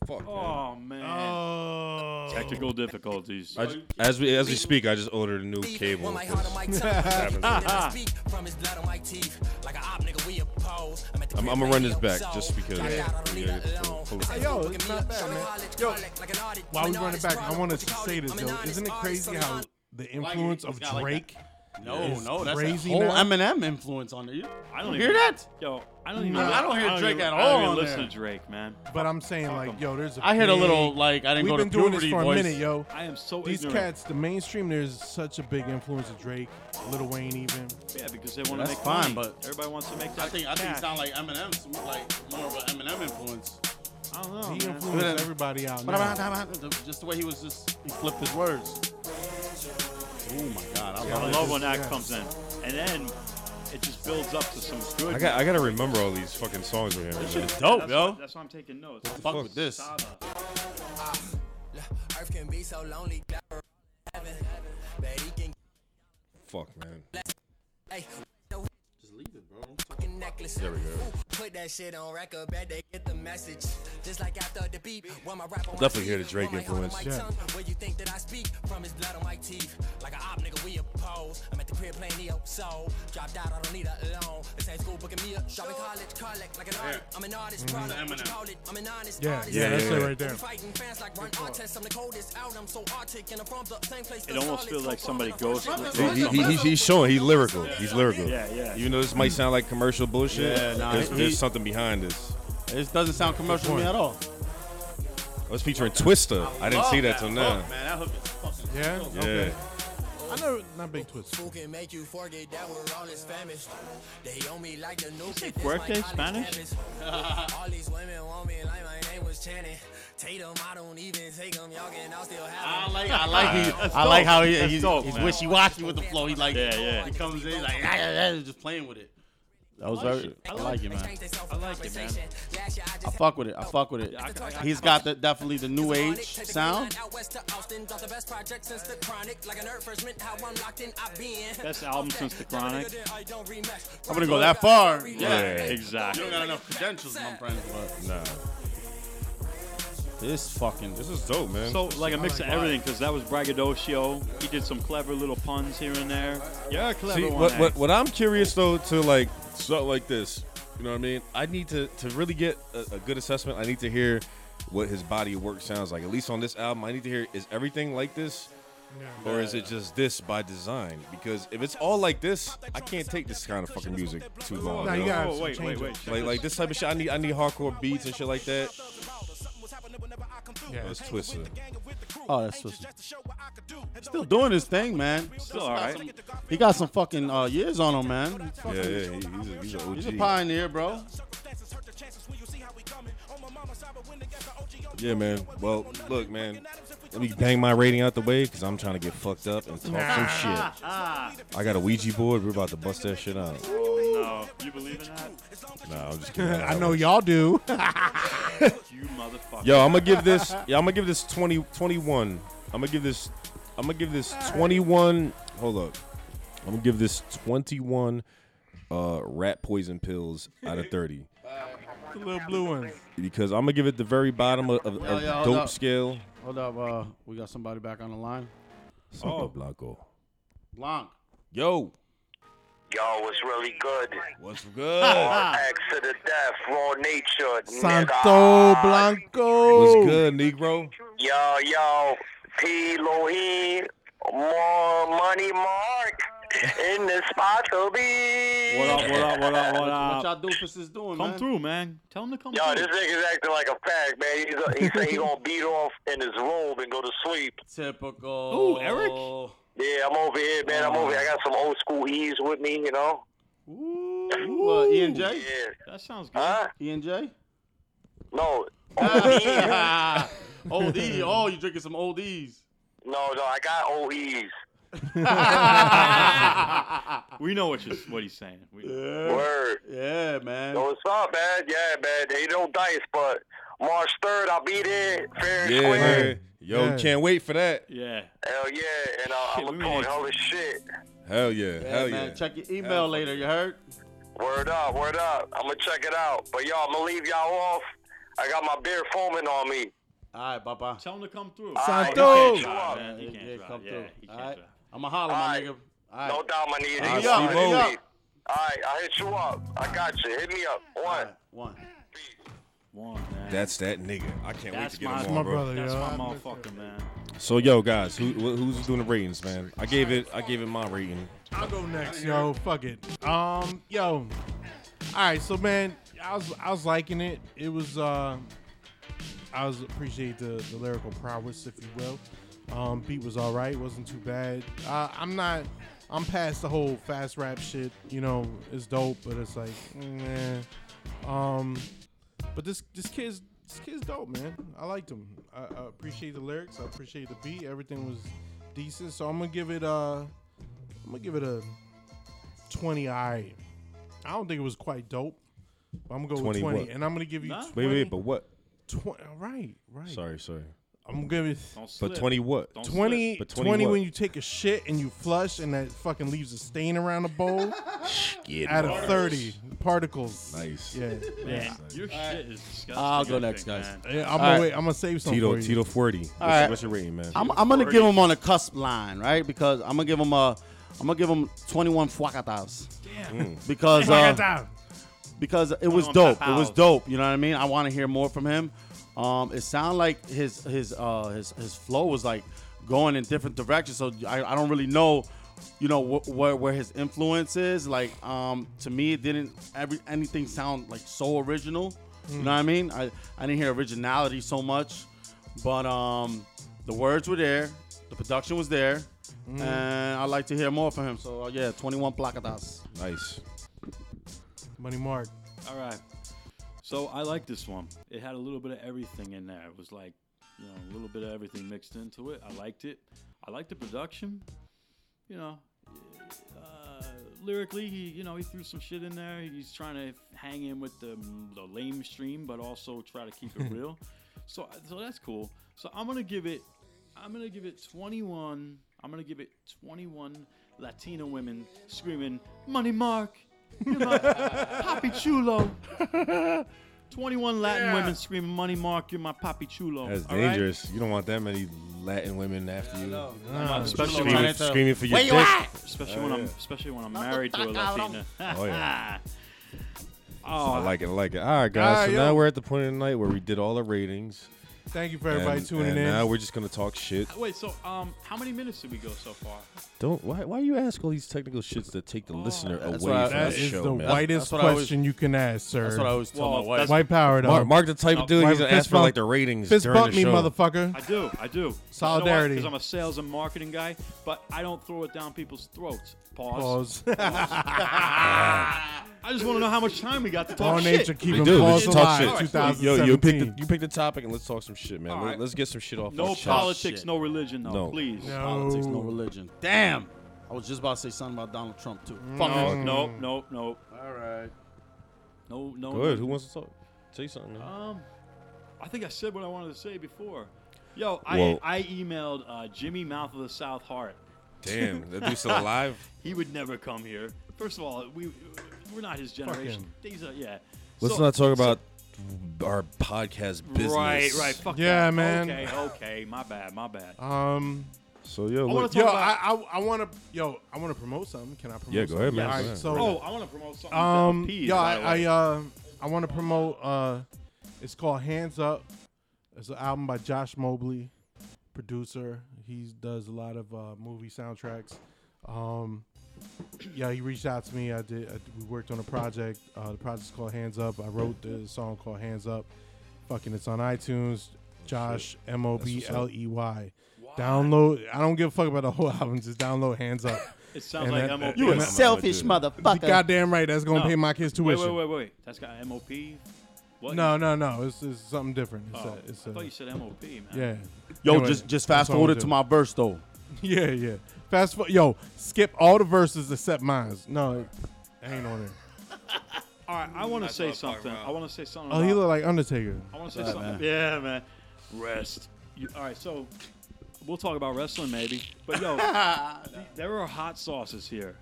S4: Fuck. man.
S2: Oh man.
S3: Oh.
S2: Technical difficulties.
S4: I ju- as we as we speak, I just ordered a new cable. Uh-huh.
S9: When my
S4: 'cause
S9: heart on my
S4: happens.
S9: tongue, I speak from his blood on my teeth. Like a op nigga, we oppose. I'm at the
S4: I'm-
S9: crib,
S4: I'ma run this
S9: radio
S4: back
S9: soul.
S4: just because-
S9: Dropped out, I
S4: Yeah,
S9: don't leave nothing
S4: yeah,
S9: alone.
S4: cool.
S9: This ain't
S3: Yo,
S9: fucking
S3: it's
S9: me,
S3: not bad,
S9: showing
S3: man.
S9: college
S3: Yo,
S9: product like an audit.
S3: While
S9: I'm
S3: we
S9: an
S3: run it
S9: artist,
S3: back, I
S9: product,
S3: want
S9: what you
S3: to
S9: call
S3: say
S9: it?
S3: this
S9: I'm an
S3: though.
S9: honest
S3: Isn't it
S9: artist,
S3: crazy
S9: so
S3: how
S9: I'm-
S3: the
S1: it's
S3: influence of
S1: got like
S3: Drake?
S1: No,
S3: It's
S1: no, that's
S3: crazy
S1: a whole
S3: now.
S1: Eminem influence on there. You,
S2: I
S1: you
S2: don't
S1: hear
S2: even,
S1: that?
S2: Yo, I don't even.
S1: No, I don't hear Drake
S2: even-
S1: at
S2: I don't
S1: all
S2: even
S1: on
S2: listen
S1: there.
S2: to Drake, man.
S3: But I'm saying like, yo, there's. a
S1: I heard a
S3: big-
S1: little like I didn't
S3: We've
S1: go
S3: been
S1: to
S3: doing this
S1: puberty
S3: for
S1: voice.
S3: a minute, yo.
S2: I am so
S3: These
S2: ignorant.
S3: cats, the mainstream, there's such a big influence of Drake, Lil Wayne, even.
S2: Yeah, because they want to
S1: that's
S2: make
S1: fine,
S2: money.
S1: but-
S2: everybody wants to make that.
S1: I think I think it
S2: cash.
S1: sound like Eminem, some- like more of an Eminem influence.
S2: I don't know.
S3: He
S2: Oh, man.
S3: influenced everybody out now.
S1: Just the way he was just he flipped his words. Oh my god, I
S2: I
S1: love
S2: love when that
S3: Yeah.
S2: comes in, and then it just builds up to some good.
S4: I got Oh, I gotta remember all these fucking songs right here. man.
S1: it. Dope,
S2: that's
S1: yo.
S2: Why, that's why I'm taking notes.
S1: Fuck with this.
S9: Earth can be so lonely, God, we're all in heaven. Bet he can
S4: Fuck man.
S9: Hey, Just leave it, bro. necklace. Put that shit on record, bet they get the message. Just like after the beat, when my rap on my
S4: Definitely
S9: feet,
S4: hear the Drake
S9: when my heart on
S4: influence.
S9: my tongue, Where you think that I speak from his blood on my teeth? Like a op nigga, we oppose. I'm at the crib playing Neo Soul. Dropped out, I don't need a loan. The same school booking me up. Shopping college, collect like an artist. I'm an artist, product, what you
S1: Eminem.
S9: call it? I'm an honest
S3: Yeah,
S9: artist.
S3: yeah, that's
S4: yeah,
S3: it
S4: yeah.
S3: right there.
S9: We Fighting fans like run artists. I'm the coldest out. I'm so arctic and I'm from the same place.
S2: It almost feels like somebody goes.
S4: He, he, he, he's- he's showing. He's lyrical. He's lyrical.
S2: Yeah, yeah.
S4: Even though this might sound like commercial bullshit,
S1: Yeah, nah,
S4: there's,
S1: he-
S4: there's something behind this.
S1: This doesn't sound commercial to me
S3: point.
S1: at all.
S4: I was featuring Twista. I didn't
S1: Love
S4: see that till
S1: hook,
S4: now.
S1: Man, that hook is fucking
S3: Yeah?
S1: dope.
S4: Yeah.
S3: Okay. I know, not Big Twist.
S9: Who can make you forget that we're all is famished? They owe me like the new
S2: say Fuerte Spanish?
S9: all these women want me like my name was Channing. Tatum, I don't even take 'em, Y'all can all still
S1: I
S9: have 'em.
S1: like, I like, he, I like how he, he's, he's wishy-washy with the flow. He like,
S2: Yeah, yeah.
S1: He comes in he's like, ah, ah, ah, just playing with it. That was very, I like it,
S9: They
S1: man.
S9: changed they self
S2: I like it, man.
S9: compensation. Last year I
S1: I
S9: just had
S1: fuck with it. I fuck with it.
S2: I got- I got-
S1: He's got the definitely the new age sound.
S9: Out west to Austin, dropped the best project since the chronic. Like a nerd freshman, how I'm locked in, I've been.
S2: Best album since The Chronic.
S1: I wouldn't go that far.
S4: Yeah.
S1: Yeah,
S2: Exactly.
S1: you don't got enough credentials, my friend. But
S4: Nah.
S1: this fucking,
S4: This is dope, man.
S2: So like a mix of everything, because that was braggadocio. He did some clever little puns here and there. Yeah, clever
S4: See,
S2: one.
S4: what,
S2: eh?
S4: what, what I'm curious though to like something like this, you know what I mean? I need to to really get a, a good assessment. I need to hear what his body of work sounds like. At least on this album, I need to hear is everything like this, or is it just this by design? Because if it's all like this, I can't take this kind of fucking music too long.
S3: Nah,
S4: you
S3: you
S4: know?
S3: gotta have
S2: Oh,
S3: some
S2: wait, wait,
S3: changes.
S2: wait.
S4: Like like this type of shit. I need I need hardcore beats and shit like that.
S3: Yeah.
S4: That's twisted.
S1: oh, that's what's still doing his thing, man.
S2: Still all right.
S1: He got some fucking uh, years on him, man.
S4: Yeah, yeah. he- He's a, he's an OG.
S1: He's a pioneer, bro.
S4: Yeah, man. Well, look, man. Let me bang my rating out the way because I'm trying to get fucked up and talk some shit. I got a Ouija board. We're about to bust that shit out.
S2: Oh no, you believe in that?
S4: Nah, I'm just kidding.
S3: I know y'all do.
S2: You motherfucker.
S4: Yo, I'm gonna give this. Yeah, I'm gonna give this 20, 21. I'm gonna give this. I'm gonna give this 21. Hold up. I'm gonna give this 21 uh, rat poison pills out of 30
S3: the little blue ones.
S4: because I'm gonna give it the very bottom of, of, of
S1: yo, hold
S4: dope
S1: up.
S4: scale.
S3: Oh.
S1: Hold up, uh, we got somebody back on the line.
S4: Santo Blanco.
S1: Blanc.
S4: Yo,
S8: Yo, what's really good?
S4: what's good?
S1: Ah.
S8: Acts of the death, raw nature,
S3: Santo
S8: nigga.
S3: Blanco.
S4: what's good, Negro?
S8: Yo, yo, P. Lohin, more money, Mark, in the spot to be.
S2: What up? What up? What up? What
S1: What
S2: up?
S1: y'all doofus is doing,
S2: Come
S1: man?
S2: through, man. Tell him to come
S8: Yo,
S2: through.
S8: this nigga's acting like a pack, man. He's a, he said he gonna beat off in his robe and go to sleep.
S1: Typical.
S2: Ooh, Eric?
S8: Yeah, I'm over here, man. I'm over
S1: Oh.
S8: here. I got some old school E's with me, you know?
S1: Ooh. What, E and J?
S8: Yeah.
S2: That sounds good.
S8: Huh?
S1: E and J?
S8: No.
S1: Ah, Old E. Oh, you drinking some old E's.
S8: No, no, I got old E's.
S2: We know what, you're, what he's saying. We,
S8: Word.
S1: Yeah, man.
S8: So what's up, man? Yeah, man. They don't dice, but March 3rd, I'll be there. Fair and
S4: Yeah,
S8: square.
S4: man. Yo,
S3: Yeah.
S4: can't wait for that.
S2: yeah.
S8: Hell yeah. And uh,
S2: Shit,
S8: I'm
S2: we
S8: going
S2: need-
S8: hell this shit.
S4: Hell yeah.
S1: yeah,
S4: Hell
S1: man.
S4: yeah.
S1: Check your email later, you heard?
S8: Word up, word up. I'm gonna check it out. But y'all, I'm gonna leave y'all off. I got my beer foaming on me.
S1: All right, bye-bye.
S2: Tell him to come through.
S8: Alright,
S3: Santo.
S8: you
S2: Nah,
S8: up.
S2: man, he can't drive.
S1: come
S2: Yeah,
S1: through.
S2: he
S1: All
S2: can't
S1: right.
S2: drive.
S1: I'm going to holler, my
S8: Alright.
S1: nigga. All right.
S8: No doubt, my nigga.
S1: Alright,
S8: You up,
S1: Steve-O.
S8: baby. Alright, I'll hit you up. I got you. Hit me up.
S1: All
S8: One.
S1: right, One.
S2: One, man.
S4: That's that nigga. I can't wait
S2: That's
S4: to get
S2: my-
S4: him
S2: that's
S4: on,
S3: my
S4: bro.
S3: brother,
S2: That's
S3: yo.
S2: my motherfucker, man.
S4: So yo, guys, who wh- who's doing the ratings, man? I gave it. I gave it my rating.
S3: I'll go next, yo. Fuck it. Um, yo. All right, so man, I was I was liking it. It was uh, I was appreciate the the lyrical prowess, if you will. Um, beat was all right. wasn't too bad. Uh, I'm not. I'm past the whole fast rap shit. You know, it's dope, but it's like, man. Um, but this this kid's this kid's dope, man. I liked him. I, I appreciate the lyrics. I appreciate the beat. Everything was decent. So I'm gonna give it uh I'm gonna give it a 20 I. I don't think it was quite dope. But I'm gonna go
S4: 20
S3: with 20.
S4: what?
S3: And I'm gonna give you
S2: Nah.
S3: 20,
S4: Wait, wait, but what?
S3: twen- right, right.
S4: Sorry, sorry.
S3: I'm gonna give
S2: Don't slip.
S4: But twenty what?
S2: Don't
S3: it 20,
S4: But
S3: 20,
S4: 20 what?
S3: when you take a shit and you flush and that fucking leaves a stain around the bowl
S4: Get
S3: out of 30 particles.
S4: Nice.
S3: Yeah.
S2: Man, your shit is disgusting.
S1: I'll go
S2: I
S1: next,
S2: think,
S1: guys.
S2: man.
S3: Yeah, I'm,
S1: right.
S3: gonna wait, I'm gonna save some
S4: Tito
S3: for you.
S4: Tito forty. What's,
S1: All right.
S4: what's your rating, man?
S1: I'm, I'm gonna give him on a cusp line, right? Because I'm gonna give him a, I'm gonna give him 21 fuacatas. Damn. Because uh,
S3: Fuck
S1: because it was
S2: 21
S1: dope. It was
S2: papaos.
S1: dope. You know what I mean? I want to hear more from him. Um, it sounded like his his uh his his flow was like going in different directions. So I, I don't really know, you know wh- where where his influence is. Like um to me, it didn't every anything sound like so original. You know what I mean? I I didn't hear originality so much. But um, the words were there, the production was there, and I'd like to hear more from him. So uh, yeah, 21 placadas.
S4: nice.
S3: Money Mark.
S2: All right. So I like this one. It had a little bit of everything in there. It was like, you know, a little bit of everything mixed into it. I liked it. I liked the production. You know, uh, lyrically, he, you know, he threw some shit in there. He's trying to hang in with the, the lame stream, but also try to keep it real. So, so that's cool. So I'm gonna give it. I'm gonna give it 21. I'm gonna give it 21 Latino women screaming "Money Mark." You're my Papi Chulo. 21 Latin women screaming "Money Mark, you're my Papi Chulo."
S4: That's
S2: all right?
S4: dangerous. You don't want that many Latin women after you.
S2: Especially when
S4: Screaming,
S2: I'm,
S4: screaming for your
S5: Where
S4: dick.
S5: you at?
S2: especially
S4: Oh,
S2: when I'm,
S4: yeah.
S2: especially when I'm married to a Latina.
S4: Oh yeah. I
S2: Oh,
S4: like it. I like it. All right, guys.
S3: All right,
S4: so
S3: yo.
S4: now we're at the point of the night where we did all the ratings.
S3: Thank you for everybody
S4: and,
S3: tuning
S4: and
S3: in.
S4: Now we're just gonna talk shit.
S2: wait. So, um, how many minutes did we go so far?
S4: Don't why why you ask all these technical shits that take the listener away
S1: that's
S4: from
S1: what I-
S4: the
S3: that is
S4: show,
S3: the
S4: man?
S3: whitest
S1: That's what I always-
S3: question you can ask, sir.
S1: That's what I always tell
S2: Well,
S1: my wife.
S2: that's-
S3: White power, though.
S4: Mark, Mark the type
S2: No,
S4: of dude
S3: why
S4: he's gonna ask
S3: fist
S4: for like
S3: bump-
S4: the ratings
S3: Fist
S4: during
S3: bump
S4: the
S3: me,
S4: show.
S3: motherfucker.
S2: I do, I do.
S3: Solidarity.
S2: Because I'm a sales and marketing guy, but I don't throw it down people's throats. Pause.
S3: Pause.
S2: I just want to know how much time we got to talk
S3: All
S2: shit.
S3: nature
S4: We
S3: keeping
S4: do.
S3: pause
S4: Let's talk
S3: alive.
S4: shit.
S3: 2017.
S4: Yo, you pick the, you pick the topic and let's talk some shit, man.
S2: All
S4: Let,
S2: right.
S4: us get some shit off.
S2: No
S4: our chest.
S2: politics,
S1: shit.
S2: no religion, though.
S4: No.
S2: Please.
S3: no.
S1: Politics,
S4: Oh.
S1: no religion. Damn. I was just about to say something about Donald Trump too. Fuck.
S2: No, no, no, no,
S1: All right.
S2: no, no.
S4: Good. Who wants to talk? Say something. Man.
S2: Um, I think I said what I wanted to say before. Yo, I,
S4: Whoa.
S2: I emailed uh, Jimmy Mouth of the South Heart.
S4: Damn, that dude's still alive.
S2: He would never come here. First of all, we we're not his generation.
S3: him.
S2: These are yeah.
S4: Let's
S2: So-
S4: not talk
S2: so-
S4: about our podcast business.
S2: Right, right. Fuck
S3: Yeah,
S2: that.
S3: man.
S2: Okay, okay. My bad, my bad.
S3: Um,
S4: So
S2: I
S4: yo, look,
S2: want to
S3: yo,
S2: talk
S3: I,
S2: about.
S3: I, I want to, yo, I want to promote something. Can I promote?
S4: Yeah, go ahead, man.
S3: something?
S4: Go ahead.
S3: All right,
S2: oh,
S3: so,
S2: I want to promote something.
S3: um,
S2: with the peas,
S3: yo,
S2: by the
S3: I, I,
S2: way.
S3: uh, I want to promote. Uh, it's called Hands Up. It's an album by Josh Mobley, producer. He does a lot of uh, movie soundtracks. Um, yeah, he reached out to me. I did. I, we worked on a project. Uh, the project's called Hands Up. I wrote the song called Hands Up. Fucking, it's on iTunes. Josh M O B L E Y. Download. I don't give a fuck about the whole album. Just download Hands Up.
S2: It sounds
S3: And
S2: like
S3: that-
S2: MOP.
S4: You
S3: and
S4: a
S3: that-
S4: selfish
S3: you Goddamn right. That's gonna
S2: No.
S3: pay my kids
S2: Wait,
S3: tuition.
S2: wait, wait, wait. That's got MOP. What?
S3: No, no, no. It's, it's something different. It's
S2: Oh,
S3: a, it's
S2: I
S3: a,
S2: thought you said MOP, man.
S3: yeah.
S1: Yo,
S3: Anyway,
S1: just just
S3: that's
S1: fast
S3: what I'm
S1: forward it
S3: gonna
S1: to
S3: do.
S1: my verse though.
S3: Yeah, yeah. Fast forward. Yo, skip all the verses except mine. No, it ain't on there.
S2: All right, I want to
S10: That's
S2: say
S10: what I'm talking
S2: something.
S10: about.
S2: I want to say something.
S3: Oh, he
S2: about-
S3: look like Undertaker.
S2: I want to say something. Yeah, man. Rest. You, all right, so we'll talk about wrestling maybe. But yo, th- there are hot sauces here.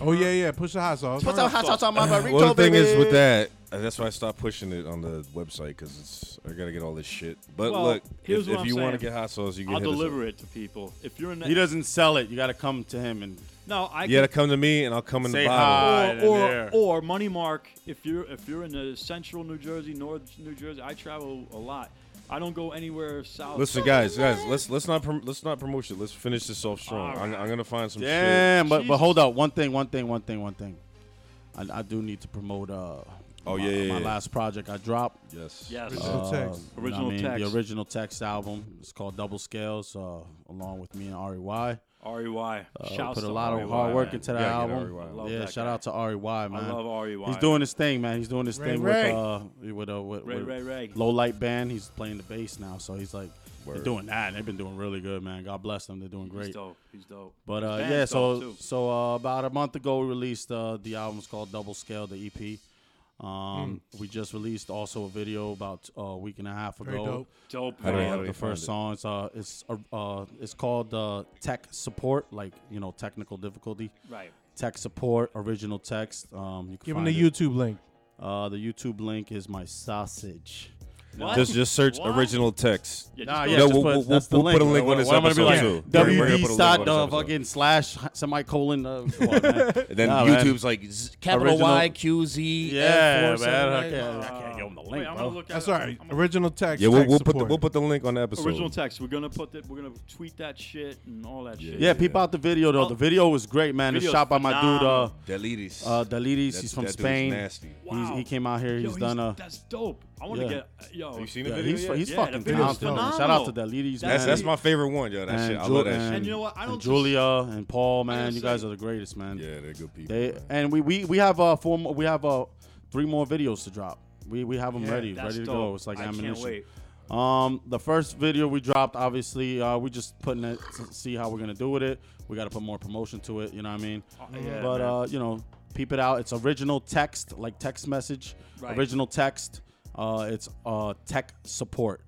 S3: Oh yeah, yeah. Push the hot sauce.
S5: Put some hot sauce on my burrito,
S4: well, the thing
S5: baby.
S4: is with that, uh, that's why I stopped pushing it on the website because it's I gotta get all this shit. But
S2: Well,
S4: look,
S2: here's
S4: if,
S2: what
S4: if
S2: I'm
S4: you want to
S2: saying.
S4: get hot sauce, you can
S2: I'll
S4: hit us up.
S2: deliver it to people. If you're in the
S1: He doesn't sell it. You got to come to him and
S4: Oh,
S2: no, I
S4: You gotta come to me, and I'll come in
S1: Say
S4: the bottle.
S1: hi.
S2: can,
S1: Right in
S2: or,
S1: there.
S2: or Money Mark. If you're if you're in the central New Jersey, north New Jersey, I travel a lot. I don't go anywhere south.
S4: Listen, guys, guys, let's let's not prom- let's not promote shit. Let's finish this off strong.
S2: All
S4: I'm,
S2: right.
S4: I'm gonna find some shit.
S1: Damn, but, but
S2: Jesus.
S1: hold up. One thing, one thing, one thing, one thing. I, I do need to promote uh
S4: Oh,
S1: my,
S4: yeah, yeah,
S1: my
S4: yeah.
S1: last project I dropped. Uh,
S4: Yes.
S2: Yes.
S1: Um, you know
S3: Original text.
S1: what
S2: Original text.
S1: The original text album. It's called Double Scales, uh, along with me and E REY.
S2: REY.
S1: Uh,
S2: E Shouts
S1: put a
S2: to
S1: lot
S2: REY,
S1: of hard work
S2: man.
S1: into that
S4: Yeah, I get
S1: album.
S4: REY. I
S2: love
S1: yeah,
S2: that
S1: shout
S2: guy.
S1: out to REY, man.
S2: I love E REY.
S1: He's doing his thing, man. He's doing his
S3: Ray
S1: thing with
S3: Ray.
S1: uh with a with,
S2: Ray,
S1: with
S2: Ray, Ray.
S1: low light band. He's playing the bass now, so he's like they're
S4: Word.
S1: doing that. And they've been doing really good, man. God bless them. They're doing
S2: He's
S1: great.
S2: dope. He's dope.
S1: But
S2: His
S1: uh,
S2: band's
S1: yeah,
S2: dope,
S1: so
S2: too.
S1: so uh, about a month ago we released uh, the album's called Double Scale, the EP.
S3: Mm.
S1: Um, We just released also a video about uh, a week and a half ago.
S3: Very dope.
S2: dope.
S4: I don't
S2: man.
S4: know how
S1: Of
S4: to
S1: the
S4: find
S1: first
S4: it.
S1: song. It's uh, it's uh, uh, it's called uh, Tech Support, like you know, technical difficulty.
S2: Right.
S1: Tech Support, original text. Um, you can
S3: Give him
S1: find
S3: the
S1: it.
S3: YouTube link.
S1: Uh, the YouTube link is my sausage.
S2: What?
S4: Just just search
S2: What?
S4: original text.
S2: Yeah,
S1: Nah,
S2: just
S1: yeah,
S4: No,
S1: just
S4: we'll-
S1: put,
S4: we'll-
S1: that's
S4: we'll
S1: the
S4: put a
S1: link.
S4: link on this
S1: What am I gonna be
S4: episode,
S1: like,
S4: too. We're gonna put
S1: WD
S4: a link on
S1: dot
S4: this
S1: uh,
S4: episode.
S1: fucking slash semicolon. Uh, come on, man.
S4: And then
S1: Nah, man.
S4: YouTube's like z-
S5: Capital
S1: Original-
S5: Y Q Z.
S1: Yeah, man. I
S5: F479.
S1: can't, I can't give him the link,
S2: Wait,
S1: bro.
S2: I'm gonna look at
S3: That's
S2: it.
S3: all
S2: I'm-
S3: right.
S2: I'm gonna-
S3: Original text.
S4: yeah. We'll
S3: text
S4: we'll put the,
S3: support.
S4: we'll put the link on the episode.
S2: original text. We're gonna put that. We're gonna tweet that shit and all that shit.
S1: yeah, peep out the video though.
S4: Oh.
S1: The video was great, man. It's
S2: Video's
S1: shot by my dude, uh,
S2: phenomenal.
S4: Delitis.
S1: uh, Dalides.
S4: That-
S1: He's from
S4: that dude's
S1: Spain.
S4: nasty.
S1: He's, he came out here.
S2: Yo,
S1: He's done a.
S2: That's dope. I want to
S1: yeah.
S2: get. uh, Yo,
S4: Have you seen the
S1: Yeah,
S4: video?
S1: he's,
S4: yet?
S1: fu- he's
S2: Yeah, the
S1: fucking
S2: video's
S1: talented. man. Shout out to
S2: phenomenal.
S1: Dalides, man.
S4: That's that's my favorite one, yo. That shit. I
S1: Ju-
S4: love that shit.
S2: And you know what? I
S1: and
S2: don't just-
S1: Julia and Paul,
S2: I
S1: man.
S2: gotta
S1: You guys
S2: say-
S1: are the greatest, man.
S4: Yeah, they're good people.
S1: They
S4: man.
S1: and we we we have uh four more, we have uh three more videos to drop. We we have them ready,
S2: that's
S1: ready to
S2: dope.
S1: go. It's like
S2: I
S1: ammunition.
S2: can't wait.
S1: Um, the first video we dropped, obviously, uh, we just putting it to see how we're gonna do with it. We got to put more promotion to it. You know what I mean?
S2: Oh, yeah,
S1: but
S2: man.
S1: uh, you know, peep it out. It's original text, like text message,
S2: Right.
S1: original text. Uh, it's uh tech support.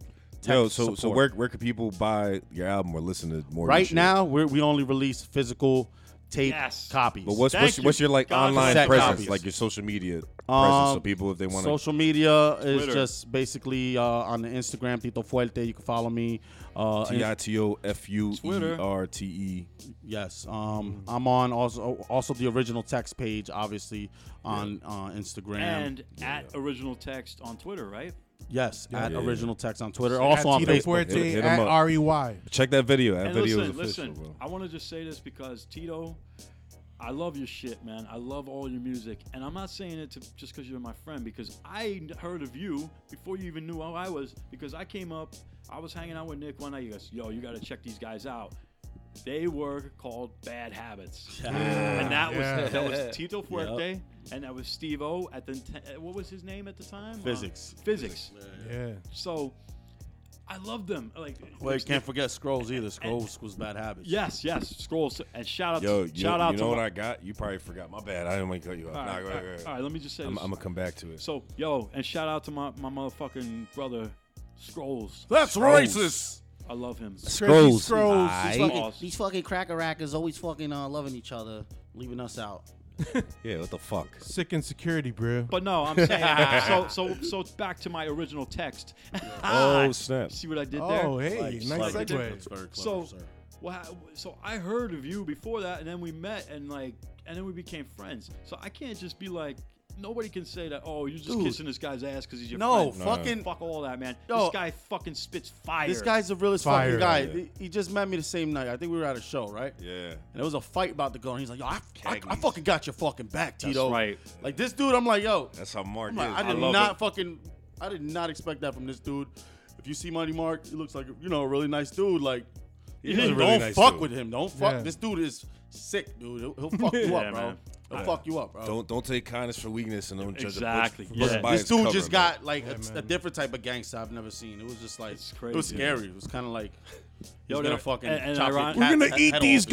S1: Tech
S4: Yo, so so
S1: support.
S4: where where can people buy your album or listen to more? of your
S1: right
S4: shit?
S1: now we we only release physical tape
S2: Yes.
S1: copies.
S4: But what's
S2: Thank
S4: what's,
S2: you.
S4: what's your like
S2: God,
S4: online
S1: Set
S4: presence,
S1: copies.
S4: like your social media presence,
S1: Um,
S4: so people if they want to.
S1: Social media is
S2: Twitter.
S1: just basically uh, on the Instagram Tito Fuerte. You can follow me. Uh,
S4: T i t o f u e
S2: Twitter.
S4: r t e.
S1: Yes, um,
S4: Mm-hmm.
S1: I'm on also also the original text page, obviously on uh, Instagram.
S2: And at original text on Twitter, right?
S1: yes, at
S4: Yeah.
S1: original text on Twitter, also on
S3: Tito
S1: Facebook.
S3: Fuerte
S4: Hit- hit 'em
S3: at E
S4: up.
S3: REY.
S4: Check that video. That
S2: And
S4: video
S2: listen,
S4: is official,
S2: listen.
S4: bro.
S2: I want to just say this because Tito, I love your shit, man. I love all your music, and I'm not saying it to, just because you're my friend. Because I kn- heard of you before you even knew who I was. Because I came up, I was hanging out with Nick one night. He goes, "Yo, you got to check these guys out." They were called Bad Habits, and that was that was Tito Fuerte, and that was Steve O at the t- what was his name at the time? Uh,
S1: Physics.
S2: physics.
S3: Yeah.
S2: So. I love them. Like,
S1: Well, you can't forget Scrolls either. Scrolls was bad habits.
S2: Yes, yes. Scrolls and shout out.
S4: Yo,
S2: to,
S4: you,
S2: shout out
S4: you
S2: to
S4: know what
S2: my-
S4: I got? You probably forgot. My bad. I didn't want to cut you off.
S2: all,
S4: Nah,
S2: right,
S4: go
S2: all
S4: ahead,
S2: right,
S4: go ahead.
S2: all right, let me just say
S4: I'm,
S2: this.
S4: I'm gonna come back to it.
S2: so, yo, and shout out to my, my motherfucking brother, Scrolls.
S1: that's
S4: Oh, racist.
S2: I love him.
S3: Scrolls. Scrolls.
S5: Aight.
S2: fucking-
S1: these fucking cracker rackers always fucking uh, loving each other, leaving us out.
S4: Yeah, what the fuck?
S3: Sick insecurity, bro.
S2: But no, I'm saying so so so back to my original text.
S1: Ah,
S4: Oh snap!
S2: See what I did there?
S3: Oh, hey, nice
S2: like-
S3: segue.
S2: so well, ha- so I heard of you before that, and then we met, and like, and then we became friends. So I can't just be like, nobody can say that. Oh, you're just
S1: Dude.
S2: kissing this guy's ass because he's your
S1: No,
S2: friend.
S1: fucking.
S2: fuck all that, man.
S1: Yo.
S2: this guy fucking spits fire.
S1: This guy's the realest
S3: Fire.
S1: fucking guy.
S4: Yeah.
S1: He- He just met me the same night. I think we were at a show, right?
S4: Yeah.
S1: And there was a fight about to go, and he's like, "Yo, I, I, I
S4: Cagney's.
S1: fucking got your fucking back, Tito."
S2: right.
S1: Like this dude, I'm like, "Yo,
S4: That's how Mark
S1: I'm like,
S4: is.
S1: I did
S4: love
S1: not
S4: it.
S1: fucking, I did not expect that from this dude. If you see Money Mark, he looks like you know a really nice dude. Like,
S4: He is a really
S1: don't
S4: nice
S1: fuck
S4: dude.
S1: with him. Don't fuck.
S3: Yeah.
S1: This dude is sick, dude. He'll, he'll fuck you
S2: Yeah,
S1: up, bro.
S2: man.
S1: He'll fuck you up, bro.
S4: Don't don't take kindness for weakness and don't judge
S2: Exactly.
S4: A book, book
S2: Yeah.
S4: by
S1: this
S4: its
S1: dude
S4: cover,
S1: just
S4: man.
S1: got like a, a
S3: man.
S1: different type of gangster I've never seen. It was just like
S2: It's
S1: it was
S2: crazy.
S1: scary. It was kind of like
S2: Yo,
S1: you're gonna
S2: dude,
S1: fucking
S2: and- and
S1: chop your
S2: iron-
S1: cat's
S3: We're gonna
S1: head-
S3: eat
S1: head
S3: these
S1: off.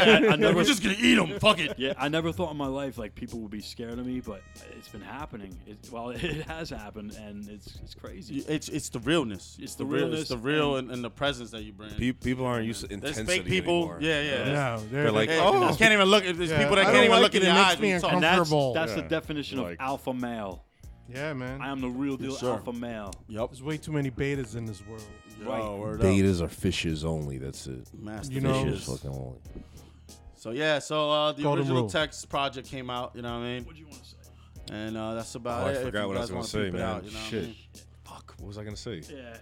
S2: I never
S1: We're just gonna eat them. Fuck it.
S2: Yeah, I never thought in my life like people would be scared of me, but it's been happening. It, well, it has happened, and it's it's crazy.
S1: You- It's it's the realness.
S2: It's the
S1: real-
S2: realness
S1: It's the real and, and the presence that you bring.
S4: Pe- people aren't used to
S1: There's
S4: intensity
S1: fake people.
S4: anymore.
S1: Yeah, yeah.
S3: yeah,
S4: They're like,
S1: Hey,
S4: oh,
S1: I can't even look. at There's
S3: Yeah,
S1: people that
S3: I
S1: can't
S3: don't
S1: even
S3: like
S1: look in
S3: it.
S1: your
S3: It makes
S1: eyes.
S3: me
S1: when you talk.
S2: and that's
S3: comfortable.
S2: that's the
S4: Yeah.
S2: definition of
S4: Like-
S2: alpha male.
S3: yeah, man.
S2: I am the real deal
S1: sir.
S2: alpha male.
S1: Yep.
S3: There's way too many betas in this world.
S1: Yo, word up.
S5: Betas are fishes only. That's it.
S1: Master
S3: You know-
S1: fishes.
S5: Fishes fucking only.
S1: Uh, So yeah, so uh, the
S3: Golden
S1: original
S3: rule.
S1: text project came out. You know what I mean?
S2: What do you want to say?
S1: And uh, that's
S4: Oh,
S1: about
S4: I
S1: it. if
S4: forgot
S1: you
S4: what I
S1: guys
S4: was gonna
S1: wanna
S4: say,
S1: peep it
S4: man.
S1: out, you know what I
S4: Shit.
S1: mean?
S4: fuck, what was I gonna say?
S2: Yeah,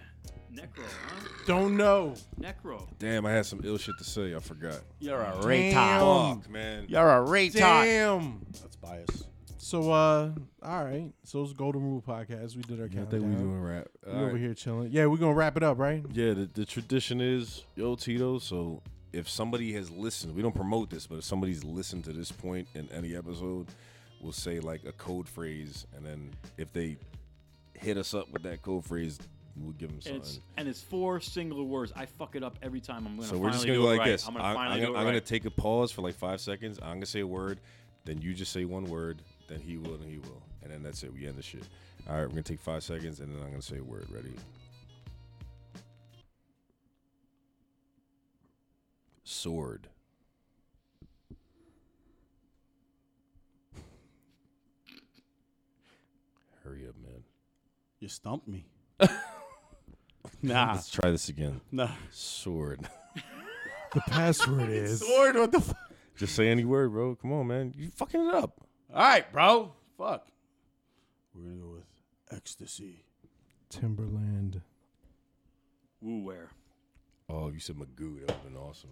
S2: necro, huh?
S3: Don't know.
S2: Necro.
S4: Damn, I had some ill shit to say. I forgot.
S1: You're a
S3: Damn.
S4: Fuck, man.
S1: You're a retard.
S3: Damn.
S1: That's biased.
S3: So, uh, all right. So it's Golden Rule podcast. We did our
S4: Yeah, I
S3: countdown.
S4: think we doing rap.
S3: We
S4: All
S3: over
S4: right.
S3: here chilling. Yeah, we're gonna wrap it up, right?
S4: Yeah, the, the tradition is yo Tito. So if somebody has listened, we don't promote this, but if somebody's listened to this point in any episode, we'll say like a code phrase, and then if they hit us up with that code phrase, we'll give them
S2: And
S4: something.
S2: it's and it's four singular words. I fuck it up every time. I'm gonna.
S4: so we're just
S2: finally
S4: gonna
S2: do
S4: go
S2: it
S4: like
S2: right.
S4: this.
S2: I'm gonna
S4: I'm-
S2: finally
S4: I'm
S2: do
S4: gonna-
S2: it
S4: I'm gonna
S2: right.
S4: take a pause for like five seconds. I'm gonna say a word, then you just say one word, then he will and he will, and then that's it. We end the shit. All right, we're gonna take five seconds, and then I'm gonna say a word. Ready? Sword. Hurry up, man.
S1: You stumped me. nah,
S4: Let's try this again.
S1: nah.
S4: Sword.
S3: The password is.
S1: Sword. What the? Fuck?
S4: Just say any word, bro. Come on, man. You fucking it up.
S1: All right, bro. Fuck. We're gonna go with ecstasy.
S3: Timberland.
S2: Woo wear.
S4: Oh, you said Magoo. That would have been awesome.